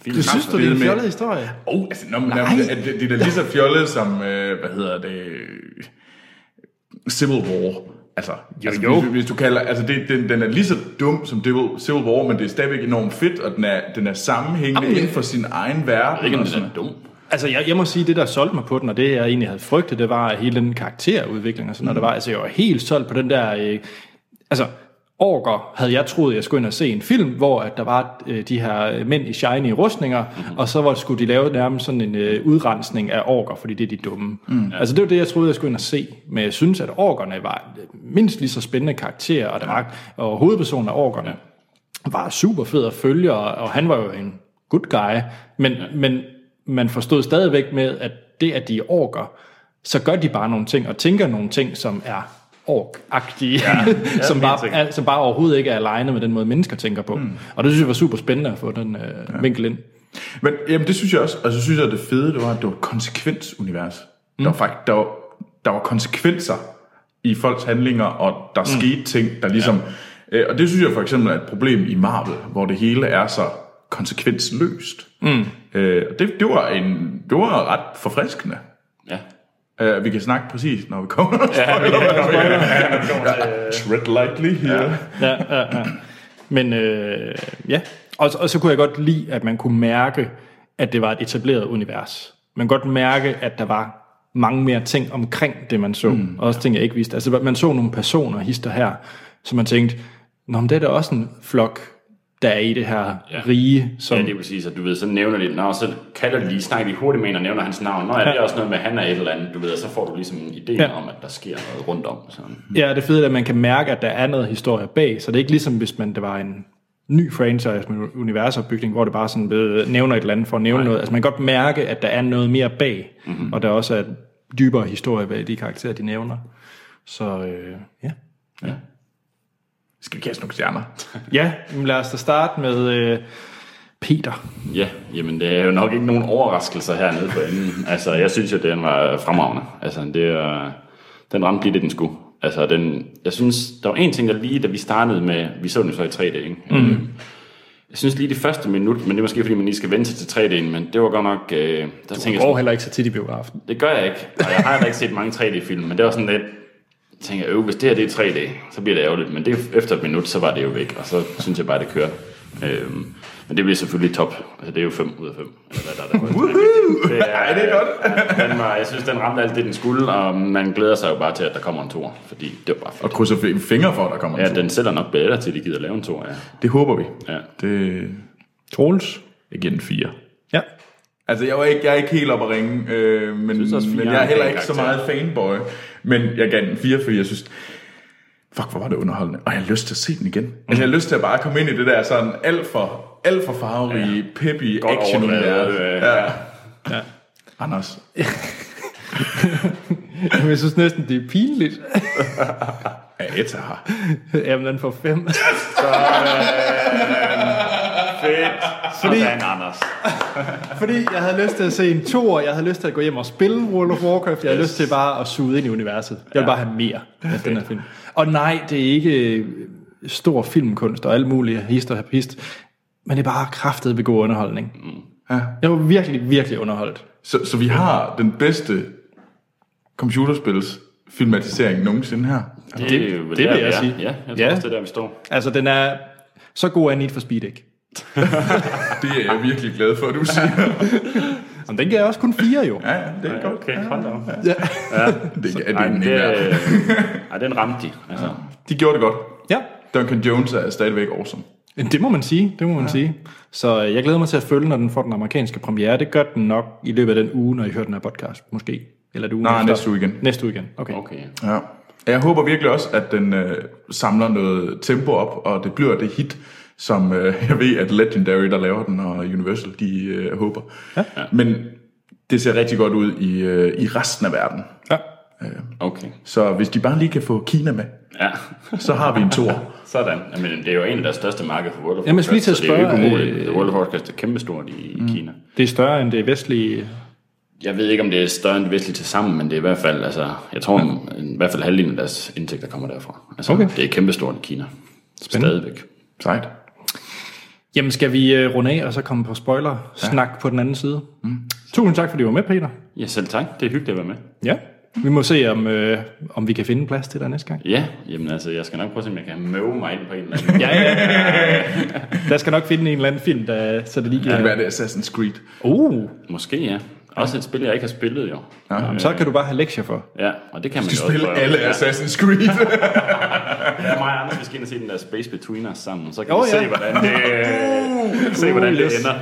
S2: Film,
S1: Det synes du, det er en
S3: med-
S1: fjollet historie?
S3: oh, altså, nå, nå, det, er- det, er da lige så fjollet som, øh, hvad hedder det, Civil War. Altså, jo, altså
S1: jo.
S3: Hvis, hvis, du kalder, altså det, den, den er lige så dum som Devil- Civil War, men det er stadigvæk enormt fedt, og den er, den er sammenhængende
S1: Jamen, det-
S3: inden for sin egen verden.
S2: Ikke om
S3: og
S2: den
S3: sådan
S2: er dum.
S1: Altså, jeg, jeg må sige, det der solgte mig på den, og det jeg egentlig havde frygtet, det var hele den karakterudvikling og sådan noget. Mm. Der var, altså, jeg var helt solgt på den der... Øh, altså, Orker havde jeg troet, jeg skulle ind og se en film, hvor at der var øh, de her øh, mænd i shiny rustninger, mm-hmm. og så var, skulle de lave nærmest sådan en øh, udrensning af orker, fordi det er de dumme. Mm. Altså det var det, jeg troede, jeg skulle ind og se. Men jeg synes, at orkerne var mindst lige så spændende karakterer, og, der var, og hovedpersonen af orkerne var super fed at følge, og, og han var jo en good guy, men, ja. men man forstod stadigvæk med, at det, at de er orker, så gør de bare nogle ting, og tænker nogle ting, som er ork-agtige, ja, ja, som, bare,
S2: sikkert.
S1: al, som bare overhovedet ikke er alene med den måde, mennesker tænker på. Mm. Og det synes jeg var super spændende at få den øh, ja. vinkel ind.
S3: Men jamen, det synes jeg også, og så synes jeg, at det fede, det var, at det var et konsekvensunivers. Mm. Der, var fakt, der, var, der var konsekvenser i folks handlinger, og der mm. skete ting, der ligesom... Ja. Øh, og det synes jeg for eksempel er et problem i Marvel, hvor det hele er så konsekvensløst. Mm. Øh, og det, det, var en, det var ret forfriskende.
S2: Ja.
S3: Øh, vi kan snakke præcis, når vi kommer. Ja, Tread lightly here. Ja.
S1: ja, ja, ja. Men øh, ja, og, og så kunne jeg godt lide, at man kunne mærke, at det var et etableret univers. Man kunne godt mærke, at der var mange mere ting omkring det, man så. Mm. Også ting, jeg ikke vidste. Altså, man så nogle personer, hister her, som man tænkte, Nå, men det er da også en flok, der er i det her ja. rige, som...
S2: Ja, lige præcis. Og du ved, så nævner de, Nå, så kalder de lige, snakker de hurtigt med en og nævner hans navn. Nå, ja, det er også noget med, han er et eller andet, du ved, og så får du ligesom en idé
S1: Ja.
S2: ja. om, at der sker noget rundt om. Sådan.
S1: Ja, og det fede er, at man kan mærke, at der er noget historie bag, så det er ikke ligesom, hvis man det var en ny franchise med universopbygning, hvor det bare sådan ved, nævner et eller andet for at nævne Nej. noget. Altså man kan godt mærke, at der er noget mere bag, mm-hmm. og der også er dybere historie bag de karakterer, de nævner. Så øh, ja.
S3: Skal vi kaste nogle stjerner?
S1: Ja, men lad os da starte med øh, Peter.
S2: Ja, jamen det er jo nok ikke nogen overraskelser hernede på enden. Altså, jeg synes jo, den var fremragende. Altså, det er, den ramte lige det, den skulle. Altså, den, jeg synes, der var en ting, der lige, da vi startede med, vi så den jo så i 3D, ikke? Mm. Jeg synes lige det første minut, men det er måske, fordi man lige skal vente til 3D'en, men det var godt nok, øh, der tænkte jeg
S1: Går heller ikke så tit i biografen.
S2: det gør jeg ikke, og jeg har heller ikke set mange 3D-film, men det var sådan lidt, jeg tænker, øh, hvis det her det er 3D, så bliver det ærgerligt, men det, efter et minut, så var det jo væk, og så synes jeg bare, det kører. Øhm, men det bliver selvfølgelig top. Altså, det er jo 5 ud af 5. Eller hvad der, er, der, der, det er, det er godt. den var, jeg synes, den ramte alt det, den skulle, og man glæder sig jo bare til, at der kommer en tor, fordi det var bare fedt.
S3: Og krydser f- fingre for, at der kommer en
S2: Ja,
S3: tur.
S2: den sælger nok bedre, til de gider lave en tor, ja.
S3: Det håber vi.
S2: Ja.
S3: Det,
S1: Troels?
S3: jeg giver den fire.
S1: Ja.
S3: Altså, jeg, var ikke, jeg er ikke helt oppe at ringe, øh, men,
S2: synes også, fire
S3: men
S2: er
S3: jeg er
S2: en
S3: heller
S2: pæn
S3: ikke så meget
S2: karakter.
S3: fanboy. Men jeg gav den 4, fordi jeg synes, fuck, hvor var det underholdende. Og jeg har lyst til at se den igen. Mm. Altså, jeg har lyst til at bare komme ind i det der sådan alt for, alt for farverige, ja. peppy
S2: Godt
S3: action.
S2: overdrevet,
S3: ja.
S2: øh,
S3: ja. Anders,
S1: Jeg synes næsten, det er pinligt.
S3: er et her.
S1: Jamen, den får fem.
S2: Fedt.
S1: Fordi-
S2: Sådan, Anders.
S1: Fordi jeg havde lyst til at se en toer, jeg havde lyst til at gå hjem og spille World of Warcraft, jeg havde yes. lyst til bare at suge ind i universet. Jeg vil ja. bare have mere af den her film. Og nej, det er ikke øh, stor filmkunst og alt muligt hist og hist, men det er bare kraftet ved god underholdning. Mm. Ja. Jeg var virkelig, virkelig underholdt.
S3: Så, så vi har den bedste computerspils filmatisering nogensinde her.
S2: Det, er
S1: det
S2: jo der,
S1: vil
S2: vi
S1: jeg
S2: er.
S1: sige.
S2: Ja, jeg tror
S1: Ja.
S2: også, det er der, vi står.
S1: Altså, den er... Så god er Need for Speed ikke.
S3: Det er jeg virkelig glad for, at du siger.
S1: Jamen, den gav jeg også kun fire jo.
S3: Ja, ja, det er godt.
S2: Okay, hold da op.
S1: Ja.
S3: Det er, det
S2: Ej,
S3: er
S2: men
S3: den
S2: det,
S3: ikke værd.
S2: øh, ej, den ramte de. Altså.
S3: De gjorde det godt.
S1: ja.
S3: Duncan Jones er stadigvæk awesome.
S1: Det må man sige, det må man ja. sige. Så øh, jeg glæder mig til at følge, når den får den amerikanske premiere. Det gør den nok i løbet af den uge, når I hører den her podcast, måske. Eller er det ugen
S3: Nej,
S1: efter?
S3: næste uge igen.
S1: Næste uge igen, okay. okay.
S2: Okay.
S3: Ja. Jeg håber virkelig også, at den øh, samler noget tempo op, og det bliver det hit, som øh, jeg ved, at Legendary, der laver den, og Universal, de øh, håber. Ja. Men det ser rigtig godt ud i, øh, i resten af verden.
S1: Ja.
S2: Okay.
S3: Så hvis de bare lige kan få Kina med,
S2: Ja.
S3: så har vi en tor.
S2: Sådan. Jamen, det er jo en af deres største markeder for World of
S1: Jamen, jeg skulle lige til at
S2: så det er jo ikke
S1: spørge,
S2: umuligt.
S1: øh, Mm.
S2: Øh... World of Warcraft er kæmpestort i, i Kina.
S1: Det er større end det vestlige.
S2: Jeg ved ikke, om det er større end det vestlige til sammen, men det er i hvert fald, altså, jeg tror, ja. i hvert fald halvdelen af deres indtægter kommer derfra. Altså,
S1: Okay.
S2: okay. det er kæmpestort i Kina. Spændende. Stadigvæk.
S3: Sejt.
S1: Jamen, skal vi øh, runde af og så komme på spoiler-snak ja. på den anden side? Mm. Tusind tak, fordi du var med, Peter.
S2: Ja, selv tak. Det er hyggeligt at være med.
S1: Ja. Vi må se, om, øh, om vi kan finde plads til dig næste gang.
S2: Ja, jamen altså, jeg skal nok prøve at se, om jeg kan møve mig ind på en eller anden.
S1: Ja, ja. Der skal nok finde en eller anden film, der, så det lige
S3: Det kan
S1: giver...
S3: være det er Assassin's Creed.
S1: Uh,
S2: Måske, ja. Også et spil, jeg ikke har spillet, jo.
S1: så kan du bare have lektier for.
S2: Ja, og det kan man
S3: Du
S2: jo også
S3: spiller
S2: prøve.
S3: alle
S2: ja.
S3: Assassin's Creed.
S2: Ja, mig og Anders, vi skal ind og se den der Space Between Us sammen, så kan
S1: Jo,
S2: vi
S1: ja. Uh.
S2: se, hvordan det, se, hvordan det
S1: yes.
S2: ender.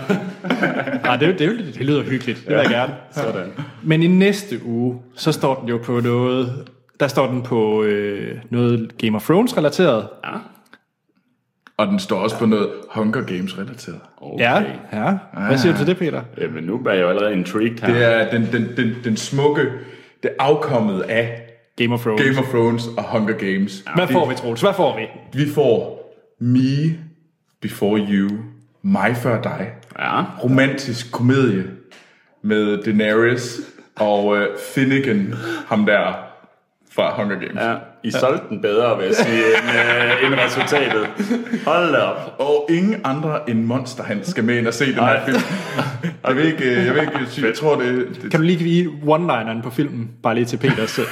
S1: Ah, det, er jo- det, er jo- det lyder hyggeligt. Det vil jeg gerne.
S2: Sådan.
S1: Men i næste uge, så står den jo på noget... Der står den på øh, noget Game of Thrones-relateret.
S3: og den står også på noget Hunger Games-relateret.
S2: Okay.
S1: Ja, ja. Hvad siger du til det, Peter?
S2: Jamen, nu er jeg jo allerede intrigued her.
S3: Det er den, den, den, den smukke, det afkommet af
S1: Game of Thrones.
S3: Game of Thrones og Hunger Games.
S1: Hvad får vi, Troels? Hvad får vi?
S3: Vi får Me Before You, Mig Før Dig,
S2: Ja.
S3: romantisk komedie med Daenerys og øh, Finnegan, ham der fra Hunger Games.
S2: ja. I solgte den bedre, vil jeg sige, end, øh, end resultatet. Hold da op.
S3: Og ingen andre end Monster han skal med ind og se den her
S2: Nej.
S3: film. Jeg ved ikke, øh, jeg, ved ikke, jeg sy- jeg tror det, det,
S1: Kan du lige give one-lineren på filmen? Bare lige til Peter selv.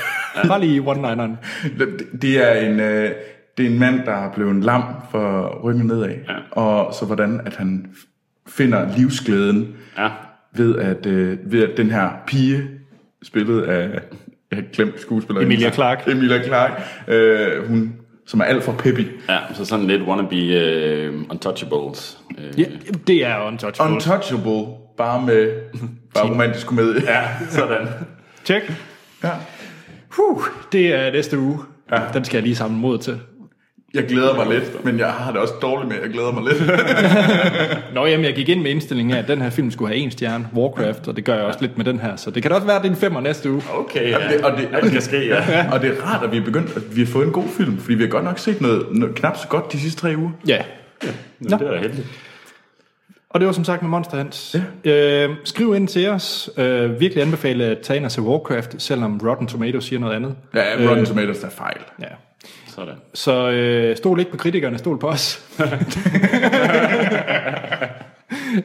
S1: Bare lige one-lineren.
S3: det- det er en øh, det er en mand der er blevet lam for ryggen nedad.
S2: Ja.
S3: Og så hvordan at han f- finder livsglæden
S2: Ja.
S3: ved at øh, ved at den her pige spillet af jeg har glemt skuespilleren
S1: Emilia Clarke.
S3: Emilia Clarke, øh, hun som er alt for peppy.
S2: Ja, så sådan lidt wannabe uh, untouchables. Uh,
S1: Ja, det er untouchable.
S3: Untouchable bare med bare romantisk komedie. Ja.
S2: Sådan.
S1: Tjek.
S3: ja.
S1: Puh, det er næste uge. Ja. Den skal jeg lige samle mod til.
S3: Jeg glæder mig lidt, men jeg har det også dårligt med, at jeg glæder mig lidt.
S1: Nå, jamen, jeg gik ind med indstillingen af, at den her film skulle have en stjerne, Warcraft, og det gør jeg også lidt med den her, så det kan da også være, at det er en femmer næste uge.
S2: Okay, ja.
S3: det- og det-
S2: Alt kan ske, ja.
S3: Og det er rart, at vi, er begyndt, at vi har fået en god film, fordi vi har godt nok set noget, noget knap så godt de sidste tre uger.
S1: Ja.
S2: Nå. Det er da heldigt.
S1: Og det var som sagt med Monster Hans. Ja. Øh, skriv ind til os. Øh, virkelig anbefale at tage ind og se Warcraft, selvom Rotten Tomatoes siger noget andet.
S3: Ja, Rotten Tomatoes er fejl.
S1: Ja.
S2: Sådan.
S1: Så øh, stol ikke på kritikerne, stol på os.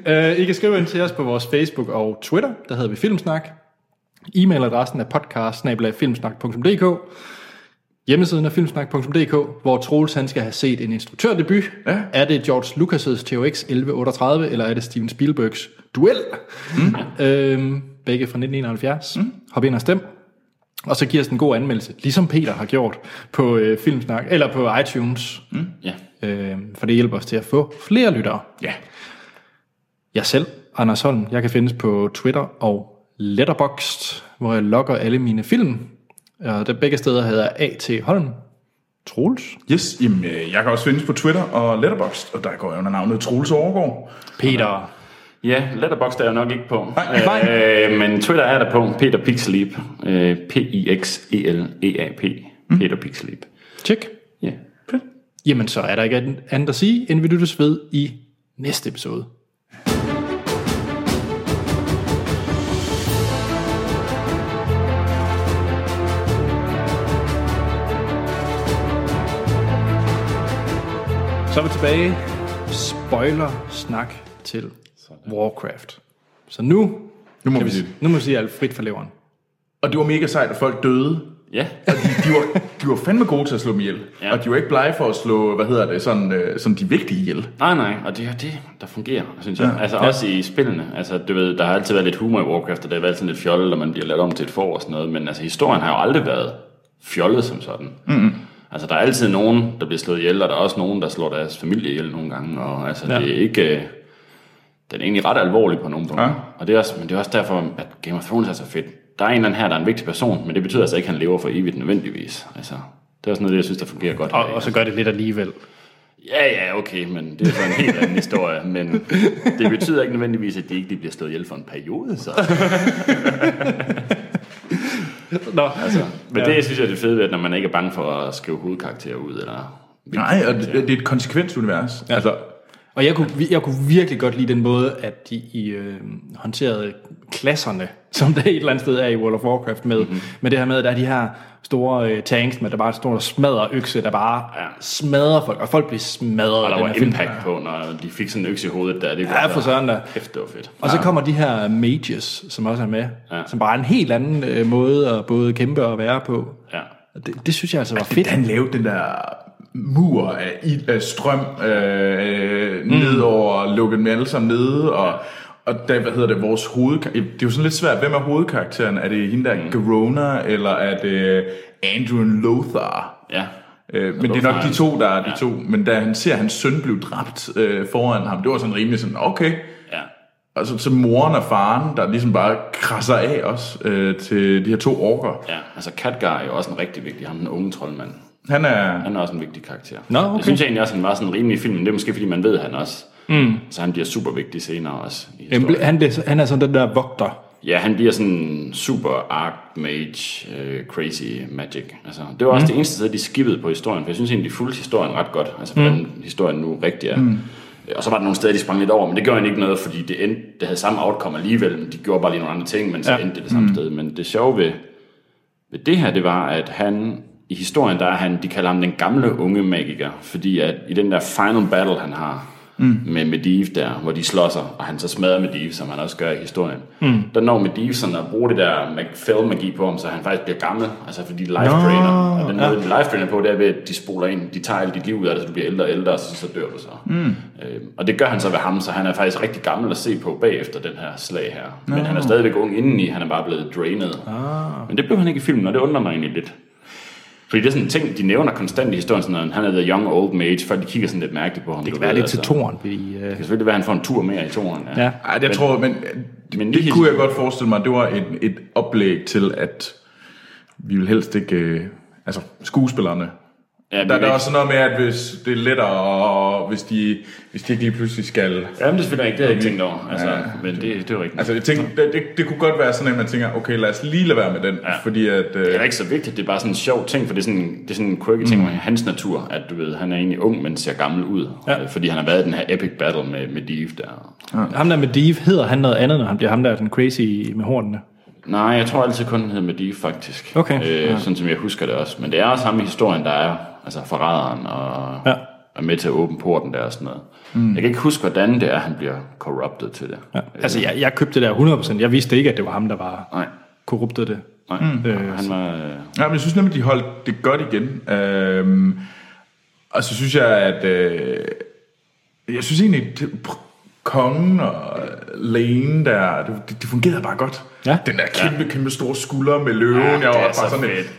S1: øh, I kan skrive ind til os på vores Facebook og Twitter, der hedder vi Filmsnak. E-mailadressen er podcast Hjemmesiden er filmsnak.dk, hvor Troels han skal have set en instruktørdebut. Ja. Er det George Lucas' THX 1138, eller er det Steven Spielbergs Duel? Mm. Øhm, begge fra 1971. Mm. Hop ind og stem. Og så giver os en god anmeldelse, ligesom Peter har gjort på øh, Filmsnak, eller på iTunes. Mm.
S2: Ja.
S1: Øh, for det hjælper os til at få flere lyttere.
S3: Ja.
S1: Jeg selv, Anders Holm, jeg kan findes på Twitter og Letterboxd, hvor jeg logger alle mine film. Og der begge steder hedder A.T. Holm. Troels.
S3: Yes, jamen, øh, jeg kan også findes på Twitter og Letterboxd, og der går jeg under navnet Troels Overgaard.
S1: Peter.
S2: Ja, Letterboxd er jeg nok ikke på.
S3: Nej, nej.
S2: Øh, men Twitter er der på. Peter Pixelip. Øh, P-I-X-E-L-E-A-P. E Peter Pixelip.
S1: Tjek.
S2: Ja. Yeah.
S1: Jamen, så er der ikke andet andet at sige, end vi lyttes ved i næste episode. Så er vi tilbage. Spoiler-snak til Warcraft. Så nu,
S3: Nu må
S1: kan
S3: vi
S1: vi,
S3: sige
S1: s-
S3: det.
S1: nu må vi sige alt frit for leveren.
S3: Og det var mega sejt, at folk døde.
S2: Ja.
S3: De var, de var fandme gode til at slå dem ihjel. Ja.
S2: Ja.
S3: Og de var ikke blege for at slå, hvad hedder det, sådan, øh, sådan de vigtige ihjel.
S2: Nej, nej, og det er det, der fungerer, synes jeg. Ja. Altså også i spillene. Altså, du ved, der har altid været lidt humor i Warcraft, og det har været sådan lidt fjollet, og man bliver lavet om til et for og sådan noget. Men altså, historien har jo aldrig været fjollet som sådan. Mm-hmm. Altså, der er altid nogen, der bliver slået ihjel, og der er også nogen, der slår deres familie ihjel nogle gange. Og altså, ja. det er ikke... Øh, den er egentlig ret alvorlig på nogle punkter. Ja.
S3: Ja.
S2: Og det er også, men det er også derfor, at Game of Thrones er så fedt. Der er en eller anden her, der er en vigtig person, men det betyder altså ikke, at han lever for evigt nødvendigvis. Altså, det er også noget, af det, jeg synes, der fungerer godt.
S1: Og,
S2: herinde.
S1: og så gør det lidt alligevel.
S2: Ja, ja, okay, men det er så en helt anden historie. Men det betyder ikke nødvendigvis, at de ikke lige bliver slået ihjel for en periode. Så. altså.
S1: Nå,
S2: Altså, men ja. det synes jeg er det fede ved, at når man ikke er bange for at skrive hovedkarakterer ud. Eller...
S3: Nej, og det, det er et konsekvent univers. Ja. Altså,
S1: Og jeg kunne, jeg kunne virkelig godt lide den måde, at de i, øh, håndterede klasserne, som der et eller andet sted er i World of Warcraft med.
S2: Mhm.
S1: Mm-hmm. Med det her med, at der er de her store øh, tanks, men der bare står og smadrer økse, der bare
S2: Ja.
S1: ja. smadrer folk, og folk bliver smadret.
S2: Og
S1: af
S2: der
S1: den
S2: var
S1: her film.
S2: impact på, når de fik sådan en økse i hovedet der. Det kunne
S1: Ja,
S2: altså-
S1: for søren da.
S2: Kæft, det var fedt.
S1: Og så kommer de her mages, som også er med,
S2: Ja.
S1: ja. som bare er en helt anden øh, måde at både kæmpe og være på.
S2: Ja.
S1: Og Det, det synes jeg altså var
S3: fedt.
S1: fedt.
S3: han lavede den der mur af, ild, af strøm øh, mm. ned over lukket dem alle sammen nede, og, og der, hvad hedder det, vores hovedkarakter, det er jo sådan lidt svært, hvem er hovedkarakteren? Er det hende der mm. Garona, eller er det Andrew Lothar?
S2: ja.
S3: Øh, men det er nok de to, der er de to. Men da han ser, at hans søn blev dræbt øh, foran ham, det var sådan rimelig sådan, okay.
S2: Ja.
S3: Og så, så moren og faren, der ligesom bare krasser af os øh, til de her to orker.
S2: ja. Altså, Katgar er jo også en rigtig vigtig, ham den unge troldmand.
S3: Han er...
S2: Han er også en vigtig karakter.
S1: Nå, okay.
S2: Det synes jeg egentlig også, han var sådan en rimelig film, men det er måske, fordi man ved han også. Mm. Så han bliver super vigtig senere også.
S1: Han,
S2: I historien.
S1: ble- han, blev, han er sådan den der vogter.
S2: Ja, han bliver sådan super archmage, øh, crazy magic. Altså, det var også mm. det eneste sted, de skippede på historien, for jeg synes egentlig, de fulgte historien ret godt. Altså, hvordan mm. historien nu rigtig er. Mm. Og så var der nogle steder, de sprang lidt over, men det gjorde egentlig ikke noget, fordi det, endte, det havde samme outcome alligevel, men de gjorde bare lige nogle andre ting, men så ja.
S1: Ja.
S2: endte det det samme mm. sted. Men det sjove ved, ved det her, det var, at han i historien, der er han, de kalder ham den gamle unge magiker, fordi at i den der final battle, han har mm. med Medivh der, hvor de slår sig, og han så smadrer Medivh, som han også gør i historien, mm. der når Medivh sådan at bruge det der fell magi på ham, så han faktisk bliver gammel, altså fordi de life trainer, og den måde, de life trainer på, det er ved, at de spoler ind, de tager alt dit liv ud af det, så du bliver ældre og ældre, og så, så dør du så. Mm. Øh, og det gør han så ved ham, så han er faktisk rigtig gammel at se på bagefter den her slag her. Men han er stadigvæk ung indeni, han er bare blevet drainet. Men det blev han ikke i filmen, og det undrer mig egentlig lidt. Fordi det er sådan en ting, de nævner konstant i historien, sådan at han er the young old mage, folk de kigger sådan lidt mærkeligt på ham.
S1: Det
S2: du
S1: kan være
S2: ved,
S1: lidt til
S2: altså.
S1: toren. Fordi, øh,
S2: Det kan selvfølgelig være, at han får en tur mere i toren.
S1: ja.
S3: Ej, jeg tror, men,
S2: men
S3: men
S2: lige
S3: det kunne jeg
S2: historien-
S3: godt forestille mig, det var et, et oplæg til, at vi vil helst ikke... Øh, altså, skuespillerne.
S2: ja
S3: Der, der er
S2: ikke-
S3: også sådan noget med, at hvis det er lettere, og hvis de, hvis de ikke lige pludselig skal...
S2: Jamen, det er selvfølgelig ikke, det har jeg ikke tænkt over. Altså, ja, men det, det er jo rigtigt.
S3: Altså, jeg tænkte, det, det, det kunne godt være sådan, at man tænker, okay, lad os lige lade være med den, ja. fordi at... Øh,
S2: det er ikke så vigtigt, det er bare sådan en sjov ting, for det er sådan, det er sådan en quirky
S1: Mm.
S2: ting med hans natur, at du ved, han er egentlig ung, men ser gammel ud, ja. fordi han har været i den her epic battle med, med Dave der.
S1: Ham der med Dave, hedder han noget andet, når han bliver ham der, den crazy med hornene?
S2: Nej, jeg tror altid kun, den hed Medivh, faktisk.
S1: Okay.
S2: Øh, ja. Sådan som jeg husker det også. Men det er også ham i historien, der er altså forræderen og
S1: Ja.
S2: er med til at åbne porten der og sådan noget. Mm. Jeg kan ikke huske, hvordan det er, han bliver corrupted til det. Øh,
S1: Ja. Altså, jeg, jeg købte det der 100%. Jeg vidste ikke, at det var ham, der var
S2: Nej,
S1: korruptet det.
S2: nej. Mm.
S1: Øh,
S2: Han var... Øh,
S3: Ja, men jeg synes nemlig, de holdt det godt igen. Øhm, og så synes jeg, at... Øh, jeg synes egentlig, at kongen og Lane der, det, det fungerede bare godt.
S1: Ja.
S3: Den der kæmpe, ja. kæmpe store skulder med løven. Ja, jeg var
S2: det er
S3: bare
S2: så
S3: sådan en,
S2: fedt.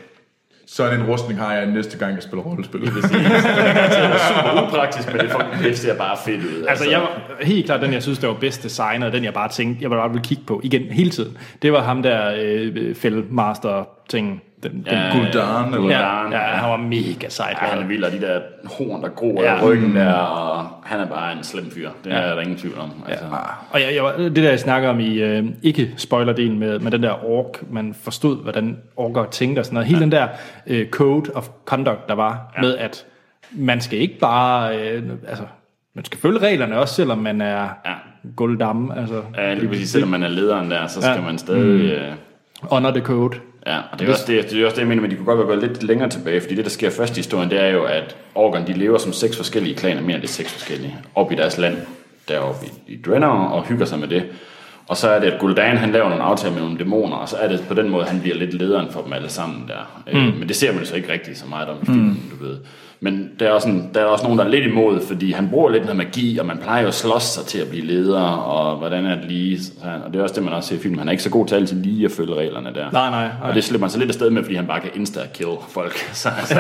S3: sådan en rustning har jeg næste gang, jeg spiller rollespil.
S2: øh, Det er super upraktisk, men det fucking det ser bare fedt ud.
S1: Altså, jeg var helt klart den, jeg synes, der var bedst designet, og den, jeg bare tænkte, jeg bare ville kigge på igen hele tiden. Det var ham der øh, fældmaster-ting. Den, ja, den guld.
S3: Guldan, eller
S1: Ja, ja, han var mega sejt.
S2: Ja, han er
S1: lavet.
S2: vild, og de der horn, der gror ja.
S1: Ja. Mm.
S2: i ryggen der, og han er bare en slem fyr. Det ja. er der ingen tvivl om. Altså. Ja.
S1: Og jeg, jeg, var- det der, jeg snakker om i øh, ikke-spoiler-delen med, med den der ork, man forstod, hvordan orker tænkte og sådan noget. Hele ja. den der øh, code of conduct, der var ja. med, at man skal ikke bare... Øh, altså, man skal følge reglerne også, selvom man er
S2: Ja.
S1: ja. gulddamme. Altså,
S2: Ja, lige præcis, selvom man er lederen der, så skal ja. man stadig...
S1: Mm.
S2: Øh,
S1: honor the code.
S2: Ja, og det er, også det, det er også det, jeg mener, men de kunne godt være gået lidt længere tilbage, fordi det, der sker først i historien, det er jo, at Orgon, de lever som seks forskellige klaner, mere end det er seks forskellige, op i deres land, deroppe i, i Draenor, og hygger sig med det. Og så er det, at Gul'dan, han laver nogle aftaler med nogle dæmoner, og så er det på den måde, han bliver lidt lederen for dem alle sammen der. Mm. Øh, men det ser man jo så ikke rigtig så meget om i filmen, du ved. Men der er, også en, der er også nogen, der er lidt imod, fordi han bruger lidt noget magi, og man plejer jo at slås sig til at blive leder, og hvordan er det lige... så han- Og det er også det, man også ser i filmen. Han er ikke så god til altid lige at følge reglerne der.
S1: Nej, nej, nej.
S2: Og det slipper man så lidt afsted med, fordi han bare kan insta-kill folk. Så, så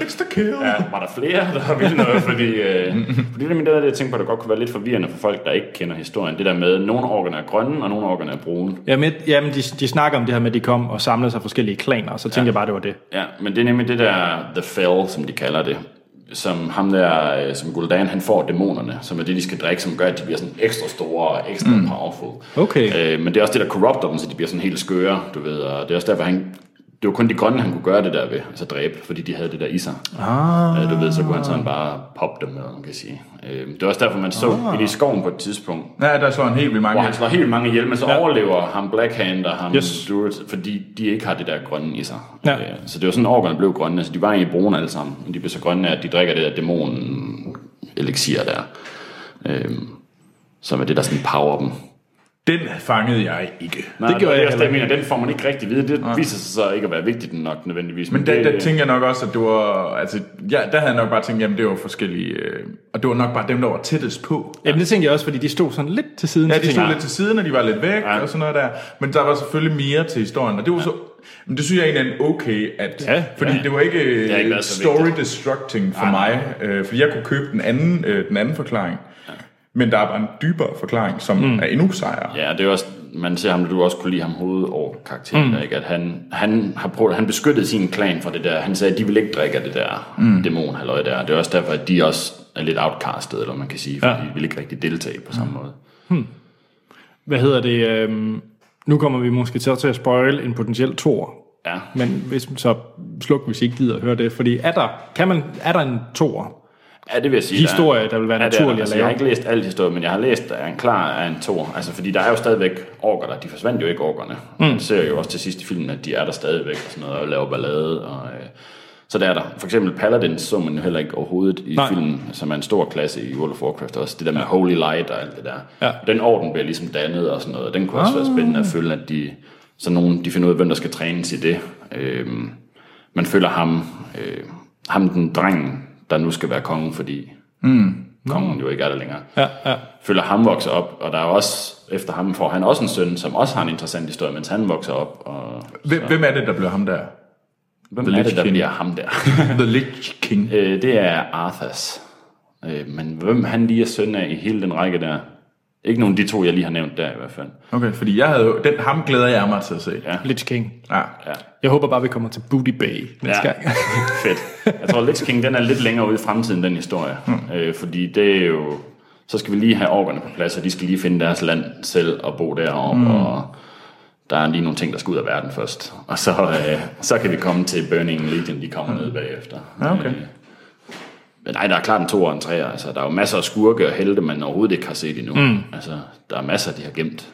S3: It's the kill.
S2: Ja, var der flere, der ville noget? Fordi, øh, fordi det er nemlig det, der, jeg tænkte på, der godt kunne være lidt forvirrende for folk, der ikke kender historien. Det der med, at nogle orkerne er grønne, og nogle orkerne er brune.
S1: Jamen, et- jamen de, de snakker om det her med, at de kom og samlede sig forskellige klaner, og så tænkte ja. jeg bare, det var det.
S2: Ja, men det er nemlig det der The Fell, som de kalder det. Som ham der, øh, som Gul'dan, han får dæmonerne, som er det, de skal drikke, som gør, at de bliver sådan ekstra store og ekstra mm. powerful.
S1: Okay.
S2: Øh, men det er også det, der corrupter dem, så de bliver sådan helt skøre, du ved. Og det er også derfor, han, det var kun de grønne, han kunne gøre det der ved, altså dræbe, fordi de havde det der i sig. Ah. Øh, du ved, så kunne han sådan bare poppe dem, eller hvad man kan sige. Øh, det er også derfor, man så ah. i skoven på et tidspunkt,
S3: Ja, der slår han helt vildt mange.
S2: hvor han slår helt mange ihjel, men så ja. overlever ham Blackhand og ham
S1: Yes.
S2: yes. Stewart, fordi de ikke har det der grønne i sig.
S1: Ja.
S2: Øh, Så det var sådan, orkerne blev grønne. Altså, de var egentlig brune alle sammen, men de blev så grønne, at de drikker det der dæmon elixir der. Øhm, som er det, der sådan power dem.
S3: Den fangede jeg ikke.
S2: Nej,
S1: gjorde jeg
S2: det, er også det, jeg
S1: heller
S2: mener, den får man ikke rigtig vide. Det viser sig så ikke at være vigtigt nok nødvendigvis.
S3: Men der,
S2: det, øh,
S3: der tænkte jeg nok også, at det var... Altså, ja, der havde jeg nok bare tænkt, jamen det var forskellige... Øh, og det var nok bare dem, der var tættest på.
S1: Jamen, det tænkte jeg også, fordi de stod sådan lidt til siden.
S3: Ja,
S1: så
S3: de
S1: tænkte
S3: stod
S1: jeg,
S3: lidt til siden, og de var lidt væk ja. og sådan noget der. Men der var selvfølgelig mere til historien, og det var ja. så... Men det synes jeg egentlig er okay, at,
S1: Ja,
S3: fordi
S1: ja.
S3: det var ikke,
S2: Det har ikke
S3: ikke
S2: været så
S3: story
S2: vigtigt.
S3: destructing for mig, øh, fordi jeg kunne købe den anden, øh, den anden forklaring. Ja. Men der er bare en dybere forklaring, som mm. er endnu sejere.
S2: Ja, det er også, man ser ham, du også kunne lide ham hovedkarakteren, mm. ikke? at han, han, har prøvet, han beskyttede sin klan fra det der. Han sagde, at de vil ikke drikke af det der mm. dæmon halløj der. Det er også derfor, at de også er lidt outcastet, eller man kan sige, for
S1: Ja.
S2: ja. Mm. de vil ikke rigtig deltage på samme måde.
S1: Hvad hedder det? Øhm, nu kommer vi måske til at, til at spoil en potentiel tor.
S2: Ja.
S1: Men hvis, så sluk, hvis I ikke gider at høre det. Fordi er der, kan man, er der en tor?
S2: Ja, det vil jeg sige.
S1: Historie,
S2: er-
S1: der vil være
S2: Ja, det er
S1: naturlig at
S2: der. altså,
S1: lave.
S2: Jeg har ikke læst alt historie, men jeg har læst, at der er en klar af en tor. Altså, fordi der er jo stadigvæk orker der. De forsvandt jo ikke orkerne. Mm. Man ser jo også til sidst i filmen, at de er der stadigvæk og sådan noget, og laver ballade. Og, øh, så der er der. For eksempel Paladins så man jo heller ikke overhovedet
S1: Nej.
S2: i Nej. filmen, som er en stor klasse i World of Warcraft også. Det der med Holy Light og alt det der.
S1: Ja. Ah.
S2: Den orden bliver ligesom dannet og sådan noget. Den kunne også være spændende at følge, at de, så nogen, de finder ud af, hvem der skal trænes i det. Øhm, man følger ham, øh, ham den dreng, der nu skal være konge, fordi kongen jo ikke er der længere. Mm. Ja, ja. Følger ham vokser op, og der er også, efter ham får han også en søn, som også har en interessant historie, mens han vokser op. Og
S3: Hvem, hvem er det, der bliver ham der?
S2: hvem er
S3: Lich
S2: det, der
S3: King.
S2: bliver ham der?
S3: The Lich King.
S2: øh, det er Arthas. Øh, men hvem han lige er søn af i hele den række der? Ikke nogen af de to, jeg lige har nævnt der i hvert fald.
S3: Okay, fordi jeg havde, jo- den, ham glæder jeg mig til at se.
S2: Ja.
S1: Lich King.
S3: Ja.
S1: Jeg håber bare, vi kommer til Booty Bay næste ja. gang.
S2: Fedt. Jeg tror, Lich King den er lidt længere ude i fremtiden, den historie.
S3: Hmm.
S2: Mm. Øh, fordi det er jo... Så skal vi lige have orkerne på plads, og de skal lige finde deres land selv og bo deroppe.
S3: Hmm.
S2: Mm. Og der er lige nogle ting, der skal ud af verden først. Og så, øh, så kan vi komme til Burning Legion, de kommer ned bagefter.
S3: Hmm.
S2: Øh,
S3: Ja, okay.
S2: Men nej, der er klart en to og en træer. Altså, der er jo masser af skurke og helte, man overhovedet ikke har set endnu.
S3: Hmm.
S2: Mm. Altså, der er masser, de har gemt.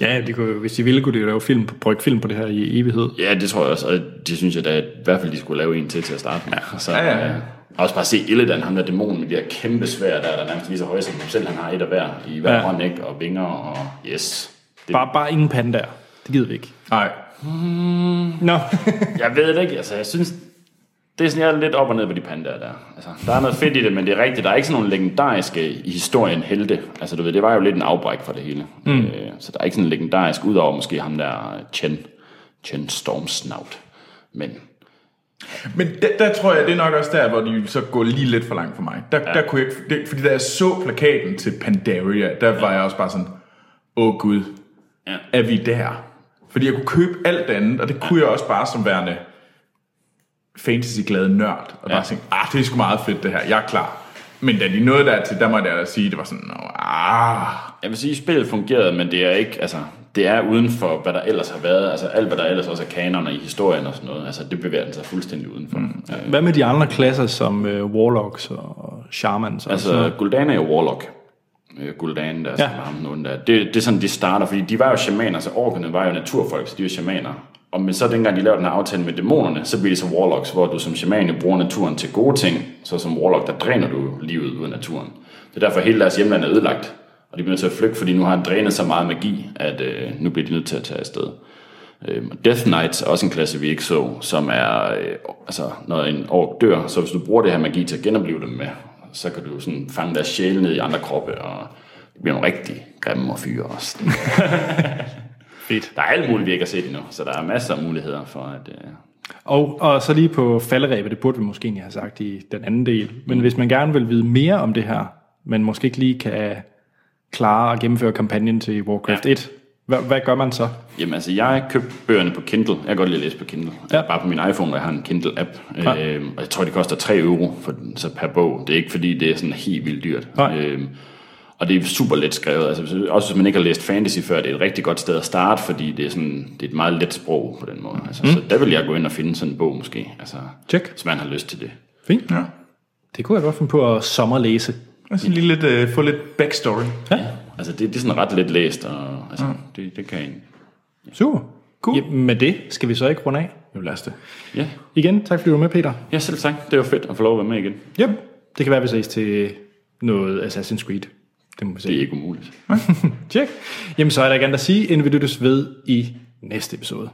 S1: Ja, de kunne, hvis de ville, kunne de jo lave film, på- brygge film på det her i evighed.
S2: Ja, det tror jeg også, og det synes jeg da, at i hvert fald de skulle lave en til til at starte med. Og så,
S3: Ja, ja, ja.
S2: øh, Også bare se Illidan, ham der dæmon med de her kæmpe svær, der, der er nærmest lige så høje som ham selv. Han har et af hver i hver
S1: Ja.
S2: ja. hånd, ikke? Og vinger og yes. Det,
S1: Bare, bare ingen pandaer. Det gider vi ikke.
S3: Nej.
S1: Nå,
S2: jeg ved det ikke, altså jeg synes, det er sådan, jeg er lidt op og ned på de pandaer der. Altså, der er noget fedt i det, men det er rigtigt, der er ikke sådan nogle legendariske i historien helte. Altså du ved, det var jo lidt en afbræk fra det hele. Mm. Øh, så der er ikke sådan en legendarisk, udover måske ham der Chen, Chen Stormsnout. Men
S3: Men der, der tror jeg, det er nok også der, hvor de ville så gå lige lidt for langt for mig. Der, ja. der kunne jeg ikke, det, fordi da jeg så plakaten til Pandaria, der ja. var jeg også bare sådan, åh gud,
S2: Ja.
S3: er vi der? Fordi jeg kunne købe alt det andet, og det kunne jeg også bare som værende fantasy-glade nørd. Og ja. bare tænke, ah, det er sgu meget fedt det her, jeg er klar. Men da de nåede dertil, der måtte jeg da sige, det var sådan, "Nå, ah,
S2: Jeg vil sige, at spillet fungerede, men det er ikke, altså, det er uden for, hvad der ellers har været, altså alt, hvad der ellers også er kanoner i historien og sådan noget, altså det bevæger den sig fuldstændig udenfor. Mm. Øh,
S1: hvad med de andre klasser som uh, Warlocks og Shamans? Og sådan
S2: altså,
S1: noget?
S2: Gul'dan er jo Warlock. Øh, Gul'dan, der ja.
S1: Ja.
S2: er ham nogen der. Det, det er sådan, de starter, fordi de var jo shamaner, så orkerne var jo naturfolk, så de var shamaner. Og men så dengang de lavede den her aftale med dæmonerne, så bliver det så Warlocks, hvor du som shaman jo bruger naturen til gode ting, så som Warlock, der dræner du livet ud af naturen. Det er derfor, hele deres hjemland er ødelagt, og de bliver nødt til at flygte, fordi nu har han drænet så meget magi, at øh, nu bliver de nødt til at tage afsted. Øhm, og Death Knights er også en klasse, vi ikke så, som er, øh, altså, når en ork dør, så hvis du bruger det her magi til at genopleve dem med, så kan du sådan fange deres sjæle ned i andre kroppe, og det bliver nogle rigtig grimme og fyre også.
S1: Fedt.
S2: Der er alt muligt, vi ikke har set endnu, så der er masser af muligheder for, at... Øh,
S1: Og, og så lige på falderæbet, det burde vi måske egentlig have sagt i den anden del, men hvis man gerne vil vide mere om det her, men måske ikke lige kan klare at gennemføre kampagnen til Warcraft
S2: Ja.
S1: ja. 1, hvad, hvad gør man så?
S2: Jamen altså, jeg købte bøgerne på Kindle. Jeg kan godt lide at læse på Kindle. Ja. Bare på min iPhone, hvor jeg har en Kindle-app.
S1: Ja.
S2: Ja. Øhm, og jeg tror, det koster 3 euro for, så per bog. Det er ikke fordi, det er sådan helt vildt dyrt.
S1: Nej.
S2: Øhm, og det er super let skrevet. Altså, hvis- også hvis man ikke har læst fantasy før, det er et rigtig godt sted at starte, fordi det er, sådan, det er et meget let sprog på den måde. Altså, mm. Så der vil jeg gå ind og finde sådan en bog måske, altså,
S1: Check.
S2: hvis man har lyst til det.
S1: Fint.
S3: Ja.
S1: Det kunne jeg godt finde på at sommerlæse.
S3: Og sådan lige lidt, øh, få lidt backstory.
S2: Altså, det, det er sådan ret let læst, og altså, mm. det, det kan jeg egentlig.
S1: Super. Cool. Ja, med det skal vi så ikke runde af.
S3: Jo, lad os det.
S2: Ja.
S1: Igen, tak fordi du var med, Peter.
S2: ja, selv tak. Det var fedt at få lov at være med igen.
S1: Yep. Det kan være, vi ses til noget Assassin's Creed. Det må vi se.
S2: Det er ikke umuligt.
S1: Tjek. Jamen, så er der ikke andet at sige, end vi lyttes ved i næste episode.